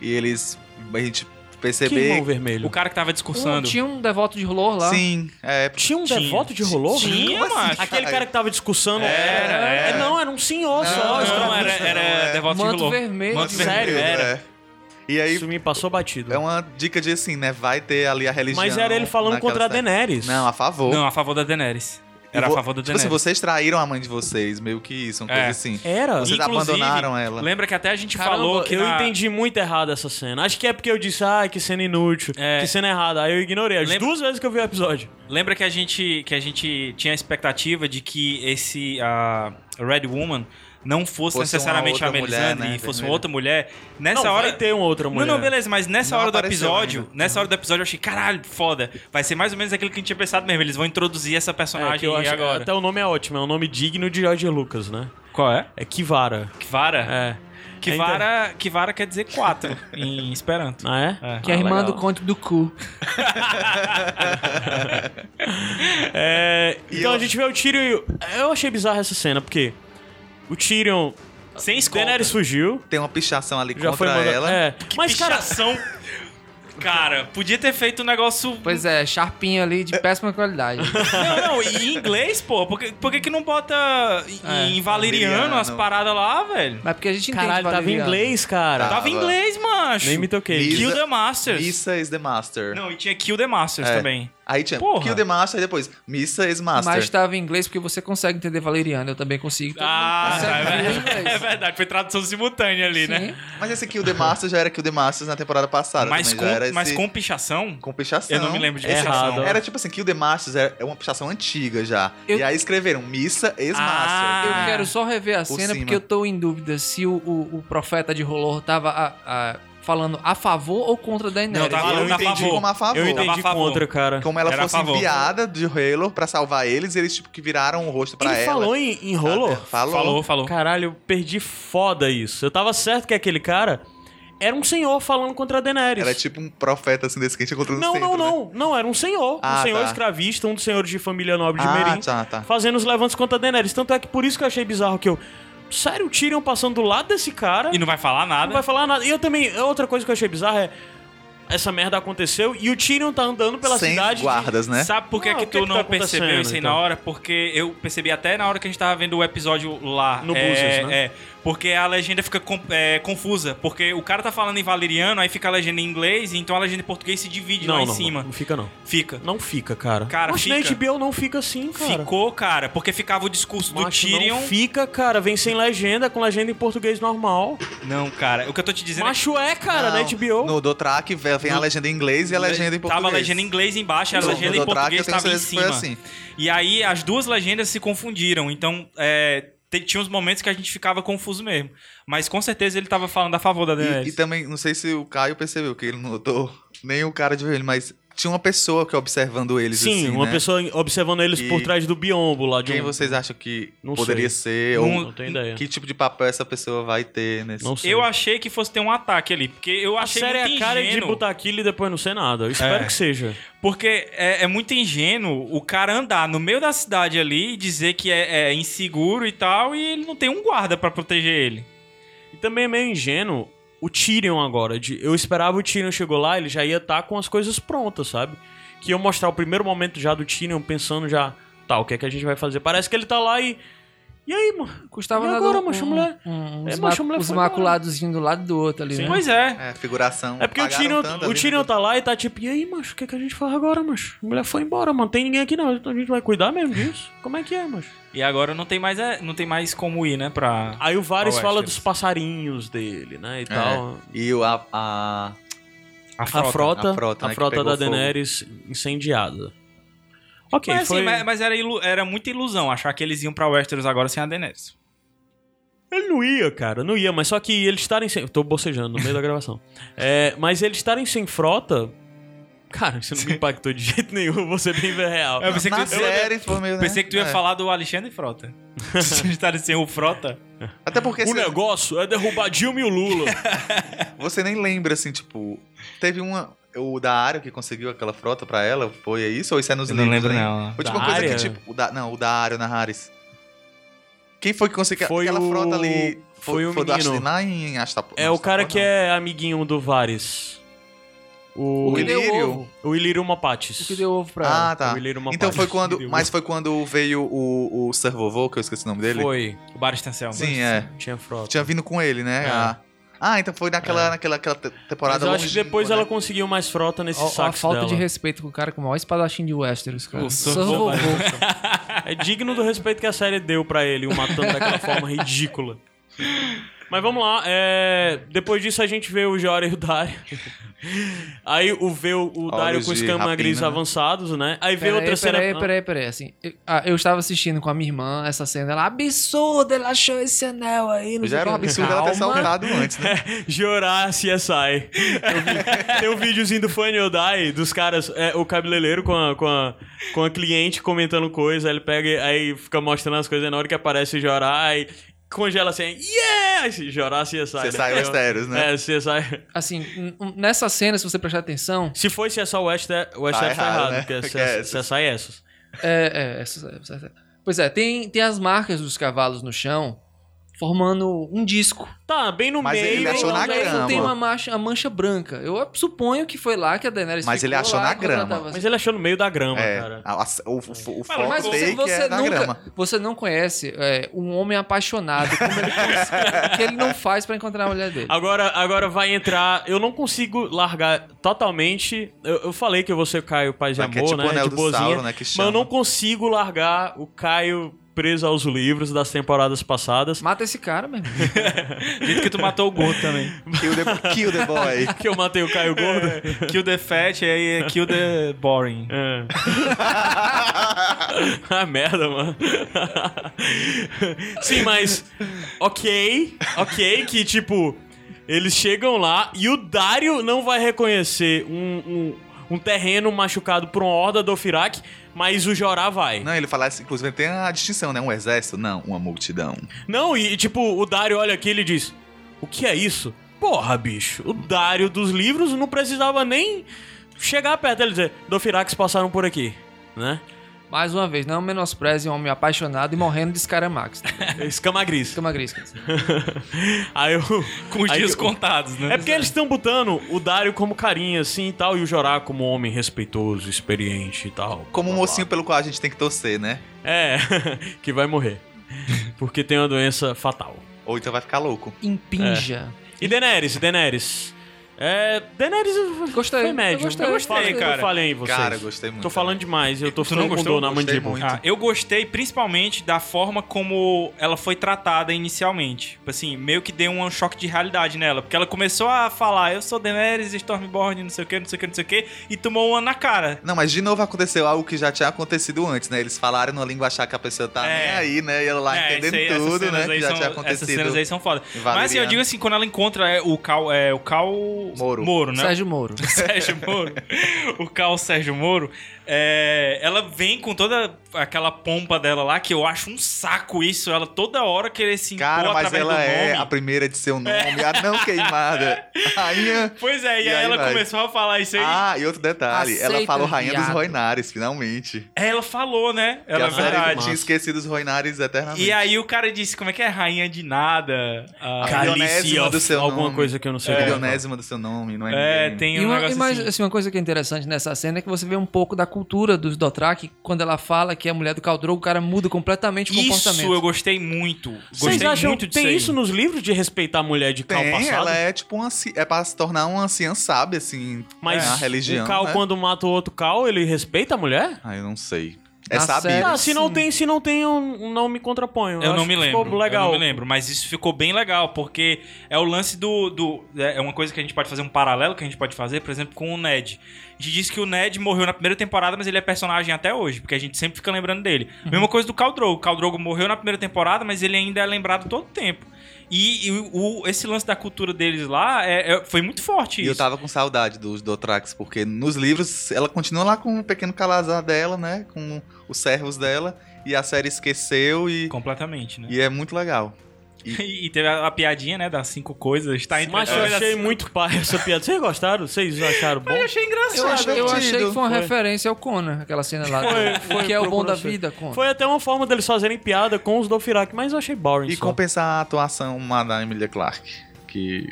[SPEAKER 4] E eles. A gente
[SPEAKER 1] que irmão
[SPEAKER 4] perceber.
[SPEAKER 1] vermelho.
[SPEAKER 2] O cara que tava
[SPEAKER 3] Não
[SPEAKER 2] discursando.
[SPEAKER 3] Tinha um devoto de rolor lá.
[SPEAKER 4] Sim, é.
[SPEAKER 1] Tinha um
[SPEAKER 2] Tinha.
[SPEAKER 1] devoto de rolô?
[SPEAKER 2] Tinha,
[SPEAKER 1] Como assim?
[SPEAKER 2] macho.
[SPEAKER 1] Aquele cara que tava discussando.
[SPEAKER 2] Era, era.
[SPEAKER 1] É, Não, era um senhor só.
[SPEAKER 4] Não,
[SPEAKER 2] Não, era,
[SPEAKER 4] não,
[SPEAKER 2] era
[SPEAKER 4] é.
[SPEAKER 2] Devoto de
[SPEAKER 3] Manto
[SPEAKER 2] Rolô.
[SPEAKER 3] vermelho.
[SPEAKER 2] Manto
[SPEAKER 1] Sério?
[SPEAKER 2] vermelho, era.
[SPEAKER 4] é. E aí
[SPEAKER 1] Isso me passou batido.
[SPEAKER 4] é uma dica de assim, né? Vai ter ali a religião.
[SPEAKER 1] Mas era ele falando
[SPEAKER 4] naquela
[SPEAKER 1] contra a
[SPEAKER 4] cidade.
[SPEAKER 1] Daenerys.
[SPEAKER 4] Não, a favor.
[SPEAKER 2] Não, a favor da Daenerys.
[SPEAKER 4] E
[SPEAKER 2] Era
[SPEAKER 4] vo-
[SPEAKER 2] a favor da
[SPEAKER 4] Tipo
[SPEAKER 2] Daenerys.
[SPEAKER 4] assim, vocês traíram a mãe de vocês, meio que isso, uma
[SPEAKER 2] É.
[SPEAKER 4] coisa assim.
[SPEAKER 1] Era.
[SPEAKER 4] Vocês
[SPEAKER 2] Inclusive,
[SPEAKER 4] abandonaram ela.
[SPEAKER 2] Lembra que até a gente
[SPEAKER 1] Caramba,
[SPEAKER 2] falou que
[SPEAKER 1] eu
[SPEAKER 2] na-
[SPEAKER 1] entendi muito errado essa cena. Acho que é porque eu disse, ah, que cena inútil,
[SPEAKER 2] É.
[SPEAKER 1] que cena errada. Aí eu ignorei. As
[SPEAKER 2] Lembra-
[SPEAKER 1] duas vezes que eu vi o episódio.
[SPEAKER 2] Lembra que a gente que a gente tinha a expectativa de que esse a Red Woman não fosse,
[SPEAKER 4] Fosse uma
[SPEAKER 2] necessariamente a
[SPEAKER 4] outra mulher,
[SPEAKER 2] Melisandre
[SPEAKER 4] né,
[SPEAKER 2] e fosse uma
[SPEAKER 4] vermelha.
[SPEAKER 2] outra mulher. Nessa
[SPEAKER 1] não,
[SPEAKER 2] hora é
[SPEAKER 1] vai ter uma outra mulher.
[SPEAKER 2] Não, não, beleza, mas nessa
[SPEAKER 4] Não
[SPEAKER 2] hora do
[SPEAKER 4] apareceu
[SPEAKER 2] episódio,
[SPEAKER 4] ainda.
[SPEAKER 2] nessa hora do episódio eu achei, caralho, foda. Vai ser mais ou menos aquilo que a gente tinha pensado mesmo. Eles vão introduzir essa
[SPEAKER 1] É, que
[SPEAKER 2] personagem
[SPEAKER 1] eu acho,
[SPEAKER 2] agora.
[SPEAKER 1] Até o nome é ótimo, é um nome digno de George Lucas, né?
[SPEAKER 2] Qual é?
[SPEAKER 1] É Kivara.
[SPEAKER 2] Kivara?
[SPEAKER 1] É.
[SPEAKER 2] Kivara, Kivara quer dizer quatro em Esperanto.
[SPEAKER 1] Ah, é?
[SPEAKER 2] É.
[SPEAKER 3] Que é a
[SPEAKER 1] Ah,
[SPEAKER 3] irmã
[SPEAKER 1] legal.
[SPEAKER 3] do Conde do Cu.
[SPEAKER 1] É,
[SPEAKER 4] E
[SPEAKER 1] então
[SPEAKER 4] eu-
[SPEAKER 1] a gente vê o Tyrion e o- Eu achei bizarra essa cena, porque o Tyrion...
[SPEAKER 2] Sem escolta.
[SPEAKER 1] Daenerys fugiu,
[SPEAKER 4] Tem uma pichação ali
[SPEAKER 1] já foi
[SPEAKER 4] contra
[SPEAKER 1] mandado...
[SPEAKER 4] ela.
[SPEAKER 1] É. Mas, cara,
[SPEAKER 2] Pichação. Cara, podia ter feito um negócio...
[SPEAKER 3] Pois é, Sharpinho ali de péssima qualidade.
[SPEAKER 2] Não, não, e em inglês, pô. Por que, por que, que não bota em-
[SPEAKER 3] É,
[SPEAKER 2] em valeriano
[SPEAKER 4] valeriano.
[SPEAKER 2] as paradas lá, velho?
[SPEAKER 3] Mas porque a gente entende
[SPEAKER 1] caralho, tava em
[SPEAKER 3] valeriano.
[SPEAKER 1] inglês, cara.
[SPEAKER 4] Tá.
[SPEAKER 2] Tava em
[SPEAKER 4] Tava.
[SPEAKER 2] inglês, macho.
[SPEAKER 1] Nem me toquei.
[SPEAKER 4] Lisa-
[SPEAKER 2] Kill the Masters.
[SPEAKER 4] Missa is the Master.
[SPEAKER 2] Não, e tinha Kill the Masters
[SPEAKER 4] É.
[SPEAKER 2] também.
[SPEAKER 4] Aí tinha
[SPEAKER 2] Porra.
[SPEAKER 4] Kill the Master e depois Missa is Master.
[SPEAKER 3] Mas tava em inglês porque você consegue entender valeriano. Eu também consigo. Todo mundo
[SPEAKER 2] Ah, tá,
[SPEAKER 3] consegue
[SPEAKER 2] é,
[SPEAKER 3] entender
[SPEAKER 2] verdade. É
[SPEAKER 3] inglês.
[SPEAKER 2] verdade, foi tradução simultânea ali, né?
[SPEAKER 3] Então, Sim.
[SPEAKER 4] Mas esse Kill the Master já era Kill the Masters na temporada passada.
[SPEAKER 2] Mas
[SPEAKER 4] também,
[SPEAKER 2] com,
[SPEAKER 4] já era
[SPEAKER 2] mas
[SPEAKER 4] esse-
[SPEAKER 2] com pichação,
[SPEAKER 4] com pichação.
[SPEAKER 2] eu não me lembro de
[SPEAKER 1] É
[SPEAKER 2] pichação.
[SPEAKER 1] errado.
[SPEAKER 4] Era tipo assim, Kill the Masters é é uma pichação antiga já.
[SPEAKER 3] Eu-
[SPEAKER 4] E aí escreveram Missa is
[SPEAKER 2] Ah.
[SPEAKER 4] Master.
[SPEAKER 3] Eu
[SPEAKER 2] Ah,
[SPEAKER 3] quero só rever a
[SPEAKER 4] por
[SPEAKER 3] cena
[SPEAKER 4] cima.
[SPEAKER 3] porque eu tô em dúvida se o, o- o profeta de Rolor tava a- a- falando a favor ou contra a Daenerys.
[SPEAKER 2] Não, tava
[SPEAKER 4] Eu
[SPEAKER 2] falando a
[SPEAKER 4] entendi
[SPEAKER 2] favor.
[SPEAKER 4] como a favor.
[SPEAKER 1] Eu
[SPEAKER 2] Tava
[SPEAKER 1] entendi
[SPEAKER 2] a favor.
[SPEAKER 1] contra, cara.
[SPEAKER 4] Como ela
[SPEAKER 2] Era a
[SPEAKER 4] fosse
[SPEAKER 2] favor.
[SPEAKER 4] enviada de Halo pra salvar eles, e eles tipo que viraram o rosto pra
[SPEAKER 1] Ele
[SPEAKER 4] ela.
[SPEAKER 1] falou em, em Rolor?
[SPEAKER 4] Sabe? Falou.
[SPEAKER 2] Falou, falou.
[SPEAKER 1] Caralho, eu perdi foda isso. Eu tava certo que aquele cara era um senhor falando contra a Daenerys.
[SPEAKER 4] Era tipo um profeta assim desse que a gente encontrou no
[SPEAKER 1] não,
[SPEAKER 4] centro,
[SPEAKER 1] não,
[SPEAKER 4] né?
[SPEAKER 1] não. Não, era um senhor. um
[SPEAKER 4] Ah,
[SPEAKER 1] senhor
[SPEAKER 4] tá.
[SPEAKER 1] escravista, um dos senhores de família nobre de
[SPEAKER 4] Ah,
[SPEAKER 1] Merim.
[SPEAKER 4] tá, tá.
[SPEAKER 1] Fazendo os levantes contra a Daenerys. Tanto é que por isso que eu achei bizarro que eu... Sério, o Tyrion passando do lado desse cara...
[SPEAKER 2] E não vai falar nada. né?"
[SPEAKER 1] Não vai falar nada. E eu também, é outra coisa que eu achei bizarra é. Essa merda aconteceu e o Tyrion tá andando pela
[SPEAKER 4] Sem
[SPEAKER 1] cidade. de-
[SPEAKER 4] guardas, né?
[SPEAKER 2] Sabe por que,
[SPEAKER 1] Ah,
[SPEAKER 2] que
[SPEAKER 1] o que
[SPEAKER 2] tu
[SPEAKER 1] que tá
[SPEAKER 2] não percebeu
[SPEAKER 1] acontecendo,
[SPEAKER 2] isso aí
[SPEAKER 1] então?
[SPEAKER 2] na hora? Porque eu percebi até na hora que a gente tava vendo o episódio lá.
[SPEAKER 1] No
[SPEAKER 2] é,
[SPEAKER 1] Búzios, né?
[SPEAKER 2] É, Porque a legenda fica com- é, confusa. Porque o cara tá falando em valeriano, aí fica a legenda em inglês, então a legenda em português se divide lá
[SPEAKER 1] não,
[SPEAKER 2] em
[SPEAKER 1] não,
[SPEAKER 2] cima.
[SPEAKER 1] não fica não.
[SPEAKER 2] Fica.
[SPEAKER 1] Não fica, cara.
[SPEAKER 2] Cara,
[SPEAKER 1] Oxe,
[SPEAKER 2] fica.
[SPEAKER 1] na HBO não fica assim, cara.
[SPEAKER 2] Ficou, cara, porque ficava o discurso do
[SPEAKER 1] Macho,
[SPEAKER 2] Tyrion.
[SPEAKER 1] Não fica, cara. Vem sem legenda, com legenda em português normal.
[SPEAKER 2] Não, cara, o que eu tô te dizendo é
[SPEAKER 1] Macho é, cara,
[SPEAKER 4] Não,
[SPEAKER 1] na HBO.
[SPEAKER 4] No Dotrack vem vem a legenda em inglês e a legenda em português.
[SPEAKER 2] Tava a legenda em inglês embaixo, a
[SPEAKER 4] No-
[SPEAKER 2] legenda
[SPEAKER 4] no
[SPEAKER 2] em
[SPEAKER 4] Dothrak,
[SPEAKER 2] português
[SPEAKER 4] eu tenho
[SPEAKER 2] tava em
[SPEAKER 4] certeza que foi
[SPEAKER 2] cima.
[SPEAKER 4] assim.
[SPEAKER 2] E aí as duas legendas se confundiram, então é, te- tinha uns momentos que a gente ficava confuso mesmo. Mas com certeza ele tava falando a favor da
[SPEAKER 4] E-
[SPEAKER 1] É
[SPEAKER 4] então,
[SPEAKER 2] Daenerys.
[SPEAKER 4] E, também, não sei se o Caio percebeu, que ele não notou nem o cara de vermelho, mas tinha uma pessoa que observando eles
[SPEAKER 1] Sim,
[SPEAKER 4] assim,
[SPEAKER 1] uma
[SPEAKER 4] né?
[SPEAKER 1] pessoa observando eles
[SPEAKER 4] E-
[SPEAKER 1] por trás do biombo lá de
[SPEAKER 4] Quem
[SPEAKER 1] um...
[SPEAKER 4] vocês acham que
[SPEAKER 1] Não
[SPEAKER 4] poderia ser?
[SPEAKER 2] Não-
[SPEAKER 4] Ou
[SPEAKER 1] Não tenho ideia.
[SPEAKER 4] que tipo de papel essa pessoa vai ter nesse...
[SPEAKER 1] Não sei.
[SPEAKER 2] Eu achei que fosse ter um ataque ali, porque eu
[SPEAKER 1] a
[SPEAKER 2] achei
[SPEAKER 1] série é
[SPEAKER 2] muito
[SPEAKER 1] a cara de
[SPEAKER 2] ingênuo,
[SPEAKER 1] botar aquilo e depois não ser nada. Eu espero
[SPEAKER 2] É.
[SPEAKER 1] que seja.
[SPEAKER 2] porque é, é muito ingênuo o cara andar no meio da cidade ali e dizer que é, é inseguro e tal, e ele não tem um guarda pra proteger ele.
[SPEAKER 1] E também é meio ingênuo o Tyrion agora. de- eu esperava o Tyrion chegou lá, ele já ia estar com as coisas prontas, sabe? Que ia mostrar o primeiro momento já do Tyrion pensando já, tá, o que é que a gente vai fazer? Parece que ele tá lá e. E aí, mano?
[SPEAKER 3] Custava
[SPEAKER 1] E
[SPEAKER 3] nada
[SPEAKER 1] agora,
[SPEAKER 3] um-
[SPEAKER 1] macho
[SPEAKER 3] um-
[SPEAKER 1] mulher?
[SPEAKER 3] um- uns
[SPEAKER 1] É, macho
[SPEAKER 3] ma-
[SPEAKER 1] mulher
[SPEAKER 3] os
[SPEAKER 1] foi embora.
[SPEAKER 3] maculados indo do lado do outro ali,
[SPEAKER 1] Sim.
[SPEAKER 3] né?
[SPEAKER 2] Pois é.
[SPEAKER 4] É, figuração. né?
[SPEAKER 1] É porque o
[SPEAKER 4] Pagaram
[SPEAKER 1] Tyrion,
[SPEAKER 4] tanto
[SPEAKER 1] o
[SPEAKER 4] ali no
[SPEAKER 1] Tyrion tá lá e tá tipo, e aí, macho, o que, é que a gente faz agora, macho? A mulher foi embora, mano. Tem ninguém aqui não, então a gente vai cuidar mesmo disso. Como é que é, macho?
[SPEAKER 2] E agora não tem mais, é, não tem mais como ir, né, pra...
[SPEAKER 1] Aí o Varys
[SPEAKER 2] Qual é,
[SPEAKER 1] fala
[SPEAKER 2] Felipe?
[SPEAKER 1] dos passarinhos dele, né, e tal.
[SPEAKER 4] E o, a, a-
[SPEAKER 2] A
[SPEAKER 1] A frota,
[SPEAKER 4] A frota,
[SPEAKER 1] a
[SPEAKER 4] né, que
[SPEAKER 1] frota
[SPEAKER 4] pegou
[SPEAKER 1] da
[SPEAKER 4] fogo.
[SPEAKER 1] Daenerys incendiada. Ok,
[SPEAKER 2] mas, assim,
[SPEAKER 1] foi...
[SPEAKER 2] mas, mas era, ilu- era muita ilusão achar que eles iam pra Westeros agora sem a Daenerys.
[SPEAKER 1] Ele não ia, cara, não ia, mas só que eles estarem sem. Tô bocejando no meio da gravação. É, mas eles estarem sem frota. Cara, isso não me impactou de jeito nenhum, vou ser bem real.
[SPEAKER 2] Eu pensei que
[SPEAKER 4] Na
[SPEAKER 2] tu, eu
[SPEAKER 4] série foi meio, né?
[SPEAKER 2] pensei que tu ia
[SPEAKER 4] É.
[SPEAKER 2] falar do Alexandre Frota. Se eles estarem sem o Frota...
[SPEAKER 4] Até porque
[SPEAKER 1] O
[SPEAKER 4] você,
[SPEAKER 1] negócio é derrubar Dilma e o Lula.
[SPEAKER 4] você nem lembra, assim, tipo... Teve uma... O da área que conseguiu aquela frota pra ela, foi isso? Ou isso é nos
[SPEAKER 2] Eu
[SPEAKER 4] livros?
[SPEAKER 2] não lembro,
[SPEAKER 4] né?
[SPEAKER 2] não.
[SPEAKER 4] Foi tipo
[SPEAKER 1] Da
[SPEAKER 4] uma coisa
[SPEAKER 1] Arya?
[SPEAKER 4] que, tipo, o da, não, o da Arya na Harris. Quem foi que conseguiu
[SPEAKER 1] Foi
[SPEAKER 4] aquela
[SPEAKER 1] o-
[SPEAKER 4] frota ali?
[SPEAKER 1] foi o
[SPEAKER 4] foi do
[SPEAKER 1] menino.
[SPEAKER 4] Ashley lá em Astapor.
[SPEAKER 1] É o cara que é amiguinho do Varys. O,
[SPEAKER 4] O
[SPEAKER 1] o,
[SPEAKER 3] que deu
[SPEAKER 4] Ilírio?
[SPEAKER 3] ovo.
[SPEAKER 1] Ilírio Mapatis.
[SPEAKER 3] O que deu ovo pra ela?
[SPEAKER 4] Ah, tá.
[SPEAKER 1] O Ilírio Mapatis.
[SPEAKER 4] Então foi quando,
[SPEAKER 1] Ilírio.
[SPEAKER 4] mas foi quando veio o, o Sir Vovô, que eu esqueci o nome dele.
[SPEAKER 1] Foi.
[SPEAKER 2] O Barista Anselmo.
[SPEAKER 4] Sim, é.
[SPEAKER 1] Tinha frota.
[SPEAKER 4] Tinha vindo com ele, né?
[SPEAKER 1] É.
[SPEAKER 4] A- Ah, então foi naquela, naquela aquela te-
[SPEAKER 1] Mas
[SPEAKER 4] temporada
[SPEAKER 1] eu acho que
[SPEAKER 4] longínqua,
[SPEAKER 1] depois
[SPEAKER 4] né?
[SPEAKER 1] ela conseguiu mais frota nesse
[SPEAKER 3] Ó, ó a
[SPEAKER 1] saco
[SPEAKER 3] falta
[SPEAKER 1] dela.
[SPEAKER 3] de respeito com o cara com o maior espadachim de Westeros, cara.
[SPEAKER 2] O
[SPEAKER 3] Sor
[SPEAKER 2] Sor
[SPEAKER 3] vovô.
[SPEAKER 1] É digno do respeito que a série deu pra ele, o matando daquela forma ridícula. Mas vamos lá, é, depois disso a gente vê o Jorah e o Dario. Aí o vê o, o
[SPEAKER 4] Olhos
[SPEAKER 1] Dario com os
[SPEAKER 4] de
[SPEAKER 1] cama
[SPEAKER 4] rapina,
[SPEAKER 1] gris
[SPEAKER 4] né?
[SPEAKER 1] avançados, né? Aí vê o
[SPEAKER 3] Peraí,
[SPEAKER 1] terceiro.
[SPEAKER 3] peraí, peraí, peraí, assim, eu, ah, eu estava assistindo com a minha irmã essa cena, ela, absurdo, ele achou esse anel aí, não sei
[SPEAKER 4] Já
[SPEAKER 3] o
[SPEAKER 4] era um
[SPEAKER 3] quê."
[SPEAKER 4] absurdo ela ter
[SPEAKER 3] Calma.
[SPEAKER 4] saltado antes, né?
[SPEAKER 1] Jorah CSI. Eu vi- Tem um videozinho do Funny or Die dos caras, é, o cabeleireiro com a, com, a, com a cliente comentando coisa, aí ele pega, e- aí fica mostrando as coisas, e na hora que aparece o Jorah, aí congela assim, yeah! Aí, Jorah CSI.
[SPEAKER 4] Você sai
[SPEAKER 1] né?
[SPEAKER 4] mistérios, né?
[SPEAKER 1] É, CSI.
[SPEAKER 3] Assim, n- n- nessa cena, se você prestar atenção,
[SPEAKER 1] Se for CSI West, é, West
[SPEAKER 4] Tá
[SPEAKER 1] é tá
[SPEAKER 4] errado,
[SPEAKER 1] errado,
[SPEAKER 4] né?
[SPEAKER 1] porque é
[SPEAKER 4] Porque
[SPEAKER 1] CSI,
[SPEAKER 4] é
[SPEAKER 1] CSI essas.
[SPEAKER 3] é, é, essa- essa- essa- pois é, tem, tem as marcas dos cavalos no chão, formando um disco,
[SPEAKER 1] Tá, bem no
[SPEAKER 4] Mas
[SPEAKER 1] meio.
[SPEAKER 4] ele
[SPEAKER 1] não
[SPEAKER 4] achou na
[SPEAKER 1] tem-
[SPEAKER 3] Mas não
[SPEAKER 4] grama.
[SPEAKER 3] tem uma mancha, a mancha branca, eu suponho que foi lá que a Daenerys
[SPEAKER 4] Mas ele
[SPEAKER 3] ficou
[SPEAKER 4] achou
[SPEAKER 3] lá
[SPEAKER 4] na
[SPEAKER 3] e contratava
[SPEAKER 4] grama.
[SPEAKER 3] as-
[SPEAKER 1] Mas ele achou no meio da grama,
[SPEAKER 4] É,
[SPEAKER 1] cara.
[SPEAKER 4] a- a- o, o, o
[SPEAKER 2] Fala,
[SPEAKER 3] assim. Mas
[SPEAKER 4] foco
[SPEAKER 3] você,
[SPEAKER 4] dele que é
[SPEAKER 3] você,
[SPEAKER 4] na grama.
[SPEAKER 3] nunca, você não conhece é, um homem apaixonado, como ele consegue, o que ele não faz pra encontrar a mulher dele.
[SPEAKER 1] Agora, agora vai entrar. Eu não consigo largar totalmente. Eu, eu falei que eu vou ser o Caio Paz e
[SPEAKER 4] Que é
[SPEAKER 1] Amor,
[SPEAKER 4] tipo o
[SPEAKER 1] né?
[SPEAKER 4] anel
[SPEAKER 1] De
[SPEAKER 4] do
[SPEAKER 1] bozinha.
[SPEAKER 4] Sauron, né? Que
[SPEAKER 1] Mas eu
[SPEAKER 4] chama.
[SPEAKER 1] não consigo largar o Caio preso aos livros das temporadas passadas.
[SPEAKER 3] Mata esse cara, meu irmão.
[SPEAKER 2] Do jeito que tu matou o Gordo também.
[SPEAKER 4] Kill the, kill the boy.
[SPEAKER 1] Que eu matei o Caio Gordo.
[SPEAKER 4] É,
[SPEAKER 2] Kill the Fat e aí é Kill the Boring.
[SPEAKER 1] É. ah, merda, mano. Sim, mas. Ok, ok, que tipo. Eles chegam lá e o Dario não vai reconhecer um, um, um terreno machucado por uma horda do Firak, mas o Jorá vai.
[SPEAKER 4] Não, ele fala assim, inclusive tem a distinção, né? Um exército? Não, uma multidão.
[SPEAKER 1] Não, e tipo, o Dario olha aqui e ele diz: O que é isso? Porra, bicho, o Dario dos livros não precisava nem chegar perto dele e dizer: Dofirax passaram por aqui, né?
[SPEAKER 3] Mais uma vez, não menospreze um homem apaixonado e morrendo de escaramax.
[SPEAKER 1] Escama gris.
[SPEAKER 3] Cama gris. cara.
[SPEAKER 1] Aí eu.
[SPEAKER 2] Com os
[SPEAKER 1] aí
[SPEAKER 2] dias
[SPEAKER 1] eu-
[SPEAKER 2] contados, né?
[SPEAKER 1] É porque eles estão botando o Dario como carinha, assim e tal, e o Jorá como homem respeitoso, experiente e tal.
[SPEAKER 4] Como um
[SPEAKER 1] Blá, blá.
[SPEAKER 4] mocinho pelo qual a gente tem que torcer, né?
[SPEAKER 1] É, que vai morrer. Porque tem uma doença fatal.
[SPEAKER 4] Ou então vai ficar louco.
[SPEAKER 3] Impinja.
[SPEAKER 1] E Daenerys, Daenerys. É, Daenerys
[SPEAKER 3] Gostei.
[SPEAKER 1] foi médio.
[SPEAKER 3] Eu gostei.
[SPEAKER 1] Eu falei, que
[SPEAKER 2] Eu gostei,
[SPEAKER 1] eu
[SPEAKER 2] cara.
[SPEAKER 1] falei em vocês.
[SPEAKER 4] Cara, gostei muito.
[SPEAKER 1] Tô falando demais, eu tô
[SPEAKER 2] Tu não
[SPEAKER 1] ficando com
[SPEAKER 2] gostou?
[SPEAKER 1] dor na
[SPEAKER 4] Gostei
[SPEAKER 1] mandíbula.
[SPEAKER 4] muito.
[SPEAKER 2] Ah, eu gostei principalmente da forma como ela foi tratada inicialmente. Tipo assim, meio que deu um choque de realidade nela. Porque ela começou a falar, eu sou Daenerys, Stormborn, não sei o que, não sei o que, não sei o que, e tomou uma na cara.
[SPEAKER 4] Não, mas de novo aconteceu algo que já tinha acontecido antes, né? Eles falaram numa língua achar que a pessoa tá
[SPEAKER 2] É.
[SPEAKER 4] nem aí, né? E ela lá
[SPEAKER 2] É,
[SPEAKER 4] entendendo
[SPEAKER 2] isso aí- essas
[SPEAKER 4] tudo, né?
[SPEAKER 2] cenas
[SPEAKER 4] Que
[SPEAKER 2] aí
[SPEAKER 4] já
[SPEAKER 2] são-
[SPEAKER 4] tinha
[SPEAKER 2] Essas cenas
[SPEAKER 4] acontecido.
[SPEAKER 2] aí são foda.
[SPEAKER 4] em
[SPEAKER 2] Mas assim, eu
[SPEAKER 4] Valeriano.
[SPEAKER 2] digo assim, quando ela encontra é, o Cal. É, o Cal.
[SPEAKER 4] Moro.
[SPEAKER 2] né?
[SPEAKER 3] Sérgio Moro.
[SPEAKER 2] Sérgio Moro, o Carl Sérgio Moro, é, ela vem com toda aquela pompa dela lá, que eu acho um saco isso, ela toda hora querer se impor
[SPEAKER 4] Cara,
[SPEAKER 2] assim,
[SPEAKER 4] mas
[SPEAKER 2] através
[SPEAKER 4] ela
[SPEAKER 2] do nome. É.
[SPEAKER 4] é a primeira de seu nome, a não queimada. Rainha.
[SPEAKER 2] Pois é, e,
[SPEAKER 4] E
[SPEAKER 2] aí
[SPEAKER 4] aí
[SPEAKER 2] ela
[SPEAKER 4] vai.
[SPEAKER 2] começou a falar isso aí.
[SPEAKER 4] Ah, e outro detalhe, ela
[SPEAKER 3] Aceita,
[SPEAKER 4] falou Rainha dos
[SPEAKER 3] viado.
[SPEAKER 4] Roinares, finalmente.
[SPEAKER 2] É, Ela falou, né?
[SPEAKER 4] Que
[SPEAKER 2] Ela é
[SPEAKER 4] a série
[SPEAKER 2] verdade.
[SPEAKER 4] tinha esquecido os Roinares eternamente.
[SPEAKER 2] E aí o cara disse, como é que é? Rainha de nada. Ah,
[SPEAKER 4] A
[SPEAKER 1] Khaleesi
[SPEAKER 4] milionésima
[SPEAKER 1] of
[SPEAKER 4] do seu
[SPEAKER 1] alguma
[SPEAKER 4] nome. É,
[SPEAKER 1] coisa que eu não sei.
[SPEAKER 4] A
[SPEAKER 1] como
[SPEAKER 4] milionésima do seu nome, não é?
[SPEAKER 2] é,
[SPEAKER 4] ninguém.
[SPEAKER 2] tem
[SPEAKER 3] E,
[SPEAKER 2] um
[SPEAKER 3] uma, e
[SPEAKER 2] negócio
[SPEAKER 3] mais,
[SPEAKER 2] assim.
[SPEAKER 3] assim, uma coisa que é interessante nessa cena é que você vê um pouco da cultura dos Dothraki quando ela fala que é a mulher do Caldrogo, o cara muda completamente o comportamento.
[SPEAKER 2] Isso eu gostei muito. Gostei
[SPEAKER 1] Vocês acham
[SPEAKER 2] muito
[SPEAKER 1] que
[SPEAKER 2] disso
[SPEAKER 1] tem
[SPEAKER 2] aí.
[SPEAKER 1] isso nos livros de respeitar a mulher de Cal
[SPEAKER 4] Tem,
[SPEAKER 1] passado?
[SPEAKER 4] ela é tipo um anci... é pra se tornar um anciã sábio, assim,
[SPEAKER 1] Mas
[SPEAKER 4] na religião.
[SPEAKER 1] o Cal,
[SPEAKER 4] né?
[SPEAKER 1] quando mata o outro Cal, ele respeita a mulher?
[SPEAKER 4] Ah, eu não sei. É
[SPEAKER 3] Na
[SPEAKER 4] sabido.
[SPEAKER 3] série-
[SPEAKER 1] Ah, se não
[SPEAKER 3] sim.
[SPEAKER 1] tem, se não tem, eu não me contraponho.
[SPEAKER 2] Eu
[SPEAKER 1] acho
[SPEAKER 2] não me
[SPEAKER 1] que
[SPEAKER 2] lembro.
[SPEAKER 1] Ficou legal.
[SPEAKER 2] Eu não me lembro, mas isso ficou bem legal, porque é o lance do, do. É uma coisa que a gente pode fazer, um paralelo que a gente pode fazer, por exemplo, com o Ned. A gente disse que o Ned morreu na primeira temporada, mas ele é personagem até hoje, porque a gente sempre fica lembrando dele.
[SPEAKER 1] Uhum.
[SPEAKER 2] Mesma coisa do Khal Drogo. O Khal Drogo morreu na primeira temporada, mas ele ainda é lembrado todo tempo. E, e o- esse lance da cultura deles lá é- é- foi muito forte
[SPEAKER 4] E
[SPEAKER 2] isso.
[SPEAKER 4] eu tava com saudade dos Dothrax, porque nos livros ela continua lá com o pequeno calazar dela, né? Com os servos dela. E a série esqueceu e,
[SPEAKER 2] Completamente, né?
[SPEAKER 4] e é muito legal.
[SPEAKER 2] E, teve a, a piadinha, né, das cinco coisas. Tá entre
[SPEAKER 1] Mas eu
[SPEAKER 2] as-
[SPEAKER 1] achei muito pai essa piada. Vocês gostaram? Vocês acharam bom?
[SPEAKER 2] Eu achei engraçado.
[SPEAKER 3] Eu, ach- eu
[SPEAKER 4] divertido.
[SPEAKER 3] achei que foi uma
[SPEAKER 1] Foi.
[SPEAKER 3] referência ao Conan, aquela cena lá.
[SPEAKER 1] Foi,
[SPEAKER 3] do-
[SPEAKER 1] foi,
[SPEAKER 3] o que é o bom
[SPEAKER 1] procurou
[SPEAKER 3] da
[SPEAKER 1] ser.
[SPEAKER 3] vida, Conan.
[SPEAKER 1] Foi até uma forma deles fazerem piada com os Dofiraki, mas eu achei boring
[SPEAKER 4] E
[SPEAKER 1] só.
[SPEAKER 4] compensar a atuação má da Emilia Clarke, que...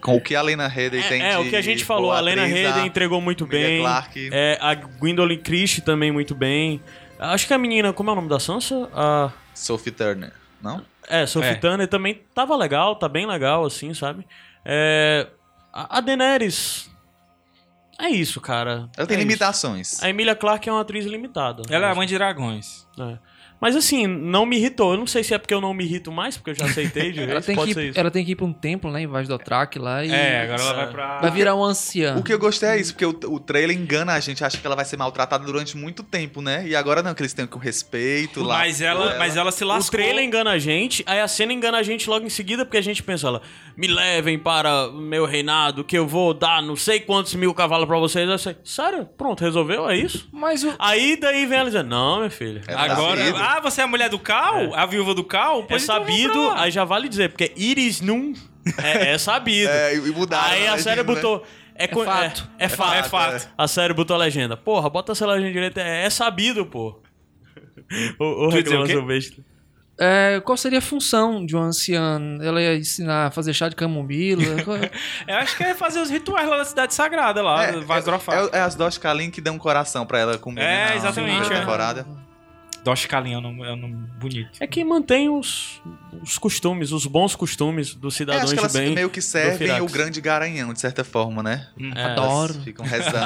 [SPEAKER 4] Com o que a Lena Headey tem
[SPEAKER 1] É, é,
[SPEAKER 4] de
[SPEAKER 1] o que a gente falou,
[SPEAKER 4] boa
[SPEAKER 1] a Lena
[SPEAKER 4] atriz,
[SPEAKER 1] Headey
[SPEAKER 4] a
[SPEAKER 1] entregou muito
[SPEAKER 4] Emilia
[SPEAKER 1] bem.
[SPEAKER 4] Clarke.
[SPEAKER 1] É, a Gwendolyn Christie também muito bem. Acho que a menina, como é o nome da Sansa? A...
[SPEAKER 4] Sophie Turner, não?
[SPEAKER 1] É, Sophie
[SPEAKER 2] É.
[SPEAKER 1] Turner também tava legal, tá bem legal, assim, sabe? É, A a Daenerys... É isso, cara.
[SPEAKER 4] Ela tem
[SPEAKER 1] É isso.
[SPEAKER 4] limitações.
[SPEAKER 1] A Emilia Clarke é uma atriz limitada.
[SPEAKER 2] Ela é a mãe de dragões.
[SPEAKER 1] É. Mas assim, não me irritou. Eu não sei se é porque eu não me irrito mais, porque eu já aceitei de
[SPEAKER 3] Ela
[SPEAKER 1] vez.
[SPEAKER 3] tem,
[SPEAKER 1] Pode
[SPEAKER 3] que
[SPEAKER 1] ser
[SPEAKER 3] ir,
[SPEAKER 1] isso.
[SPEAKER 3] ela tem que ir pra um templo, né, em Vaz Dothraki lá e
[SPEAKER 2] É, agora ela vai
[SPEAKER 1] É.
[SPEAKER 2] pra.
[SPEAKER 3] vai virar um anciã.
[SPEAKER 4] O que eu gostei é isso, porque o, o trailer engana a gente, acha que ela vai ser maltratada durante muito tempo, né? E agora não, que eles têm com respeito lá. É,
[SPEAKER 2] Mas ela, mas ela se lascou.
[SPEAKER 1] O trailer engana a gente, aí a cena engana a gente logo em seguida, porque a gente pensa, ela, me levem para o meu reinado, que eu vou dar não sei quantos mil cavalos pra vocês. Eu sei, sério? Pronto, resolveu? É isso?
[SPEAKER 3] Mas o
[SPEAKER 1] Aí daí vem ela dizendo, não, minha filha.
[SPEAKER 4] É
[SPEAKER 2] Agora,
[SPEAKER 4] sabido.
[SPEAKER 2] ah, você é a mulher do Cal? A viúva do Cal?
[SPEAKER 1] É
[SPEAKER 2] Pois então vamos
[SPEAKER 1] sabido,
[SPEAKER 2] pra lá.
[SPEAKER 1] aí já vale dizer, porque Iris Num é, é sabido.
[SPEAKER 4] É, e mudaram.
[SPEAKER 1] aí a
[SPEAKER 4] legenda,
[SPEAKER 1] série
[SPEAKER 4] né?
[SPEAKER 1] botou. É, co- é-
[SPEAKER 3] fato.
[SPEAKER 1] É, fato.
[SPEAKER 2] É fato.
[SPEAKER 1] A série botou a legenda. Porra, bota essa legenda direita. É, é sabido, pô. O, o
[SPEAKER 2] Tu ia dizer o
[SPEAKER 1] reclamação besta.
[SPEAKER 3] é, qual seria a função de uma anciã? Ela ia ensinar a fazer chá de camomila? Qual-
[SPEAKER 2] Eu acho que é fazer os rituais lá da cidade sagrada, lá,
[SPEAKER 4] É,
[SPEAKER 2] vai Drofar.
[SPEAKER 4] É, é as Dosh Kalin que dão um coração pra ela comer.
[SPEAKER 2] É,
[SPEAKER 4] na
[SPEAKER 2] exatamente,
[SPEAKER 4] segunda
[SPEAKER 2] é.
[SPEAKER 4] temporada.
[SPEAKER 2] Dosh Kalin é um nome, é um nome bonito.
[SPEAKER 1] É quem mantém os, os costumes, os bons costumes dos
[SPEAKER 4] É,
[SPEAKER 1] cidadãos
[SPEAKER 4] acho que
[SPEAKER 1] de
[SPEAKER 4] elas
[SPEAKER 1] bem.
[SPEAKER 4] meio que
[SPEAKER 1] Firax.
[SPEAKER 4] servem o grande garanhão, de certa forma, né?
[SPEAKER 2] Hum.
[SPEAKER 1] É.
[SPEAKER 3] Adoro.
[SPEAKER 4] Elas ficam rezando.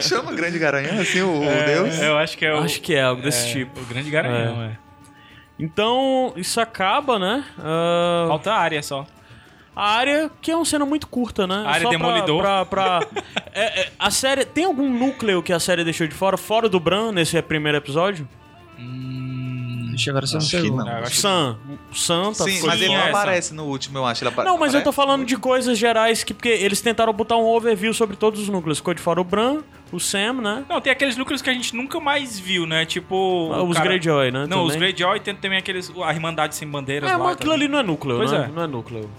[SPEAKER 4] Chama o grande garanhão, assim, o, o Deus.
[SPEAKER 2] Eu acho que é o.
[SPEAKER 1] Acho que é algo desse
[SPEAKER 2] é,
[SPEAKER 1] tipo.
[SPEAKER 2] O grande garanhão, é.
[SPEAKER 1] Então, isso acaba, né? Ah,
[SPEAKER 2] Falta área só.
[SPEAKER 1] a área, que é uma cena muito curta, né?
[SPEAKER 2] A área
[SPEAKER 1] Só pra-
[SPEAKER 2] Demolidor.
[SPEAKER 1] Pra, pra, É, é, a série. Tem algum núcleo que a série deixou de fora, fora do Bran, nesse primeiro episódio?
[SPEAKER 4] Hum.
[SPEAKER 3] Ixi, agora você não
[SPEAKER 4] Acho que
[SPEAKER 3] pegou.
[SPEAKER 4] não.
[SPEAKER 2] Eu acho que-
[SPEAKER 1] Sam. Sam tá
[SPEAKER 4] Sim,
[SPEAKER 1] ficou
[SPEAKER 4] mas
[SPEAKER 1] de
[SPEAKER 4] ele
[SPEAKER 1] fora.
[SPEAKER 4] não
[SPEAKER 2] essa.
[SPEAKER 4] aparece no último, eu
[SPEAKER 2] é-
[SPEAKER 4] acho. Ele apa-
[SPEAKER 1] Não, mas eu tô
[SPEAKER 4] aparece?
[SPEAKER 1] falando de coisas gerais que porque eles tentaram botar um overview sobre todos os núcleos. Ficou de fora o Bran, o Sam, né?
[SPEAKER 2] Não, tem aqueles núcleos que a gente nunca mais viu, né? Tipo. o
[SPEAKER 1] os
[SPEAKER 2] cara-
[SPEAKER 1] Greyjoy, né?
[SPEAKER 2] Não, os
[SPEAKER 1] também.
[SPEAKER 2] Greyjoy tem também aqueles. A Irmandade Sem Bandeiras
[SPEAKER 1] É,
[SPEAKER 2] lá.
[SPEAKER 1] mas aquilo
[SPEAKER 2] também.
[SPEAKER 1] ali não é núcleo,
[SPEAKER 2] Pois
[SPEAKER 1] né?
[SPEAKER 2] é.
[SPEAKER 1] Não é núcleo.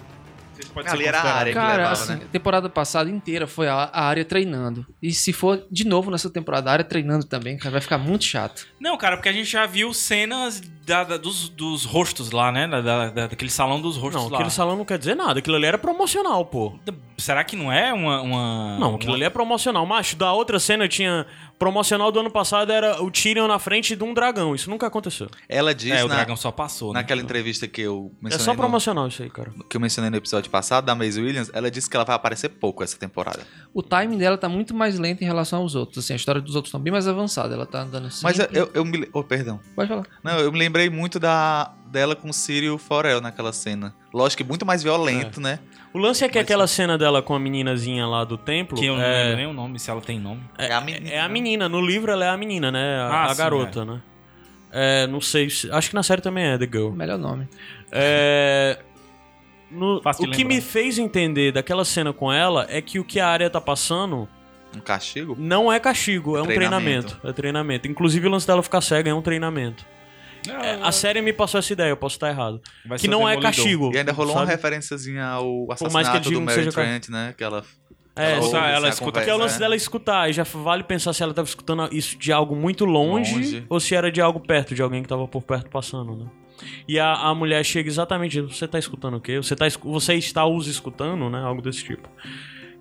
[SPEAKER 2] Pode
[SPEAKER 4] Ali
[SPEAKER 2] ser
[SPEAKER 4] era a área que
[SPEAKER 3] Cara,
[SPEAKER 4] levava,
[SPEAKER 3] assim,
[SPEAKER 4] né?
[SPEAKER 3] a temporada passada inteira foi a, a área treinando. E se for de novo nessa temporada, a área treinando também, cara, vai ficar muito chato.
[SPEAKER 2] Não, cara, porque a gente já viu cenas da- da- dos, dos rostos lá, né? Da, da- da- daquele salão dos rostos
[SPEAKER 1] Não,
[SPEAKER 2] lá.
[SPEAKER 1] aquele salão não quer dizer nada. Aquilo ali era promocional, pô.
[SPEAKER 2] Será que não é uma. uma-
[SPEAKER 1] Não, aquilo
[SPEAKER 2] uma-
[SPEAKER 1] ali é promocional. Macho, da outra cena tinha. Promocional do ano passado era o Tyrion na frente de um dragão. Isso nunca aconteceu.
[SPEAKER 4] Ela disse
[SPEAKER 2] É, o
[SPEAKER 4] na-
[SPEAKER 2] dragão só passou. né?
[SPEAKER 4] naquela entrevista que eu
[SPEAKER 1] É
[SPEAKER 4] mencionei
[SPEAKER 1] só
[SPEAKER 4] no-
[SPEAKER 1] promocional isso aí, cara.
[SPEAKER 4] que eu mencionei no episódio passado da Maisie Williams, ela disse que ela vai aparecer pouco essa temporada.
[SPEAKER 3] O timing dela tá muito mais lento em relação aos outros. Assim, a história dos outros tá bem mais avançada. Ela tá andando assim.
[SPEAKER 4] Mas eu, eu, eu me, le- oh, perdão.
[SPEAKER 3] Pode falar.
[SPEAKER 4] Não, eu me lembrei muito da dela com o Círio Forel naquela cena. Lógico que muito mais violento, né?
[SPEAKER 1] O lance é que
[SPEAKER 4] Mas
[SPEAKER 1] aquela cena dela com a meninazinha lá do templo.
[SPEAKER 2] Que um eu não lembro
[SPEAKER 1] é,
[SPEAKER 2] nem o nome, se ela tem nome.
[SPEAKER 4] É a menina.
[SPEAKER 1] é a menina. No livro ela é a menina, né? A,
[SPEAKER 2] Ah,
[SPEAKER 1] a
[SPEAKER 2] sim,
[SPEAKER 1] garota, né? É, não sei. se- Acho que na série também é The Girl.
[SPEAKER 3] Melhor nome.
[SPEAKER 1] É. no-
[SPEAKER 2] Fácil
[SPEAKER 1] o
[SPEAKER 2] de
[SPEAKER 1] que
[SPEAKER 2] lembrar.
[SPEAKER 1] me fez entender daquela cena com ela é que o que a área tá passando
[SPEAKER 4] Um castigo?
[SPEAKER 1] não é castigo, é, um
[SPEAKER 4] Treinamento.
[SPEAKER 1] treinamento. É treinamento. Inclusive o lance dela ficar cega é um treinamento. É, a série me passou essa ideia, eu posso estar errado.
[SPEAKER 2] Vai
[SPEAKER 1] que
[SPEAKER 2] ser o
[SPEAKER 1] não é
[SPEAKER 2] Demolidor.
[SPEAKER 1] castigo.
[SPEAKER 4] E ainda rolou um uma
[SPEAKER 1] sabe?
[SPEAKER 4] referênciazinha ao
[SPEAKER 1] que eles
[SPEAKER 4] assassinato do
[SPEAKER 1] digam que
[SPEAKER 4] Mary
[SPEAKER 1] seja ca-
[SPEAKER 4] Trent, né? Que ela.
[SPEAKER 1] É,
[SPEAKER 4] ouve,
[SPEAKER 2] só
[SPEAKER 4] assim,
[SPEAKER 2] ela
[SPEAKER 4] a
[SPEAKER 2] escuta
[SPEAKER 4] conversa,
[SPEAKER 1] Que é o lance
[SPEAKER 4] né?
[SPEAKER 1] dela escutar, e já vale pensar se ela tava escutando isso de algo muito longe,
[SPEAKER 4] Longe.
[SPEAKER 1] ou se era de algo perto, de alguém que tava por perto passando, né? E a, a mulher chega exatamente, você tá escutando o quê? Você, tá, escu- você está os escutando, né? Algo desse tipo.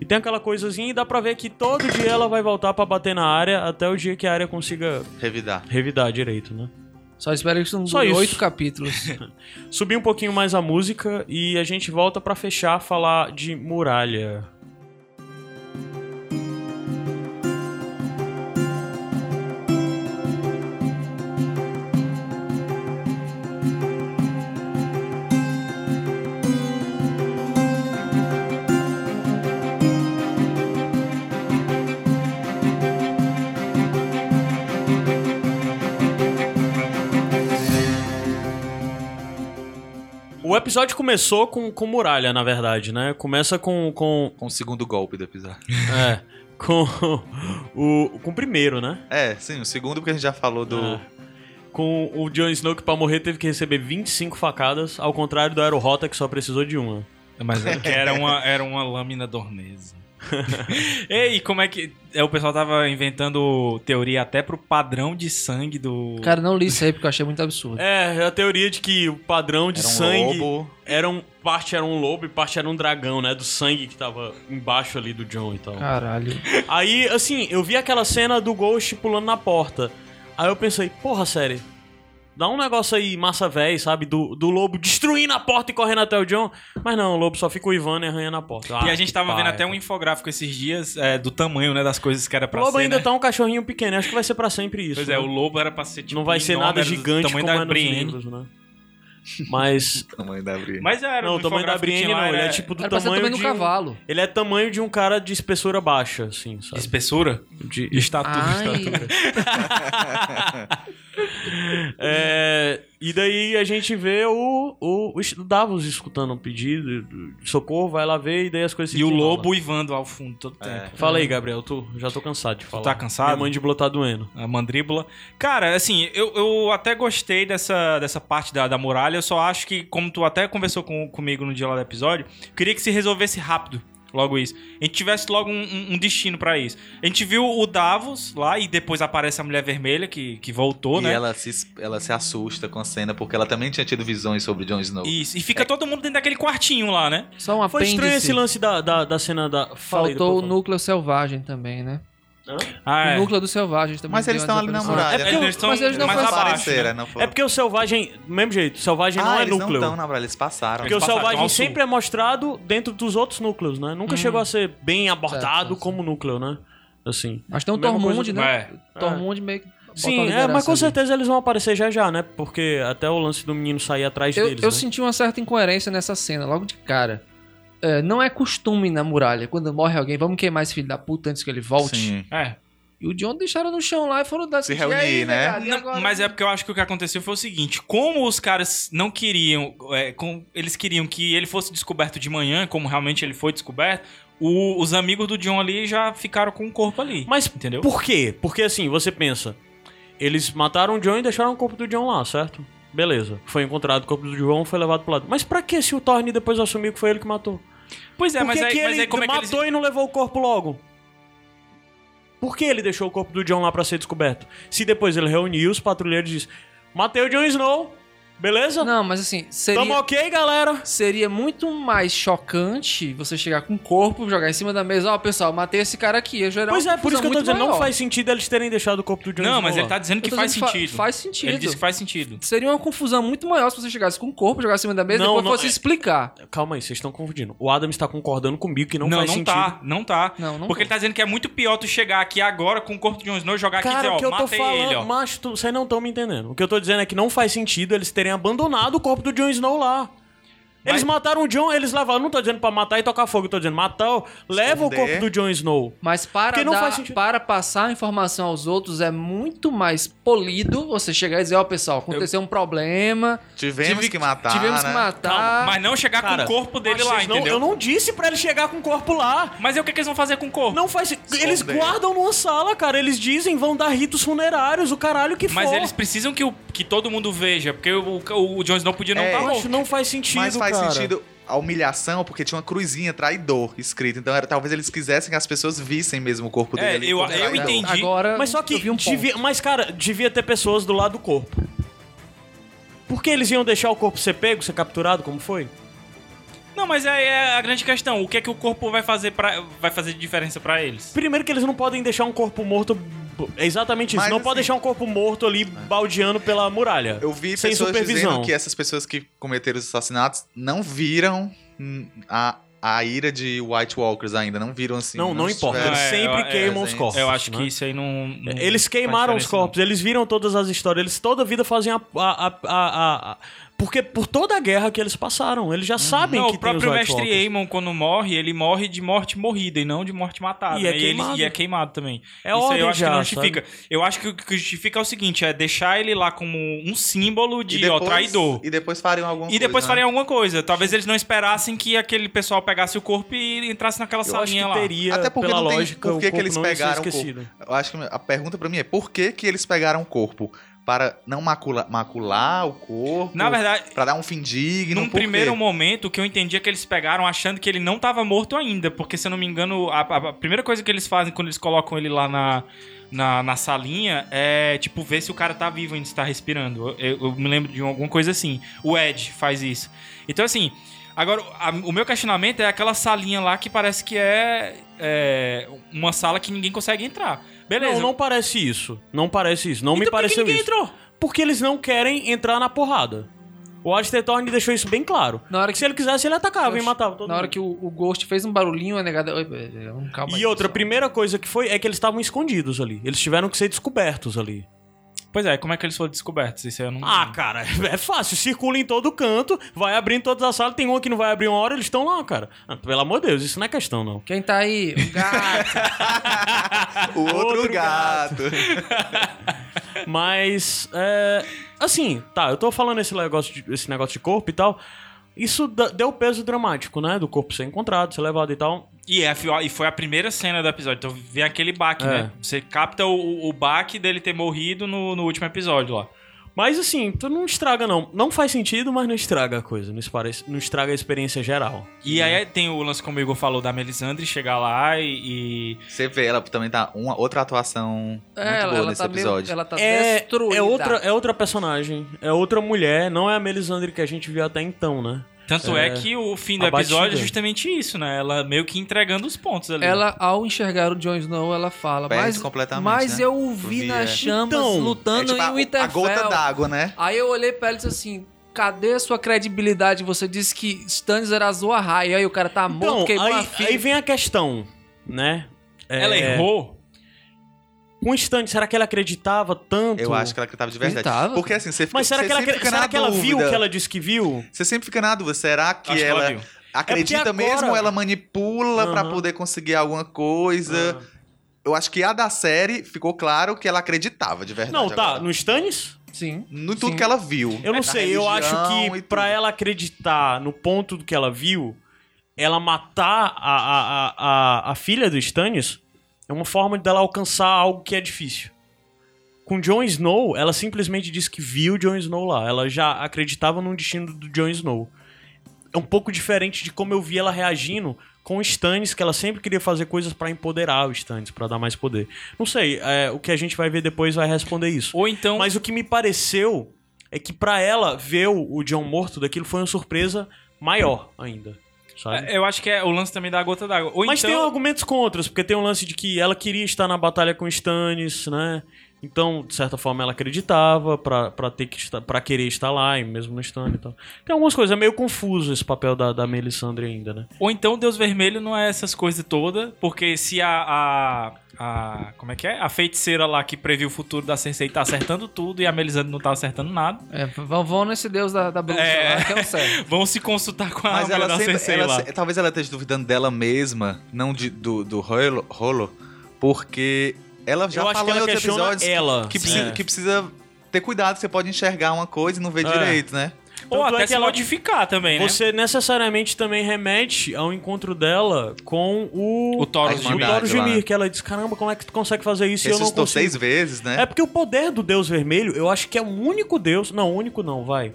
[SPEAKER 1] E tem aquela coisazinha e dá pra ver que todo dia ela vai voltar pra bater na área até o dia que a área consiga
[SPEAKER 4] Revidar.
[SPEAKER 1] revidar direito, né?
[SPEAKER 3] Só espero que isso não
[SPEAKER 1] Só
[SPEAKER 3] dure
[SPEAKER 1] isso.
[SPEAKER 3] oito capítulos.
[SPEAKER 1] Subir um pouquinho mais a música e a gente volta pra fechar falar de muralha. O episódio começou com, com muralha, na verdade, né? Começa com- com
[SPEAKER 4] Com o segundo golpe do episódio.
[SPEAKER 1] É. Com o, com o primeiro, né?
[SPEAKER 4] É, sim, o segundo, porque a gente já falou do.
[SPEAKER 1] É. Com o Jon Snow, que pra morrer teve que receber 25 facadas, ao contrário do Aero Rota, que só precisou de uma.
[SPEAKER 2] Mas é que era uma, era uma lâmina dornesa. Ei, como é que. É, o pessoal tava inventando teoria até pro padrão de sangue do.
[SPEAKER 3] Cara, não li isso aí porque eu achei muito absurdo.
[SPEAKER 1] É, a teoria de que o padrão de
[SPEAKER 4] Era um
[SPEAKER 1] sangue
[SPEAKER 4] lobo.
[SPEAKER 1] era um. Parte era um lobo e parte era um dragão, né? Do sangue que tava embaixo ali do Jon e tal.
[SPEAKER 3] Ah, Caralho.
[SPEAKER 1] Aí, assim, eu vi aquela cena do Ghost pulando na porta. Aí eu pensei, porra, sério. Dá um negócio aí, massa véi, sabe? Do, do lobo destruindo a porta e correndo até o John. Mas não, o lobo só fica uivando e arranhando a porta.
[SPEAKER 2] E
[SPEAKER 1] Ah,
[SPEAKER 2] a gente tava
[SPEAKER 1] pai,
[SPEAKER 2] vendo até
[SPEAKER 1] cara.
[SPEAKER 2] um infográfico esses dias é, do tamanho, né, das coisas que era
[SPEAKER 1] O
[SPEAKER 2] pra
[SPEAKER 1] lobo
[SPEAKER 2] ser.
[SPEAKER 1] ainda
[SPEAKER 2] né?
[SPEAKER 1] tá um cachorrinho pequeno, acho que vai ser pra sempre isso.
[SPEAKER 2] Pois é,
[SPEAKER 1] né?
[SPEAKER 2] o lobo era pra ser tipo.
[SPEAKER 1] Não vai ser
[SPEAKER 2] enorme,
[SPEAKER 1] nada
[SPEAKER 2] era do
[SPEAKER 1] gigante
[SPEAKER 2] tamanho
[SPEAKER 1] como
[SPEAKER 2] da
[SPEAKER 1] é nos
[SPEAKER 2] Brienne.
[SPEAKER 1] livros, né? Mas.
[SPEAKER 4] Tamanho da briga.
[SPEAKER 2] Mas era
[SPEAKER 1] não,
[SPEAKER 2] um
[SPEAKER 1] o tamanho da
[SPEAKER 2] infográfico que
[SPEAKER 1] Brienne
[SPEAKER 2] tinha
[SPEAKER 1] não.
[SPEAKER 2] lá,
[SPEAKER 1] Ele
[SPEAKER 2] era-
[SPEAKER 1] é tipo do
[SPEAKER 3] Era pra ser
[SPEAKER 1] tamanho.
[SPEAKER 3] também
[SPEAKER 1] de
[SPEAKER 3] do
[SPEAKER 1] um-
[SPEAKER 3] cavalo.
[SPEAKER 1] Ele é tamanho de um cara de espessura baixa, assim,
[SPEAKER 2] De
[SPEAKER 1] sabe?
[SPEAKER 2] espessura?
[SPEAKER 1] De-
[SPEAKER 2] De estatura.
[SPEAKER 3] Ai,
[SPEAKER 1] É, e daí a gente vê o, o, o Davos escutando um pedido de socorro, vai lá ver e daí as coisas se
[SPEAKER 2] E o
[SPEAKER 1] desenrolam. É.
[SPEAKER 2] lobo uivando ao fundo todo tempo.
[SPEAKER 1] Fala aí, Gabriel, tu já tô cansado de falar.
[SPEAKER 2] tá cansado?
[SPEAKER 1] Minha mandíbula tá doendo.
[SPEAKER 2] A mandríbula. Cara, assim, eu, eu até gostei dessa, dessa parte da, da muralha. Eu só acho que, como tu até conversou com, comigo no dia lá do episódio, queria que se resolvesse rápido logo isso. A gente tivesse logo um, um- um destino pra isso. A gente viu o Davos lá e depois aparece a Mulher Vermelha que, que voltou,
[SPEAKER 4] e
[SPEAKER 2] né?
[SPEAKER 4] ela, se, es- ela se assusta com a cena, porque ela também tinha tido visões sobre Jon Snow.
[SPEAKER 2] Isso. E fica todo mundo dentro daquele quartinho lá, né?
[SPEAKER 3] Só um
[SPEAKER 1] Foi
[SPEAKER 3] apêndice.
[SPEAKER 1] estranho esse lance da, da, da cena da. Fala aí,
[SPEAKER 3] Faltou o
[SPEAKER 1] depois eu
[SPEAKER 3] núcleo selvagem também, né?
[SPEAKER 2] Ah,
[SPEAKER 3] O núcleo do selvagem também.
[SPEAKER 4] Mas eles
[SPEAKER 3] deu uma
[SPEAKER 4] estão ali na
[SPEAKER 3] desaparecida.
[SPEAKER 4] muralha.
[SPEAKER 1] É porque
[SPEAKER 4] né?
[SPEAKER 1] eu-
[SPEAKER 2] Eles estão
[SPEAKER 3] mas eles não
[SPEAKER 2] mais
[SPEAKER 3] foi-
[SPEAKER 2] abaixo. né?
[SPEAKER 4] Apareceram, não
[SPEAKER 1] falo. É
[SPEAKER 4] foram.
[SPEAKER 1] porque o selvagem, do mesmo jeito, selvagem não
[SPEAKER 4] ah,
[SPEAKER 1] é
[SPEAKER 4] eles
[SPEAKER 1] núcleo.
[SPEAKER 4] não estão na muralha, eles passaram.
[SPEAKER 1] Porque o
[SPEAKER 2] Eles passaram
[SPEAKER 1] selvagem
[SPEAKER 2] ao sul.
[SPEAKER 1] sempre é mostrado dentro dos outros núcleos, né? Nunca chegou a ser bem abordado
[SPEAKER 3] certo, certo.
[SPEAKER 1] como núcleo, né? Assim.
[SPEAKER 3] Mas tem o
[SPEAKER 1] Mesma coisa
[SPEAKER 3] Tormund,
[SPEAKER 1] do-
[SPEAKER 3] né?
[SPEAKER 2] É.
[SPEAKER 3] Tormund meio que. botou a
[SPEAKER 1] Ah. Sim, é,
[SPEAKER 3] liderança
[SPEAKER 1] mas com
[SPEAKER 3] ali.
[SPEAKER 1] certeza eles vão aparecer já já, né? Porque até o lance do menino sair atrás
[SPEAKER 3] Eu,
[SPEAKER 1] deles.
[SPEAKER 3] eu
[SPEAKER 1] né?
[SPEAKER 3] senti uma certa incoerência nessa cena, logo de cara. É, não é costume na muralha, quando morre alguém, vamos queimar esse filho da puta antes que ele volte.
[SPEAKER 4] Sim.
[SPEAKER 2] É.
[SPEAKER 3] E o John deixaram no chão lá e foram dar
[SPEAKER 4] Se
[SPEAKER 3] e
[SPEAKER 4] reunir,
[SPEAKER 3] aí,
[SPEAKER 4] né?
[SPEAKER 3] negado, e
[SPEAKER 2] Não,
[SPEAKER 3] agora?
[SPEAKER 2] mas é porque eu acho que o que aconteceu foi o seguinte: como os caras não queriam. é, com- eles queriam que ele fosse descoberto de manhã, como realmente ele foi descoberto, o- os amigos do John ali já ficaram com o corpo ali.
[SPEAKER 1] Mas
[SPEAKER 2] entendeu?
[SPEAKER 1] Por quê? Porque assim, você pensa, eles mataram o John e deixaram o corpo do John lá, certo? Beleza. Foi encontrado o corpo do João, foi levado pro lado. Mas pra que se o Thorne depois assumiu que foi ele que matou?
[SPEAKER 2] Pois é,
[SPEAKER 1] Por
[SPEAKER 2] mas
[SPEAKER 1] que
[SPEAKER 2] aí,
[SPEAKER 1] que
[SPEAKER 2] mas
[SPEAKER 1] ele
[SPEAKER 2] aí como é que eles-
[SPEAKER 1] matou e não levou o corpo logo? Por que ele deixou o corpo do John lá pra ser descoberto? Se depois ele reuniu os patrulheiros e disse: Matei o John Snow, beleza?
[SPEAKER 3] Não, mas assim, seria,
[SPEAKER 1] Tamo ok, galera?
[SPEAKER 3] seria muito mais chocante você chegar com o corpo, jogar em cima da mesa, ó, pessoal, matei esse cara aqui. Eu gerar
[SPEAKER 1] Pois
[SPEAKER 3] uma
[SPEAKER 1] é, por isso que eu tô
[SPEAKER 3] confusão
[SPEAKER 1] dizendo,
[SPEAKER 3] muito
[SPEAKER 1] não
[SPEAKER 3] maior.
[SPEAKER 1] faz sentido eles terem deixado o corpo do John Snow.
[SPEAKER 2] Não, mas
[SPEAKER 1] lá.
[SPEAKER 2] ele tá dizendo que
[SPEAKER 3] Eu tô
[SPEAKER 2] faz
[SPEAKER 3] dizendo que fa-
[SPEAKER 2] sentido.
[SPEAKER 3] faz sentido.
[SPEAKER 2] Ele disse que faz sentido.
[SPEAKER 3] Seria uma confusão muito maior se você chegasse com o corpo, jogasse em cima da mesa e
[SPEAKER 1] Não,
[SPEAKER 3] depois
[SPEAKER 1] não,
[SPEAKER 3] fosse
[SPEAKER 1] é-
[SPEAKER 3] explicar.
[SPEAKER 1] Calma aí, vocês estão confundindo. O Adam está concordando comigo que não,
[SPEAKER 2] tá- Não, não,
[SPEAKER 1] faz sentido.
[SPEAKER 2] tá, não tá.
[SPEAKER 3] Não, não
[SPEAKER 2] Porque
[SPEAKER 3] tá.
[SPEAKER 2] ele tá dizendo que é muito pior tu chegar aqui agora com o corpo de Jon Snow, jogar aqui e dizer,
[SPEAKER 1] Cara,
[SPEAKER 2] ó,
[SPEAKER 1] o que eu tô
[SPEAKER 2] matei
[SPEAKER 1] falando,
[SPEAKER 2] ele, ó.
[SPEAKER 1] macho, tu- vocês não estão me entendendo. O que eu tô dizendo é que não faz sentido eles terem abandonado o corpo do Jon Snow lá. Eles
[SPEAKER 2] Mas-
[SPEAKER 1] mataram o Jon, eles levaram. Não tô dizendo pra matar e tocar fogo, eu tô dizendo matar, leva o
[SPEAKER 4] Esconder.
[SPEAKER 1] corpo do Jon Snow.
[SPEAKER 3] Mas para,
[SPEAKER 1] Porque não
[SPEAKER 3] dar-
[SPEAKER 1] faz sentido.
[SPEAKER 3] para passar a informação aos outros é muito mais polido você chegar e dizer, ó, pessoal, aconteceu um problema.
[SPEAKER 4] Tivemos
[SPEAKER 3] tive-
[SPEAKER 4] que matar.
[SPEAKER 3] Tivemos
[SPEAKER 4] né?
[SPEAKER 3] que matar.
[SPEAKER 1] Calma,
[SPEAKER 2] Mas não chegar
[SPEAKER 1] Cara,
[SPEAKER 2] com o corpo dele
[SPEAKER 1] Mas
[SPEAKER 2] lá,
[SPEAKER 1] vocês não-
[SPEAKER 2] entendeu?
[SPEAKER 1] eu não disse pra ele chegar com o corpo lá.
[SPEAKER 2] Mas e o que, que eles vão fazer com o corpo?
[SPEAKER 1] Não faz sentido. Eles
[SPEAKER 4] Esconder.
[SPEAKER 1] guardam numa sala, cara. Eles dizem, vão dar ritos funerários, o caralho que
[SPEAKER 2] Mas
[SPEAKER 1] for.
[SPEAKER 2] eles precisam que, o, que todo mundo veja, porque o, o, o Jon Snow podia não
[SPEAKER 4] É,
[SPEAKER 2] estar
[SPEAKER 1] Macho,
[SPEAKER 2] louco.
[SPEAKER 1] não faz sentido,
[SPEAKER 4] Mas faz
[SPEAKER 1] cara.
[SPEAKER 4] sentido a humilhação, porque tinha uma cruzinha, traidor, escrita. Então era, talvez eles quisessem que as pessoas vissem mesmo o corpo
[SPEAKER 2] É,
[SPEAKER 4] dele. ali
[SPEAKER 2] eu-
[SPEAKER 4] como
[SPEAKER 2] eu
[SPEAKER 4] traidor.
[SPEAKER 2] entendi.
[SPEAKER 3] tá Agora,
[SPEAKER 1] Mas só que
[SPEAKER 3] eu vi um ponto.
[SPEAKER 1] devia, mas cara, devia ter pessoas do lado do corpo. Por que eles iam deixar o corpo ser pego, ser capturado, como foi?
[SPEAKER 2] Não, mas aí é a grande questão. O que é que o corpo vai fazer para vai fazer de diferença pra eles?
[SPEAKER 1] Primeiro que eles não podem deixar um corpo morto. É exatamente isso.
[SPEAKER 4] Mas,
[SPEAKER 1] não
[SPEAKER 4] assim-
[SPEAKER 1] pode deixar um corpo morto ali baldeando pela muralha.
[SPEAKER 4] Eu vi
[SPEAKER 1] sem
[SPEAKER 4] pessoas
[SPEAKER 1] supervisão.
[SPEAKER 4] dizendo que essas pessoas que cometeram os assassinatos não viram hum, a, a ira de White Walkers ainda. Não viram assim.
[SPEAKER 1] não, não, importa.
[SPEAKER 4] tiveram-
[SPEAKER 1] Eles
[SPEAKER 2] É,
[SPEAKER 1] sempre
[SPEAKER 2] eu- é,
[SPEAKER 1] queimam os
[SPEAKER 4] gente.
[SPEAKER 1] corpos.
[SPEAKER 2] Eu acho que
[SPEAKER 1] né?
[SPEAKER 2] isso aí não. não
[SPEAKER 1] Eles
[SPEAKER 2] faz
[SPEAKER 1] queimaram os
[SPEAKER 2] diferença,
[SPEAKER 1] corpos, eles viram todas as histórias, eles toda vida fazem a. a- a- a- a- porque por toda a guerra que eles passaram, eles já sabem
[SPEAKER 2] Não,
[SPEAKER 1] que
[SPEAKER 2] o próprio
[SPEAKER 1] tem os White
[SPEAKER 2] mestre
[SPEAKER 1] Walkers.
[SPEAKER 2] Aemon, quando morre, ele morre de morte morrida e não de morte
[SPEAKER 1] E
[SPEAKER 2] matada.
[SPEAKER 1] é
[SPEAKER 2] né? ele-
[SPEAKER 1] queimado.
[SPEAKER 2] e é queimado também.
[SPEAKER 1] É
[SPEAKER 2] Isso aí
[SPEAKER 1] ordem
[SPEAKER 2] eu acho
[SPEAKER 1] já,
[SPEAKER 2] que não
[SPEAKER 1] sabe?
[SPEAKER 2] justifica. Eu acho que o que justifica é o seguinte: é deixar ele lá como um símbolo de,
[SPEAKER 4] E depois,
[SPEAKER 2] ó, traidor.
[SPEAKER 4] E depois fariam alguma
[SPEAKER 2] E depois
[SPEAKER 4] coisa,
[SPEAKER 2] farem
[SPEAKER 4] né?
[SPEAKER 2] alguma coisa. Talvez eles não esperassem que aquele pessoal pegasse o corpo e entrasse naquela
[SPEAKER 1] Eu acho
[SPEAKER 2] salinha
[SPEAKER 1] que
[SPEAKER 2] lá.
[SPEAKER 1] teria,
[SPEAKER 4] Até porque
[SPEAKER 1] pela
[SPEAKER 4] não tem
[SPEAKER 1] lógica,
[SPEAKER 4] por
[SPEAKER 1] o
[SPEAKER 4] que que
[SPEAKER 1] corpo
[SPEAKER 4] eles
[SPEAKER 1] não ia ser
[SPEAKER 4] pegaram um o corpo.
[SPEAKER 1] esquecido.
[SPEAKER 4] Eu acho que a pergunta pra mim é por que, que eles pegaram o corpo? Para não macula, macular o corpo?
[SPEAKER 2] Na verdade,
[SPEAKER 4] Pra dar um fim digno?
[SPEAKER 2] num
[SPEAKER 4] por quê?
[SPEAKER 2] primeiro momento, o que eu entendi é que eles pegaram achando que ele não tava morto ainda, porque se eu não me engano, a, a- a primeira coisa que eles fazem quando eles colocam ele lá na, na, na salinha é, tipo, ver se o cara tá vivo ainda, se tá respirando. Eu, eu- eu me lembro de alguma coisa assim. O Ed faz isso. Então, assim, agora, a- o meu questionamento é aquela salinha lá que parece que é, é uma sala que ninguém consegue entrar. Beleza.
[SPEAKER 1] Não, não parece isso. Não parece isso. Não me
[SPEAKER 2] Então por que
[SPEAKER 1] pareceu
[SPEAKER 2] ninguém
[SPEAKER 1] isso. Porque eles não querem entrar na porrada. O Alistair Thorne deixou isso bem claro.
[SPEAKER 3] Na hora
[SPEAKER 1] Se ele quisesse, ele atacava e
[SPEAKER 3] Oxe,
[SPEAKER 1] matava todo
[SPEAKER 3] Na hora
[SPEAKER 1] mundo.
[SPEAKER 3] que o, o Ghost fez um barulhinho, a negada. Oi, é, um calma aí,
[SPEAKER 1] E outra, a
[SPEAKER 3] pessoal.
[SPEAKER 1] primeira coisa que foi é que eles estavam escondidos ali. Eles tiveram que ser descobertos ali.
[SPEAKER 2] Pois é, como é que eles foram descobertos? Isso aí eu não.
[SPEAKER 1] Ah, cara, é fácil. Circula em todo canto, vai abrindo todas as salas. Tem uma que não vai abrir uma hora, eles estão lá, cara. Ah, pelo amor de Deus, isso não é questão, não.
[SPEAKER 3] Quem tá aí? O gato.
[SPEAKER 4] O outro,
[SPEAKER 1] Outro
[SPEAKER 4] gato.
[SPEAKER 1] Mas, é, assim, tá, eu tô falando esse negócio de, esse negócio de corpo e tal. Isso da- deu peso dramático, né? Do corpo ser encontrado, ser levado e tal.
[SPEAKER 2] E, é, fi- ó, e foi a primeira cena do episódio, então vem aquele baque,
[SPEAKER 1] É.
[SPEAKER 2] né? Você capta o, o baque dele ter morrido no, no último episódio lá.
[SPEAKER 1] Mas, assim, tu não estraga, não. Não faz sentido, mas não estraga a coisa. Não, esparece- não estraga a experiência geral.
[SPEAKER 2] E aí tem o lance, como o Igor falou, da Melisandre chegar lá e. e-
[SPEAKER 4] Você vê, ela também tá uma outra atuação
[SPEAKER 3] É,
[SPEAKER 4] muito
[SPEAKER 3] ela,
[SPEAKER 4] boa
[SPEAKER 3] ela
[SPEAKER 4] nesse
[SPEAKER 3] tá meio-
[SPEAKER 4] episódio.
[SPEAKER 3] ela tá
[SPEAKER 1] é,
[SPEAKER 3] destruída.
[SPEAKER 1] é outra É outra personagem, é outra mulher. Não é a Melisandre que a gente viu até então, né?
[SPEAKER 2] Tanto é. que o fim do
[SPEAKER 1] A
[SPEAKER 2] episódio
[SPEAKER 1] batida.
[SPEAKER 2] é justamente isso, né? Ela meio que entregando os pontos ali. né?
[SPEAKER 3] Ela, ao enxergar o Jon Snow, ela fala.
[SPEAKER 4] Perde
[SPEAKER 3] Mas,
[SPEAKER 4] completamente,
[SPEAKER 3] mas
[SPEAKER 4] né?
[SPEAKER 3] eu o vi
[SPEAKER 4] Vi, é.
[SPEAKER 3] nas chamas
[SPEAKER 1] Então,
[SPEAKER 4] É
[SPEAKER 3] lutando
[SPEAKER 4] tipo
[SPEAKER 3] em
[SPEAKER 4] a, a
[SPEAKER 3] Winterfell.
[SPEAKER 4] gota d'água, né?
[SPEAKER 3] Aí eu olhei pra ela e disse assim: cadê a sua credibilidade? Você disse que Stannis era Zoahai. Aí o cara tá morto,
[SPEAKER 1] Então,
[SPEAKER 3] queimou a
[SPEAKER 1] aí,
[SPEAKER 3] filha.
[SPEAKER 1] aí vem a questão, né? É,
[SPEAKER 2] Ela errou?
[SPEAKER 1] Com o instante, será que ela acreditava tanto?
[SPEAKER 4] Eu acho que ela acreditava de verdade.
[SPEAKER 3] Acreditava.
[SPEAKER 4] Porque assim, você fica,
[SPEAKER 1] Mas será
[SPEAKER 4] você
[SPEAKER 1] que ela,
[SPEAKER 4] sempre
[SPEAKER 1] acre-
[SPEAKER 4] fica na
[SPEAKER 1] será que ela viu o
[SPEAKER 4] dúvida.
[SPEAKER 1] que ela disse que viu?
[SPEAKER 4] Você sempre fica na dúvida. Será que
[SPEAKER 2] Acho
[SPEAKER 4] ela,
[SPEAKER 2] que ela viu.
[SPEAKER 4] acredita
[SPEAKER 1] É agora-
[SPEAKER 4] mesmo? Ela manipula pra
[SPEAKER 1] Aham.
[SPEAKER 4] poder conseguir alguma coisa? Eu acho que a da série ficou claro que ela acreditava de é verdade.
[SPEAKER 1] Não, tá,
[SPEAKER 4] agora.
[SPEAKER 1] no Stannis?
[SPEAKER 3] Sim.
[SPEAKER 4] No tudo
[SPEAKER 3] Sim.
[SPEAKER 4] que ela viu.
[SPEAKER 1] Eu não
[SPEAKER 4] Na
[SPEAKER 1] sei, eu acho
[SPEAKER 4] religião
[SPEAKER 1] que
[SPEAKER 4] e
[SPEAKER 1] pra
[SPEAKER 4] tudo.
[SPEAKER 1] ela acreditar no ponto do que ela viu, ela matar a, a, a, a, a filha do Stannis é uma forma dela alcançar algo que é difícil. com Jon Snow, ela simplesmente disse que viu Jon Snow lá. Ela já acreditava no destino do Jon Snow. É um pouco diferente de como eu vi ela reagindo com o Stannis, que ela sempre queria fazer coisas pra empoderar o Stannis, pra dar mais poder. Não sei, é, o que a gente vai ver depois vai responder isso.
[SPEAKER 2] Ou então.
[SPEAKER 1] Mas o que me pareceu é que pra ela ver o, o John morto daquilo foi uma surpresa maior ainda. Sabe?
[SPEAKER 2] É, Eu acho que é o lance também da gota d'água. Ou
[SPEAKER 1] Mas
[SPEAKER 2] então,
[SPEAKER 1] tem argumentos contras, porque tem um lance de que ela queria estar na batalha com o Stannis, né? Então, de certa forma, ela acreditava pra, pra ter que estar, pra querer estar lá, e mesmo no Stannis e tal. Tem algumas coisas, é meio confuso esse papel da, da Melisandre ainda, né?
[SPEAKER 2] ou então Deus Vermelho não é essas coisas todas, porque se a, a, a- Como é que é? A feiticeira lá que previu o futuro da Sensei tá acertando tudo e a Melisandre não tá acertando nada,
[SPEAKER 3] É, vão, vão nesse deus da, da bruxa
[SPEAKER 2] É.
[SPEAKER 3] lá, que é o certo.
[SPEAKER 2] vão se consultar com a
[SPEAKER 4] Mas
[SPEAKER 2] mulher
[SPEAKER 4] ela
[SPEAKER 2] da
[SPEAKER 4] sempre.
[SPEAKER 2] Sensei
[SPEAKER 4] ela
[SPEAKER 2] lá.
[SPEAKER 4] se- talvez ela esteja duvidando dela mesma, não de- do, do rolo, rolo, porque ela já
[SPEAKER 1] eu acho que
[SPEAKER 4] falou em
[SPEAKER 1] ela
[SPEAKER 4] outros
[SPEAKER 1] questiona
[SPEAKER 4] episódios que-
[SPEAKER 1] ela.
[SPEAKER 4] que,
[SPEAKER 1] sim.
[SPEAKER 4] precisa,
[SPEAKER 1] É.
[SPEAKER 4] que precisa ter cuidado, que você pode enxergar uma coisa e não ver
[SPEAKER 1] É.
[SPEAKER 4] direito, né?
[SPEAKER 2] Ou
[SPEAKER 1] Tanto
[SPEAKER 2] até
[SPEAKER 1] é que
[SPEAKER 2] se
[SPEAKER 1] ela-
[SPEAKER 2] modificar também, né?
[SPEAKER 1] Você necessariamente também remete ao encontro dela com o...
[SPEAKER 2] O Toro
[SPEAKER 4] As
[SPEAKER 1] o
[SPEAKER 4] Irmandade
[SPEAKER 1] Toro
[SPEAKER 4] lá,
[SPEAKER 1] Jimir,
[SPEAKER 4] né?
[SPEAKER 1] que ela diz, caramba, como é que tu consegue fazer isso e eu não
[SPEAKER 4] Ressuscitou
[SPEAKER 1] consigo?
[SPEAKER 4] seis vezes, né?
[SPEAKER 1] É porque o poder do Deus Vermelho, eu acho que é o único Deus. Não, o único não, vai.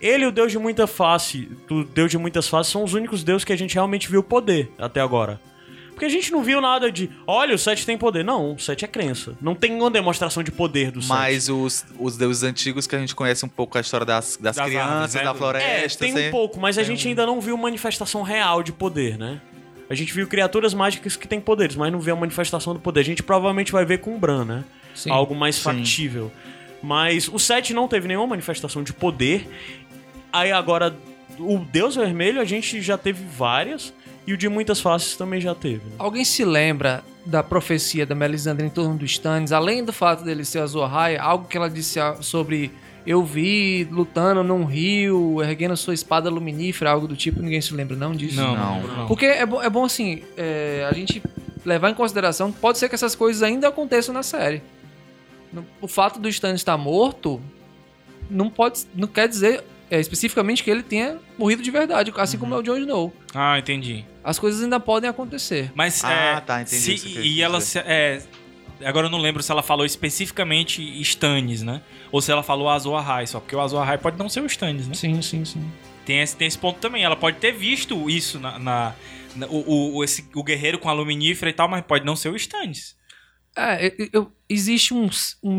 [SPEAKER 1] Ele e o Deus de muita face, do Deus de muitas faces, são os únicos deuses que a gente realmente viu poder até agora. Porque a gente não viu nada de, olha, o Sete tem poder. Não, o Sete é crença. Não tem nenhuma demonstração de poder do Sete.
[SPEAKER 4] Mas os, os deuses antigos que a gente conhece um pouco a história das, das,
[SPEAKER 2] Das
[SPEAKER 4] crianças,
[SPEAKER 2] árvores, né?
[SPEAKER 4] da
[SPEAKER 1] É,
[SPEAKER 4] floresta,
[SPEAKER 1] tem
[SPEAKER 4] assim.
[SPEAKER 1] um pouco, mas a gente ainda não viu manifestação real de poder, né? A gente viu criaturas mágicas que têm poderes, mas não viu a manifestação do poder. A gente provavelmente vai ver com o Bran, né?
[SPEAKER 3] Sim.
[SPEAKER 1] algo mais factível. Mas o 7 não teve nenhuma manifestação de poder. Aí agora, o Deus Vermelho a gente já teve várias. E o de muitas faces também já teve. né?
[SPEAKER 3] Alguém se lembra da profecia da Melisandre em torno do Stannis, além do fato dele ser a Zohaya, algo que ela disse a- sobre eu vi lutando num rio, erguendo sua espada luminífera, algo do tipo, ninguém se lembra não disso?
[SPEAKER 2] Não,
[SPEAKER 4] Não.
[SPEAKER 2] não.
[SPEAKER 3] Porque é, bo- é bom assim, é, a gente levar em consideração que pode ser que essas coisas ainda aconteçam na série. No- O fato do Stannis estar morto não pode, não quer dizer é, especificamente que ele tenha morrido de verdade, assim como é o Jon Snow.
[SPEAKER 2] Ah, entendi.
[SPEAKER 3] As coisas ainda podem acontecer.
[SPEAKER 2] Mas
[SPEAKER 4] Ah,
[SPEAKER 2] é,
[SPEAKER 4] tá, entendi
[SPEAKER 2] se-
[SPEAKER 4] o que você quis
[SPEAKER 2] e ela se,
[SPEAKER 4] dizer.
[SPEAKER 2] é, agora eu não lembro se ela falou especificamente Stannis, né? Ou se ela falou Azor Ahai só, porque o Azor Ahai pode não ser o Stannis, né?
[SPEAKER 3] Sim, sim, sim.
[SPEAKER 2] Tem esse, tem esse ponto também. Ela pode ter visto isso na, na- na- o, o, esse- o guerreiro com a luminífera e tal, mas pode não ser o Stannis.
[SPEAKER 3] É, eu- eu- existe um, s- um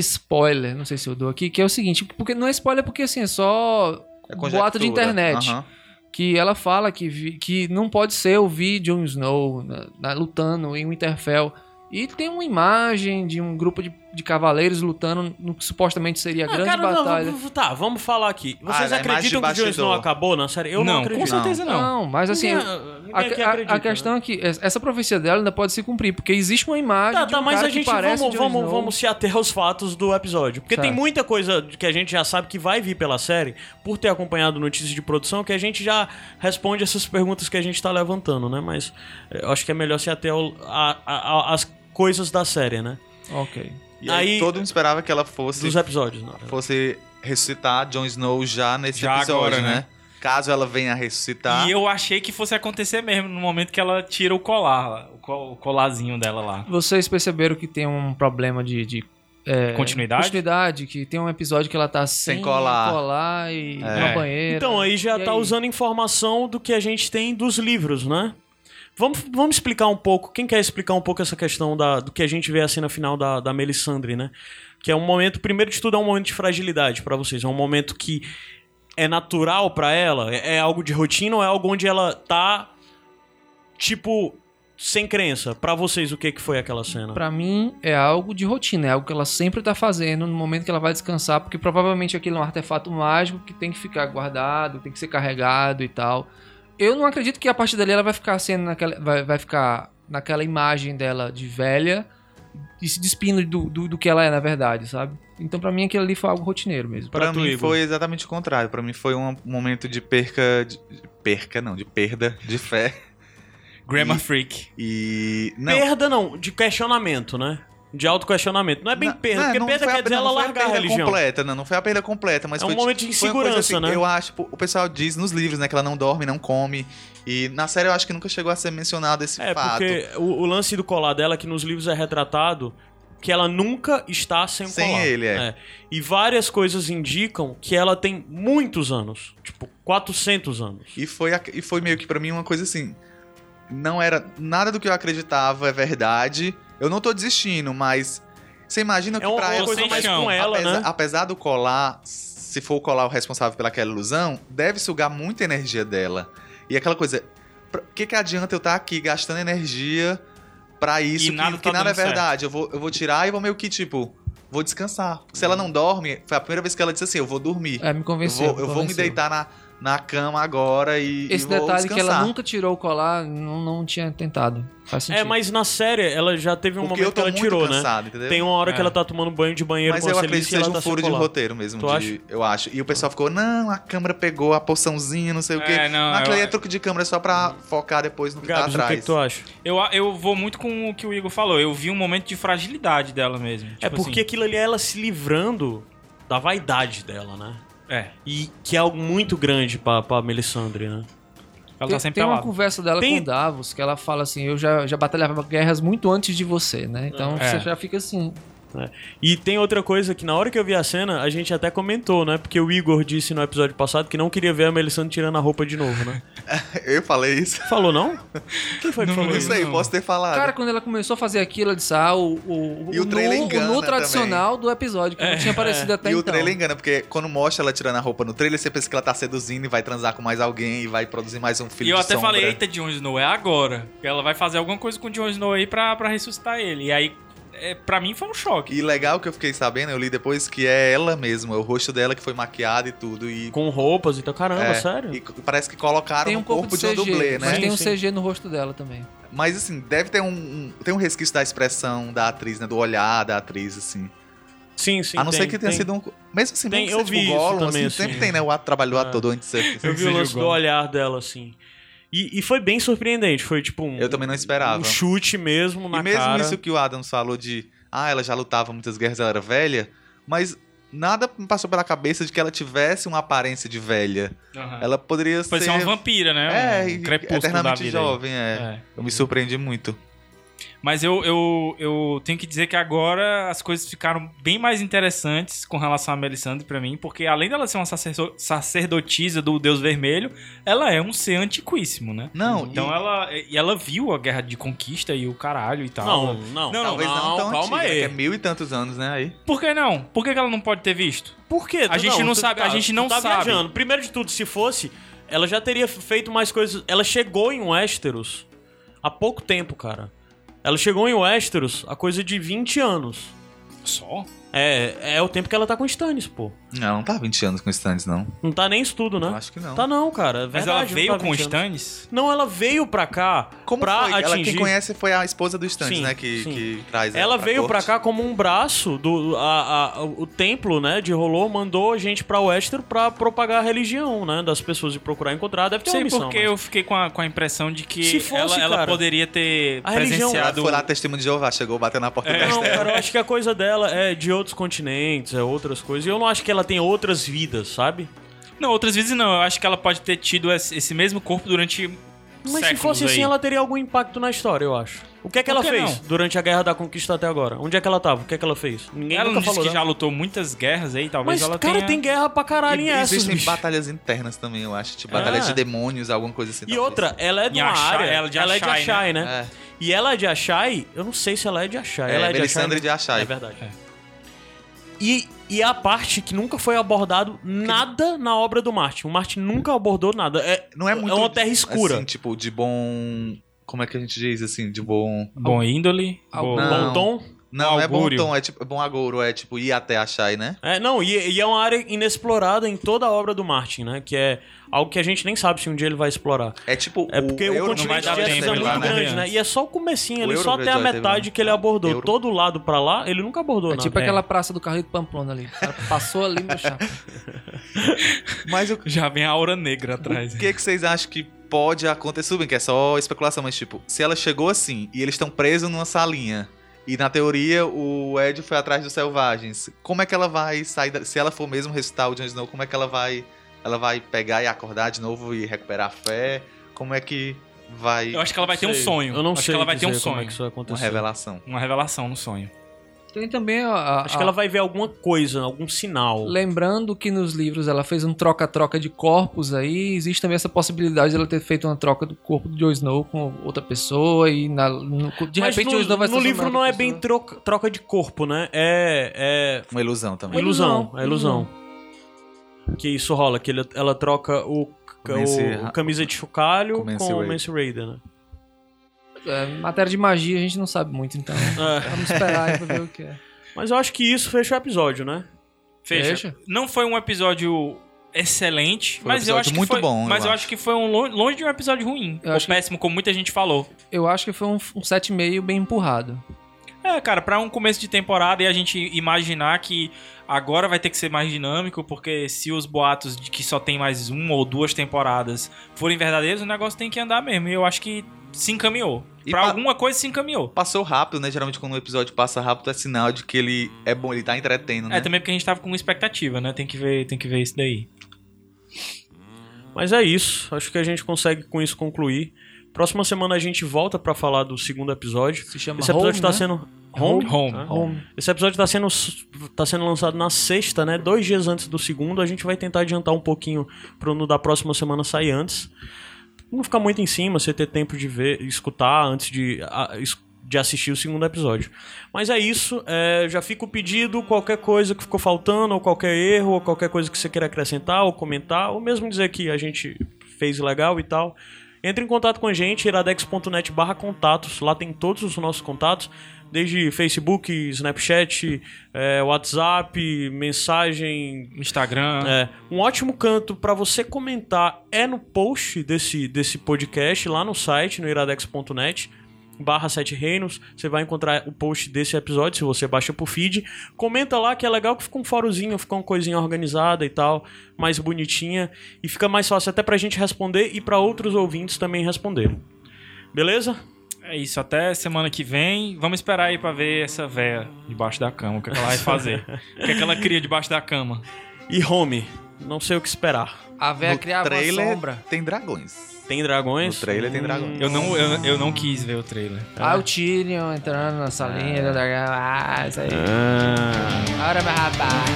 [SPEAKER 3] mid-spoiler, não sei se eu dou aqui, que é o seguinte, porque não é spoiler porque assim, é só
[SPEAKER 4] É
[SPEAKER 3] boato
[SPEAKER 4] conjectura.
[SPEAKER 3] de internet.
[SPEAKER 4] Aham.
[SPEAKER 3] Que ela fala que, vi- que não pode ser o vi Jon Snow na- na- lutando em Winterfell. E tem uma imagem de um grupo de, de cavaleiros lutando no que supostamente seria a É grande
[SPEAKER 1] não,
[SPEAKER 3] batalha.
[SPEAKER 1] Ah, vamos- tá, vamos falar aqui. Vocês
[SPEAKER 4] Ah, é mais de
[SPEAKER 1] acreditam que o Jon
[SPEAKER 4] bastidor.
[SPEAKER 1] Snow acabou na série? Eu não,
[SPEAKER 2] não, com
[SPEAKER 1] acredito.
[SPEAKER 2] certeza não.
[SPEAKER 3] mas assim,
[SPEAKER 1] Ninguém-
[SPEAKER 3] a-
[SPEAKER 1] ninguém
[SPEAKER 3] a,
[SPEAKER 1] aqui
[SPEAKER 3] a- a
[SPEAKER 1] acredita, né?
[SPEAKER 3] questão é que es- essa profecia dela ainda pode se cumprir, porque existe uma imagem
[SPEAKER 1] Tá,
[SPEAKER 3] de um
[SPEAKER 1] tá, mas
[SPEAKER 3] cara
[SPEAKER 1] a gente
[SPEAKER 3] que parece
[SPEAKER 1] vamos,
[SPEAKER 3] Jon
[SPEAKER 1] vamos,
[SPEAKER 3] Snow.
[SPEAKER 1] vamos se ater aos fatos do episódio. Porque tem
[SPEAKER 3] Certo.
[SPEAKER 1] muita coisa que a gente já sabe que vai vir pela série, por ter acompanhado notícias de produção, que a gente já responde essas perguntas que a gente tá levantando, né? Mas eh, eu acho que é melhor se ater ao- a- a- a- às coisas da série, né?
[SPEAKER 3] Ok.
[SPEAKER 4] E aí,
[SPEAKER 1] Aí-
[SPEAKER 4] todo mundo esperava que ela fosse,
[SPEAKER 1] Dos episódios, né?
[SPEAKER 4] fosse ressuscitar Jon Snow já nesse
[SPEAKER 2] Já
[SPEAKER 4] episódio,
[SPEAKER 2] agora, né?
[SPEAKER 4] né? Caso ela venha a ressuscitar.
[SPEAKER 2] E eu achei que fosse acontecer mesmo, no momento que ela tira o colar, lá, o, col- o colarzinho dela lá.
[SPEAKER 3] Vocês perceberam que tem um problema de, de, é,
[SPEAKER 2] Continuidade?
[SPEAKER 3] continuidade? Que tem um episódio que ela tá sem,
[SPEAKER 4] colar.
[SPEAKER 3] colar e
[SPEAKER 4] É.
[SPEAKER 3] na banheira.
[SPEAKER 1] Então, aí já
[SPEAKER 3] Né? E
[SPEAKER 1] tá usando informação do que a gente tem dos livros, né? Vamos, vamos explicar um pouco. Quem quer explicar um pouco essa questão da, do que a gente vê assim na final da, da Melisandre, né? Que é um momento, primeiro de tudo, é um momento de fragilidade pra vocês. É um momento que é natural pra ela? É, é algo de rotina ou é algo onde ela tá, tipo, sem crença? Pra vocês, o que, que foi aquela cena?
[SPEAKER 3] Pra mim, é algo de rotina, é algo que ela sempre tá fazendo no momento que ela vai descansar, porque provavelmente aquilo é um artefato mágico que tem que ficar guardado, tem que ser carregado e tal. Eu não acredito que a partir dali ela vai ficar sendo naquela. Vai, vai ficar naquela imagem dela de velha e se despindo do, do, do que ela é, na verdade, sabe? Então, pra mim, aquilo ali foi algo rotineiro mesmo.
[SPEAKER 4] Pra
[SPEAKER 1] Pra tu,
[SPEAKER 4] mim
[SPEAKER 1] Igor.
[SPEAKER 4] foi exatamente o contrário. Pra mim foi um momento de perca. De, de perca, não, de perda de fé.
[SPEAKER 2] Grammar Freak.
[SPEAKER 4] E. Não,
[SPEAKER 1] Perda não, de questionamento, né? De autoquestionamento. Não é bem
[SPEAKER 4] não-
[SPEAKER 1] perda,
[SPEAKER 4] não,
[SPEAKER 1] porque
[SPEAKER 4] não
[SPEAKER 1] perda
[SPEAKER 4] foi a
[SPEAKER 1] quer dizer
[SPEAKER 4] perda-
[SPEAKER 1] ela
[SPEAKER 4] não foi
[SPEAKER 1] largar a
[SPEAKER 4] perda
[SPEAKER 1] religião.
[SPEAKER 4] completa, não, não foi a perda completa, mas
[SPEAKER 1] É um
[SPEAKER 4] foi
[SPEAKER 1] momento de
[SPEAKER 4] Foi uma coisa
[SPEAKER 1] insegurança,
[SPEAKER 4] assim,
[SPEAKER 1] né?
[SPEAKER 4] Eu acho, pô, o pessoal diz nos livros, né, que ela não dorme, não come. E na série eu acho que nunca chegou a ser mencionado esse
[SPEAKER 1] É,
[SPEAKER 4] fato.
[SPEAKER 1] porque o, o lance do colar dela, que nos livros é retratado que ela nunca está sem o
[SPEAKER 4] Sem
[SPEAKER 1] colar.
[SPEAKER 4] ele, é.
[SPEAKER 1] E várias coisas indicam que ela tem muitos anos. Tipo, 400 anos.
[SPEAKER 4] E foi, a- e foi meio que pra mim uma coisa assim. Não era. Nada do que eu acreditava é verdade. Eu não tô desistindo, mas. Você imagina que
[SPEAKER 1] É uma
[SPEAKER 4] pra ela.
[SPEAKER 1] coisa
[SPEAKER 2] um sem
[SPEAKER 1] mais
[SPEAKER 2] chão.
[SPEAKER 1] com ela,
[SPEAKER 4] apesar,
[SPEAKER 1] né?
[SPEAKER 4] apesar do colar, se for o colar o responsável pelaquela ilusão, deve sugar muita energia dela. E aquela coisa. pra- O que, que adianta eu estar aqui gastando energia pra isso que que
[SPEAKER 2] nada
[SPEAKER 4] nada,
[SPEAKER 2] tá
[SPEAKER 4] é
[SPEAKER 2] dando certo.
[SPEAKER 4] verdade? Eu vou, eu vou tirar e vou meio que tipo. Vou descansar. Se ela não dorme, foi a primeira vez que ela disse assim: eu vou dormir.
[SPEAKER 3] É, me
[SPEAKER 4] Eu
[SPEAKER 3] convenceu.
[SPEAKER 4] vou, eu vou me
[SPEAKER 3] convenceu.
[SPEAKER 4] deitar na, na cama agora e.
[SPEAKER 3] Esse
[SPEAKER 4] e vou
[SPEAKER 3] detalhe que ela
[SPEAKER 4] descansar.
[SPEAKER 3] nunca tirou o colar, não, não tinha tentado. Faz sentido.
[SPEAKER 1] É, mas na série ela já teve um
[SPEAKER 4] Porque eu
[SPEAKER 1] momento que
[SPEAKER 4] tô
[SPEAKER 1] ela
[SPEAKER 4] muito
[SPEAKER 1] tirou, né?
[SPEAKER 4] cansado, entendeu?
[SPEAKER 1] Tem uma hora
[SPEAKER 2] É.
[SPEAKER 1] que ela tá tomando banho de banheiro
[SPEAKER 4] Mas
[SPEAKER 1] com
[SPEAKER 4] eu
[SPEAKER 1] a Celice
[SPEAKER 4] acredito que
[SPEAKER 1] e ela
[SPEAKER 4] seja
[SPEAKER 1] tá
[SPEAKER 4] um
[SPEAKER 1] sem
[SPEAKER 4] furo de
[SPEAKER 1] colar.
[SPEAKER 4] roteiro mesmo.
[SPEAKER 1] Tu
[SPEAKER 4] de-
[SPEAKER 1] acha?
[SPEAKER 4] Eu acho. E o pessoal ficou, não, a câmera pegou a poçãozinha, não sei o quê.
[SPEAKER 2] É, não,
[SPEAKER 4] Aquilo aí
[SPEAKER 2] eu-
[SPEAKER 4] é truque de câmera só pra focar depois no que
[SPEAKER 1] Gabs,
[SPEAKER 4] tá
[SPEAKER 1] o que,
[SPEAKER 4] atrás.
[SPEAKER 1] que tu acha?
[SPEAKER 2] Eu, eu vou muito com o que o Igor falou. Eu vi um momento de fragilidade dela mesmo.
[SPEAKER 1] é
[SPEAKER 2] Tipo
[SPEAKER 1] porque aquilo ali é ela se livrando da vaidade dela, né?
[SPEAKER 2] assim, é,
[SPEAKER 1] E que é algo muito grande pra, pra Melisandre, né?
[SPEAKER 2] ela
[SPEAKER 3] tem,
[SPEAKER 2] tá sempre
[SPEAKER 3] tem uma
[SPEAKER 2] pelada.
[SPEAKER 3] conversa dela
[SPEAKER 1] Tem-
[SPEAKER 3] com o Davos que ela fala assim: eu já, já batalhava guerras muito antes de você, né? Então
[SPEAKER 2] É.
[SPEAKER 3] você já fica assim.
[SPEAKER 1] E tem outra coisa que na hora que eu vi a cena, a gente até comentou, né? Porque o Igor disse no episódio passado que não queria ver a Melisandre tirando a roupa de novo, né?
[SPEAKER 4] Eu falei isso.
[SPEAKER 1] Falou não? Quem foi que falou
[SPEAKER 4] Não
[SPEAKER 1] isso?
[SPEAKER 4] sei,
[SPEAKER 2] não.
[SPEAKER 4] posso ter falado.
[SPEAKER 3] Cara, quando ela começou a fazer aquilo, ela disse: ah, o, o,
[SPEAKER 4] E o trailer
[SPEAKER 3] nu,
[SPEAKER 4] engana
[SPEAKER 3] nu
[SPEAKER 4] também. É.
[SPEAKER 3] tradicional do episódio,
[SPEAKER 1] É.
[SPEAKER 3] que não tinha aparecido até
[SPEAKER 4] e o
[SPEAKER 3] então.
[SPEAKER 4] trailer engana, porque quando mostra ela tirando a roupa no trailer, você pensa que ela tá seduzindo e vai transar com mais alguém e vai produzir mais um filho
[SPEAKER 2] E eu
[SPEAKER 4] de
[SPEAKER 2] até
[SPEAKER 4] sombra.
[SPEAKER 2] falei, eita, Jon Snow, é agora. Ela vai fazer alguma coisa com o Jon Snow aí pra, pra ressuscitar ele. E aí, é, pra mim foi um choque.
[SPEAKER 4] E legal que eu fiquei sabendo, eu li depois que é ela mesma, é o rosto dela que foi maquiado e tudo. E,
[SPEAKER 1] Com roupas e tal. Caramba,
[SPEAKER 4] é,
[SPEAKER 1] sério?
[SPEAKER 4] e c- parece que colocaram
[SPEAKER 3] Tem um
[SPEAKER 4] no
[SPEAKER 3] pouco
[SPEAKER 4] corpo
[SPEAKER 3] de
[SPEAKER 4] de um
[SPEAKER 3] CG,
[SPEAKER 4] dublê,
[SPEAKER 3] mas
[SPEAKER 4] né?
[SPEAKER 1] Sim,
[SPEAKER 3] tem um
[SPEAKER 1] sim.
[SPEAKER 3] CG no rosto dela também.
[SPEAKER 4] Mas assim, deve ter um, um- Tem um resquício da expressão da atriz, né? Do olhar da atriz, assim.
[SPEAKER 1] Sim, sim.
[SPEAKER 4] a não
[SPEAKER 1] tem,
[SPEAKER 4] ser que tenha
[SPEAKER 1] tem.
[SPEAKER 4] sido um. Mesmo assim,
[SPEAKER 1] Tem,
[SPEAKER 4] mesmo
[SPEAKER 1] eu
[SPEAKER 4] que seja
[SPEAKER 1] vi
[SPEAKER 4] tipo
[SPEAKER 1] isso
[SPEAKER 4] Gollum,
[SPEAKER 1] também,
[SPEAKER 4] assim, sempre
[SPEAKER 1] assim.
[SPEAKER 4] tem, né? O ato trabalhou
[SPEAKER 1] É.
[SPEAKER 4] ator durante ser.
[SPEAKER 1] Eu vi o
[SPEAKER 2] Você
[SPEAKER 1] lance do
[SPEAKER 2] julgou.
[SPEAKER 1] olhar dela, assim. E, e foi bem surpreendente. Foi tipo um.
[SPEAKER 4] Eu também não esperava.
[SPEAKER 1] Um chute mesmo na
[SPEAKER 4] E mesmo
[SPEAKER 1] cara.
[SPEAKER 4] isso que o Adams falou de. Ah, ela já lutava muitas guerras, ela era velha. Mas nada me passou pela cabeça de que ela tivesse uma aparência de velha. Ela poderia
[SPEAKER 2] Pode ser uma vampira, né?
[SPEAKER 4] É,
[SPEAKER 2] Um
[SPEAKER 4] e
[SPEAKER 2] crepúsculo da
[SPEAKER 4] eternamente
[SPEAKER 2] vida
[SPEAKER 4] jovem,
[SPEAKER 2] aí.
[SPEAKER 4] é.
[SPEAKER 2] É.
[SPEAKER 4] Eu me surpreendi muito.
[SPEAKER 2] Mas eu, eu, eu tenho que dizer que agora as coisas ficaram bem mais interessantes com relação a Melisandre pra mim, porque além dela ser uma sacerdo- sacerdotisa do Deus Vermelho, ela é um ser antiquíssimo, né?
[SPEAKER 4] Não,
[SPEAKER 2] Então
[SPEAKER 4] e-
[SPEAKER 2] ela, e ela viu a guerra de conquista e o caralho e tal.
[SPEAKER 1] Não, Tá, não.
[SPEAKER 2] Não,
[SPEAKER 4] Talvez não, tão
[SPEAKER 1] calma
[SPEAKER 4] antiga,
[SPEAKER 1] aí.
[SPEAKER 4] né, que é mil e tantos anos, né? Aí.
[SPEAKER 2] Por que não? Por que que ela não pode ter visto?
[SPEAKER 1] Por quê?
[SPEAKER 2] A
[SPEAKER 1] Tu
[SPEAKER 2] gente não sabe, a
[SPEAKER 1] cara,
[SPEAKER 2] gente
[SPEAKER 1] tu
[SPEAKER 2] não
[SPEAKER 1] tá
[SPEAKER 2] sabe.
[SPEAKER 1] viajando. Primeiro de tudo, se fosse, ela já teria feito mais coisas. Ela chegou em Westeros há pouco tempo, cara. Ela chegou em Westeros há coisa de 20 anos.
[SPEAKER 2] Só?
[SPEAKER 1] É, é o tempo que ela tá com Stannis, pô.
[SPEAKER 4] Não, não tá 20 anos com o Stannis, não.
[SPEAKER 1] Não tá nem isso tudo, né?
[SPEAKER 4] Eu acho que não.
[SPEAKER 1] Tá não, cara. É
[SPEAKER 2] Mas
[SPEAKER 1] verdade,
[SPEAKER 2] ela
[SPEAKER 1] não
[SPEAKER 2] veio
[SPEAKER 1] tá
[SPEAKER 2] com o
[SPEAKER 1] 20 anos.
[SPEAKER 2] Stannis?
[SPEAKER 1] Não, ela veio pra cá
[SPEAKER 4] Como
[SPEAKER 1] pra
[SPEAKER 4] foi?
[SPEAKER 1] atingir.
[SPEAKER 4] Ela, quem conhece foi a esposa do Stannis,
[SPEAKER 1] Sim,
[SPEAKER 4] né? Que,
[SPEAKER 1] sim.
[SPEAKER 4] que traz
[SPEAKER 1] Ela veio pra
[SPEAKER 4] corte.
[SPEAKER 1] cá como um braço do a- a- o templo, né, de Rolô mandou gente pra Westeros pra propagar a religião, né, das pessoas e procurar encontrar, deve ter uma
[SPEAKER 2] Sei
[SPEAKER 1] missão.
[SPEAKER 2] porque
[SPEAKER 1] mas-
[SPEAKER 2] um eu fiquei com a, com a impressão de que
[SPEAKER 1] Se fosse,
[SPEAKER 2] ela, ela
[SPEAKER 1] cara,
[SPEAKER 2] poderia ter
[SPEAKER 1] a religião-
[SPEAKER 4] Ela
[SPEAKER 2] presenciado.
[SPEAKER 4] foi lá, testemunho de Jeová, chegou, bateu na porta da
[SPEAKER 1] Não,
[SPEAKER 4] Esther.
[SPEAKER 1] cara, eu acho que a coisa dela é de outros continentes, é outras coisas. E eu não acho que ela tem outras vidas, sabe?
[SPEAKER 2] Não, outras vezes não. Eu acho que ela pode ter tido esse esse mesmo corpo durante.
[SPEAKER 1] Mas se
[SPEAKER 2] séculos
[SPEAKER 1] fosse
[SPEAKER 2] aí.
[SPEAKER 1] assim, ela teria algum impacto na história, eu acho. O que é que
[SPEAKER 2] Por
[SPEAKER 1] ela
[SPEAKER 2] que
[SPEAKER 1] fez
[SPEAKER 2] não?
[SPEAKER 1] durante a Guerra da Conquista até agora? Onde é que ela tava? O que é que ela fez? Ninguém
[SPEAKER 2] Ela
[SPEAKER 1] nunca
[SPEAKER 2] não disse
[SPEAKER 1] falou
[SPEAKER 2] que já
[SPEAKER 1] dela.
[SPEAKER 2] lutou muitas guerras aí, talvez
[SPEAKER 1] Mas,
[SPEAKER 2] ela
[SPEAKER 1] cara,
[SPEAKER 2] tenha.
[SPEAKER 1] tem guerra pra caralho em
[SPEAKER 4] E
[SPEAKER 1] essas,
[SPEAKER 4] Existem
[SPEAKER 1] bicho.
[SPEAKER 4] batalhas internas também, eu acho. Tipo, batalhas
[SPEAKER 1] É.
[SPEAKER 4] de demônios, alguma coisa assim.
[SPEAKER 1] E
[SPEAKER 4] talvez.
[SPEAKER 1] outra, ela é de
[SPEAKER 2] Em
[SPEAKER 1] uma
[SPEAKER 2] Achai-
[SPEAKER 1] área.
[SPEAKER 2] ela é de
[SPEAKER 1] ela é de
[SPEAKER 2] Achai, né?
[SPEAKER 1] Achai, né?
[SPEAKER 4] É.
[SPEAKER 1] E ela é de Achai, eu não sei se ela é de Achai.
[SPEAKER 4] É,
[SPEAKER 1] ela é de Achai.
[SPEAKER 4] Melisandre de Achai.
[SPEAKER 1] É verdade.
[SPEAKER 2] É.
[SPEAKER 1] E, e a parte que nunca foi abordado nada na obra do Martin. O Martin nunca abordou nada. É,
[SPEAKER 4] Não é muito.
[SPEAKER 1] uma terra escura.
[SPEAKER 4] Assim, tipo, de bom. Como é que a gente diz assim? De bom.
[SPEAKER 2] Bom índole.
[SPEAKER 3] Algum-
[SPEAKER 2] boa-
[SPEAKER 1] bom
[SPEAKER 4] Não.
[SPEAKER 1] tom.
[SPEAKER 4] Não, não é bom
[SPEAKER 2] augúrio.
[SPEAKER 4] tom, é tipo. É bom agouro, é tipo ir até Achai, né?
[SPEAKER 1] É, não, e, e é uma área inexplorada em toda a obra do Martin, né? Que é algo que a gente nem sabe se um dia ele vai explorar.
[SPEAKER 4] É tipo.
[SPEAKER 1] É porque o,
[SPEAKER 4] Euro-
[SPEAKER 1] continente de
[SPEAKER 2] vai dar
[SPEAKER 1] Essos é
[SPEAKER 2] tempo
[SPEAKER 1] muito
[SPEAKER 2] lá, né?
[SPEAKER 1] grande, né? E é só o comecinho
[SPEAKER 4] O
[SPEAKER 1] ali,
[SPEAKER 4] Euro
[SPEAKER 1] só até a
[SPEAKER 4] Grande lá teve,
[SPEAKER 1] metade
[SPEAKER 4] né?
[SPEAKER 1] que ele abordou.
[SPEAKER 4] Euro.
[SPEAKER 1] Todo lado pra lá, ele nunca abordou
[SPEAKER 3] É
[SPEAKER 1] nada.
[SPEAKER 3] tipo aquela praça do Carrito Pamplona ali. O cara passou ali no chapa.
[SPEAKER 4] né? Mas o
[SPEAKER 2] Já vem a aura negra atrás.
[SPEAKER 4] O que, que vocês acham que pode acontecer? Tudo bem que é só especulação, mas tipo, se ela chegou assim e eles estão presos numa salinha. E na teoria o Ed foi atrás dos selvagens. Como é que ela vai sair? Da... Se ela for mesmo ressuscitar o Jon Snow, como é que ela vai? Ela vai pegar e acordar de novo e recuperar a fé? Como é que vai
[SPEAKER 2] Eu acho que ela vai ter um
[SPEAKER 1] Sei.
[SPEAKER 2] sonho.
[SPEAKER 1] Eu não
[SPEAKER 2] acho
[SPEAKER 1] sei
[SPEAKER 2] que ela vai ter um
[SPEAKER 1] dizer como
[SPEAKER 2] sonho.
[SPEAKER 1] é que isso vai acontecer.
[SPEAKER 4] uma revelação?
[SPEAKER 2] Uma revelação no sonho.
[SPEAKER 3] Tem também a, a-
[SPEAKER 1] Acho que
[SPEAKER 4] Ah.
[SPEAKER 1] ela vai ver alguma coisa, algum sinal.
[SPEAKER 3] Lembrando que nos livros ela fez um troca-troca de corpos aí, existe também essa possibilidade de ela ter feito uma troca do corpo do Jon Snow com outra pessoa e na- no- de
[SPEAKER 1] Mas
[SPEAKER 3] repente
[SPEAKER 1] no,
[SPEAKER 3] o Jon Snow vai
[SPEAKER 1] no livro não é bem troca, troca de corpo, né? É,
[SPEAKER 4] Uma ilusão
[SPEAKER 1] é
[SPEAKER 4] também.
[SPEAKER 1] ilusão,
[SPEAKER 3] Ilusão,
[SPEAKER 1] é ilusão.
[SPEAKER 3] Uhum.
[SPEAKER 1] Que isso rola, que ele- ela troca o, ca-
[SPEAKER 4] Mance-
[SPEAKER 1] o- o camisa de chocalho
[SPEAKER 4] com o Mance
[SPEAKER 1] com o
[SPEAKER 4] Raider.
[SPEAKER 1] Mance Raider, né?
[SPEAKER 3] É, matéria de magia a gente não sabe muito, então
[SPEAKER 1] É,
[SPEAKER 3] vamos esperar aí pra ver o que é.
[SPEAKER 1] Mas eu acho que isso fecha o episódio, né?
[SPEAKER 2] Fecha.
[SPEAKER 3] Fecha.
[SPEAKER 2] Não foi um episódio excelente,
[SPEAKER 4] Foi um
[SPEAKER 2] mas eu
[SPEAKER 4] episódio
[SPEAKER 2] acho que
[SPEAKER 4] muito
[SPEAKER 2] foi,
[SPEAKER 4] bom, eu
[SPEAKER 2] mas eu
[SPEAKER 4] acho.
[SPEAKER 2] acho que foi um longe, longe de um episódio ruim,
[SPEAKER 3] Eu
[SPEAKER 2] ou
[SPEAKER 3] acho que-
[SPEAKER 2] péssimo, como muita gente falou.
[SPEAKER 3] Eu acho que foi um, um 7,5 bem empurrado.
[SPEAKER 2] É, cara, pra um começo de temporada e a gente imaginar que agora vai ter que ser mais dinâmico, porque se os boatos de que só tem mais uma ou duas temporadas forem verdadeiros, o negócio tem que andar mesmo. E eu acho que se encaminhou.
[SPEAKER 4] E
[SPEAKER 2] pra
[SPEAKER 4] pa-
[SPEAKER 2] alguma coisa se encaminhou.
[SPEAKER 4] Passou rápido, né? Geralmente quando um episódio passa rápido é sinal de que ele é bom, ele tá entretendo, né?
[SPEAKER 2] É, também porque a gente tava com expectativa, né? Tem que ver, tem que ver isso daí.
[SPEAKER 1] Mas é isso. Acho que a gente consegue com isso concluir. Próxima semana a gente volta pra falar do segundo episódio.
[SPEAKER 3] Se chama
[SPEAKER 1] Esse episódio
[SPEAKER 3] Home,
[SPEAKER 1] tá
[SPEAKER 3] né?
[SPEAKER 1] sendo. Home?
[SPEAKER 2] Home? Home.
[SPEAKER 1] Tá?
[SPEAKER 3] Home.
[SPEAKER 1] Esse episódio tá sendo, tá sendo lançado na sexta, né? Dois dias antes do segundo. A gente vai tentar adiantar um pouquinho pro no da próxima semana sair antes. Não ficar muito em cima, você ter tempo de ver, escutar antes de, a- es- de assistir o segundo episódio. Mas é isso. é, já fica o pedido, qualquer coisa que ficou faltando, ou qualquer erro, ou qualquer coisa que você queira acrescentar, ou comentar, ou mesmo dizer que a gente fez legal e tal. Entre em contato com a gente, iradex.net barra contatos, lá tem todos os nossos contatos, desde Facebook, Snapchat, é, WhatsApp, mensagem,
[SPEAKER 2] Instagram.
[SPEAKER 1] é, um ótimo canto pra você comentar é no post desse, desse podcast, lá no site, no iradex.net. Barra Sete Reinos, você vai encontrar o post desse episódio, se você baixa pro feed. Comenta lá que é legal que fica um forozinho, fica uma coisinha organizada e tal, mais bonitinha. E fica mais fácil até pra gente responder e pra outros ouvintes também responderem. Beleza?
[SPEAKER 2] É isso, até semana que vem. Vamos esperar aí pra ver essa véia debaixo da cama, o que, é que ela vai fazer. o que, é que ela cria debaixo da cama.
[SPEAKER 1] E home, não sei o que esperar.
[SPEAKER 3] A véia criava uma sombra.
[SPEAKER 4] tem dragões.
[SPEAKER 1] Tem dragões?
[SPEAKER 4] No trailer tem dragões.
[SPEAKER 2] Eu não, eu, eu não quis ver o trailer.
[SPEAKER 3] Ah, o Tyrion entrando na salinha. Ah, isso aí.
[SPEAKER 1] Ah.
[SPEAKER 3] Ora, meu rapaz.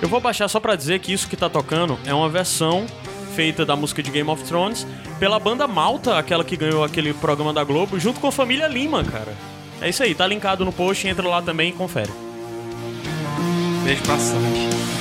[SPEAKER 1] Eu vou baixar só pra dizer que isso que tá tocando é uma versão feita da música de Game of Thrones pela banda Malta, aquela que ganhou aquele programa da Globo, junto com a família Lima, cara. É isso aí, tá linkado no post, entra lá também e confere.
[SPEAKER 2] Beijo pra Sandy.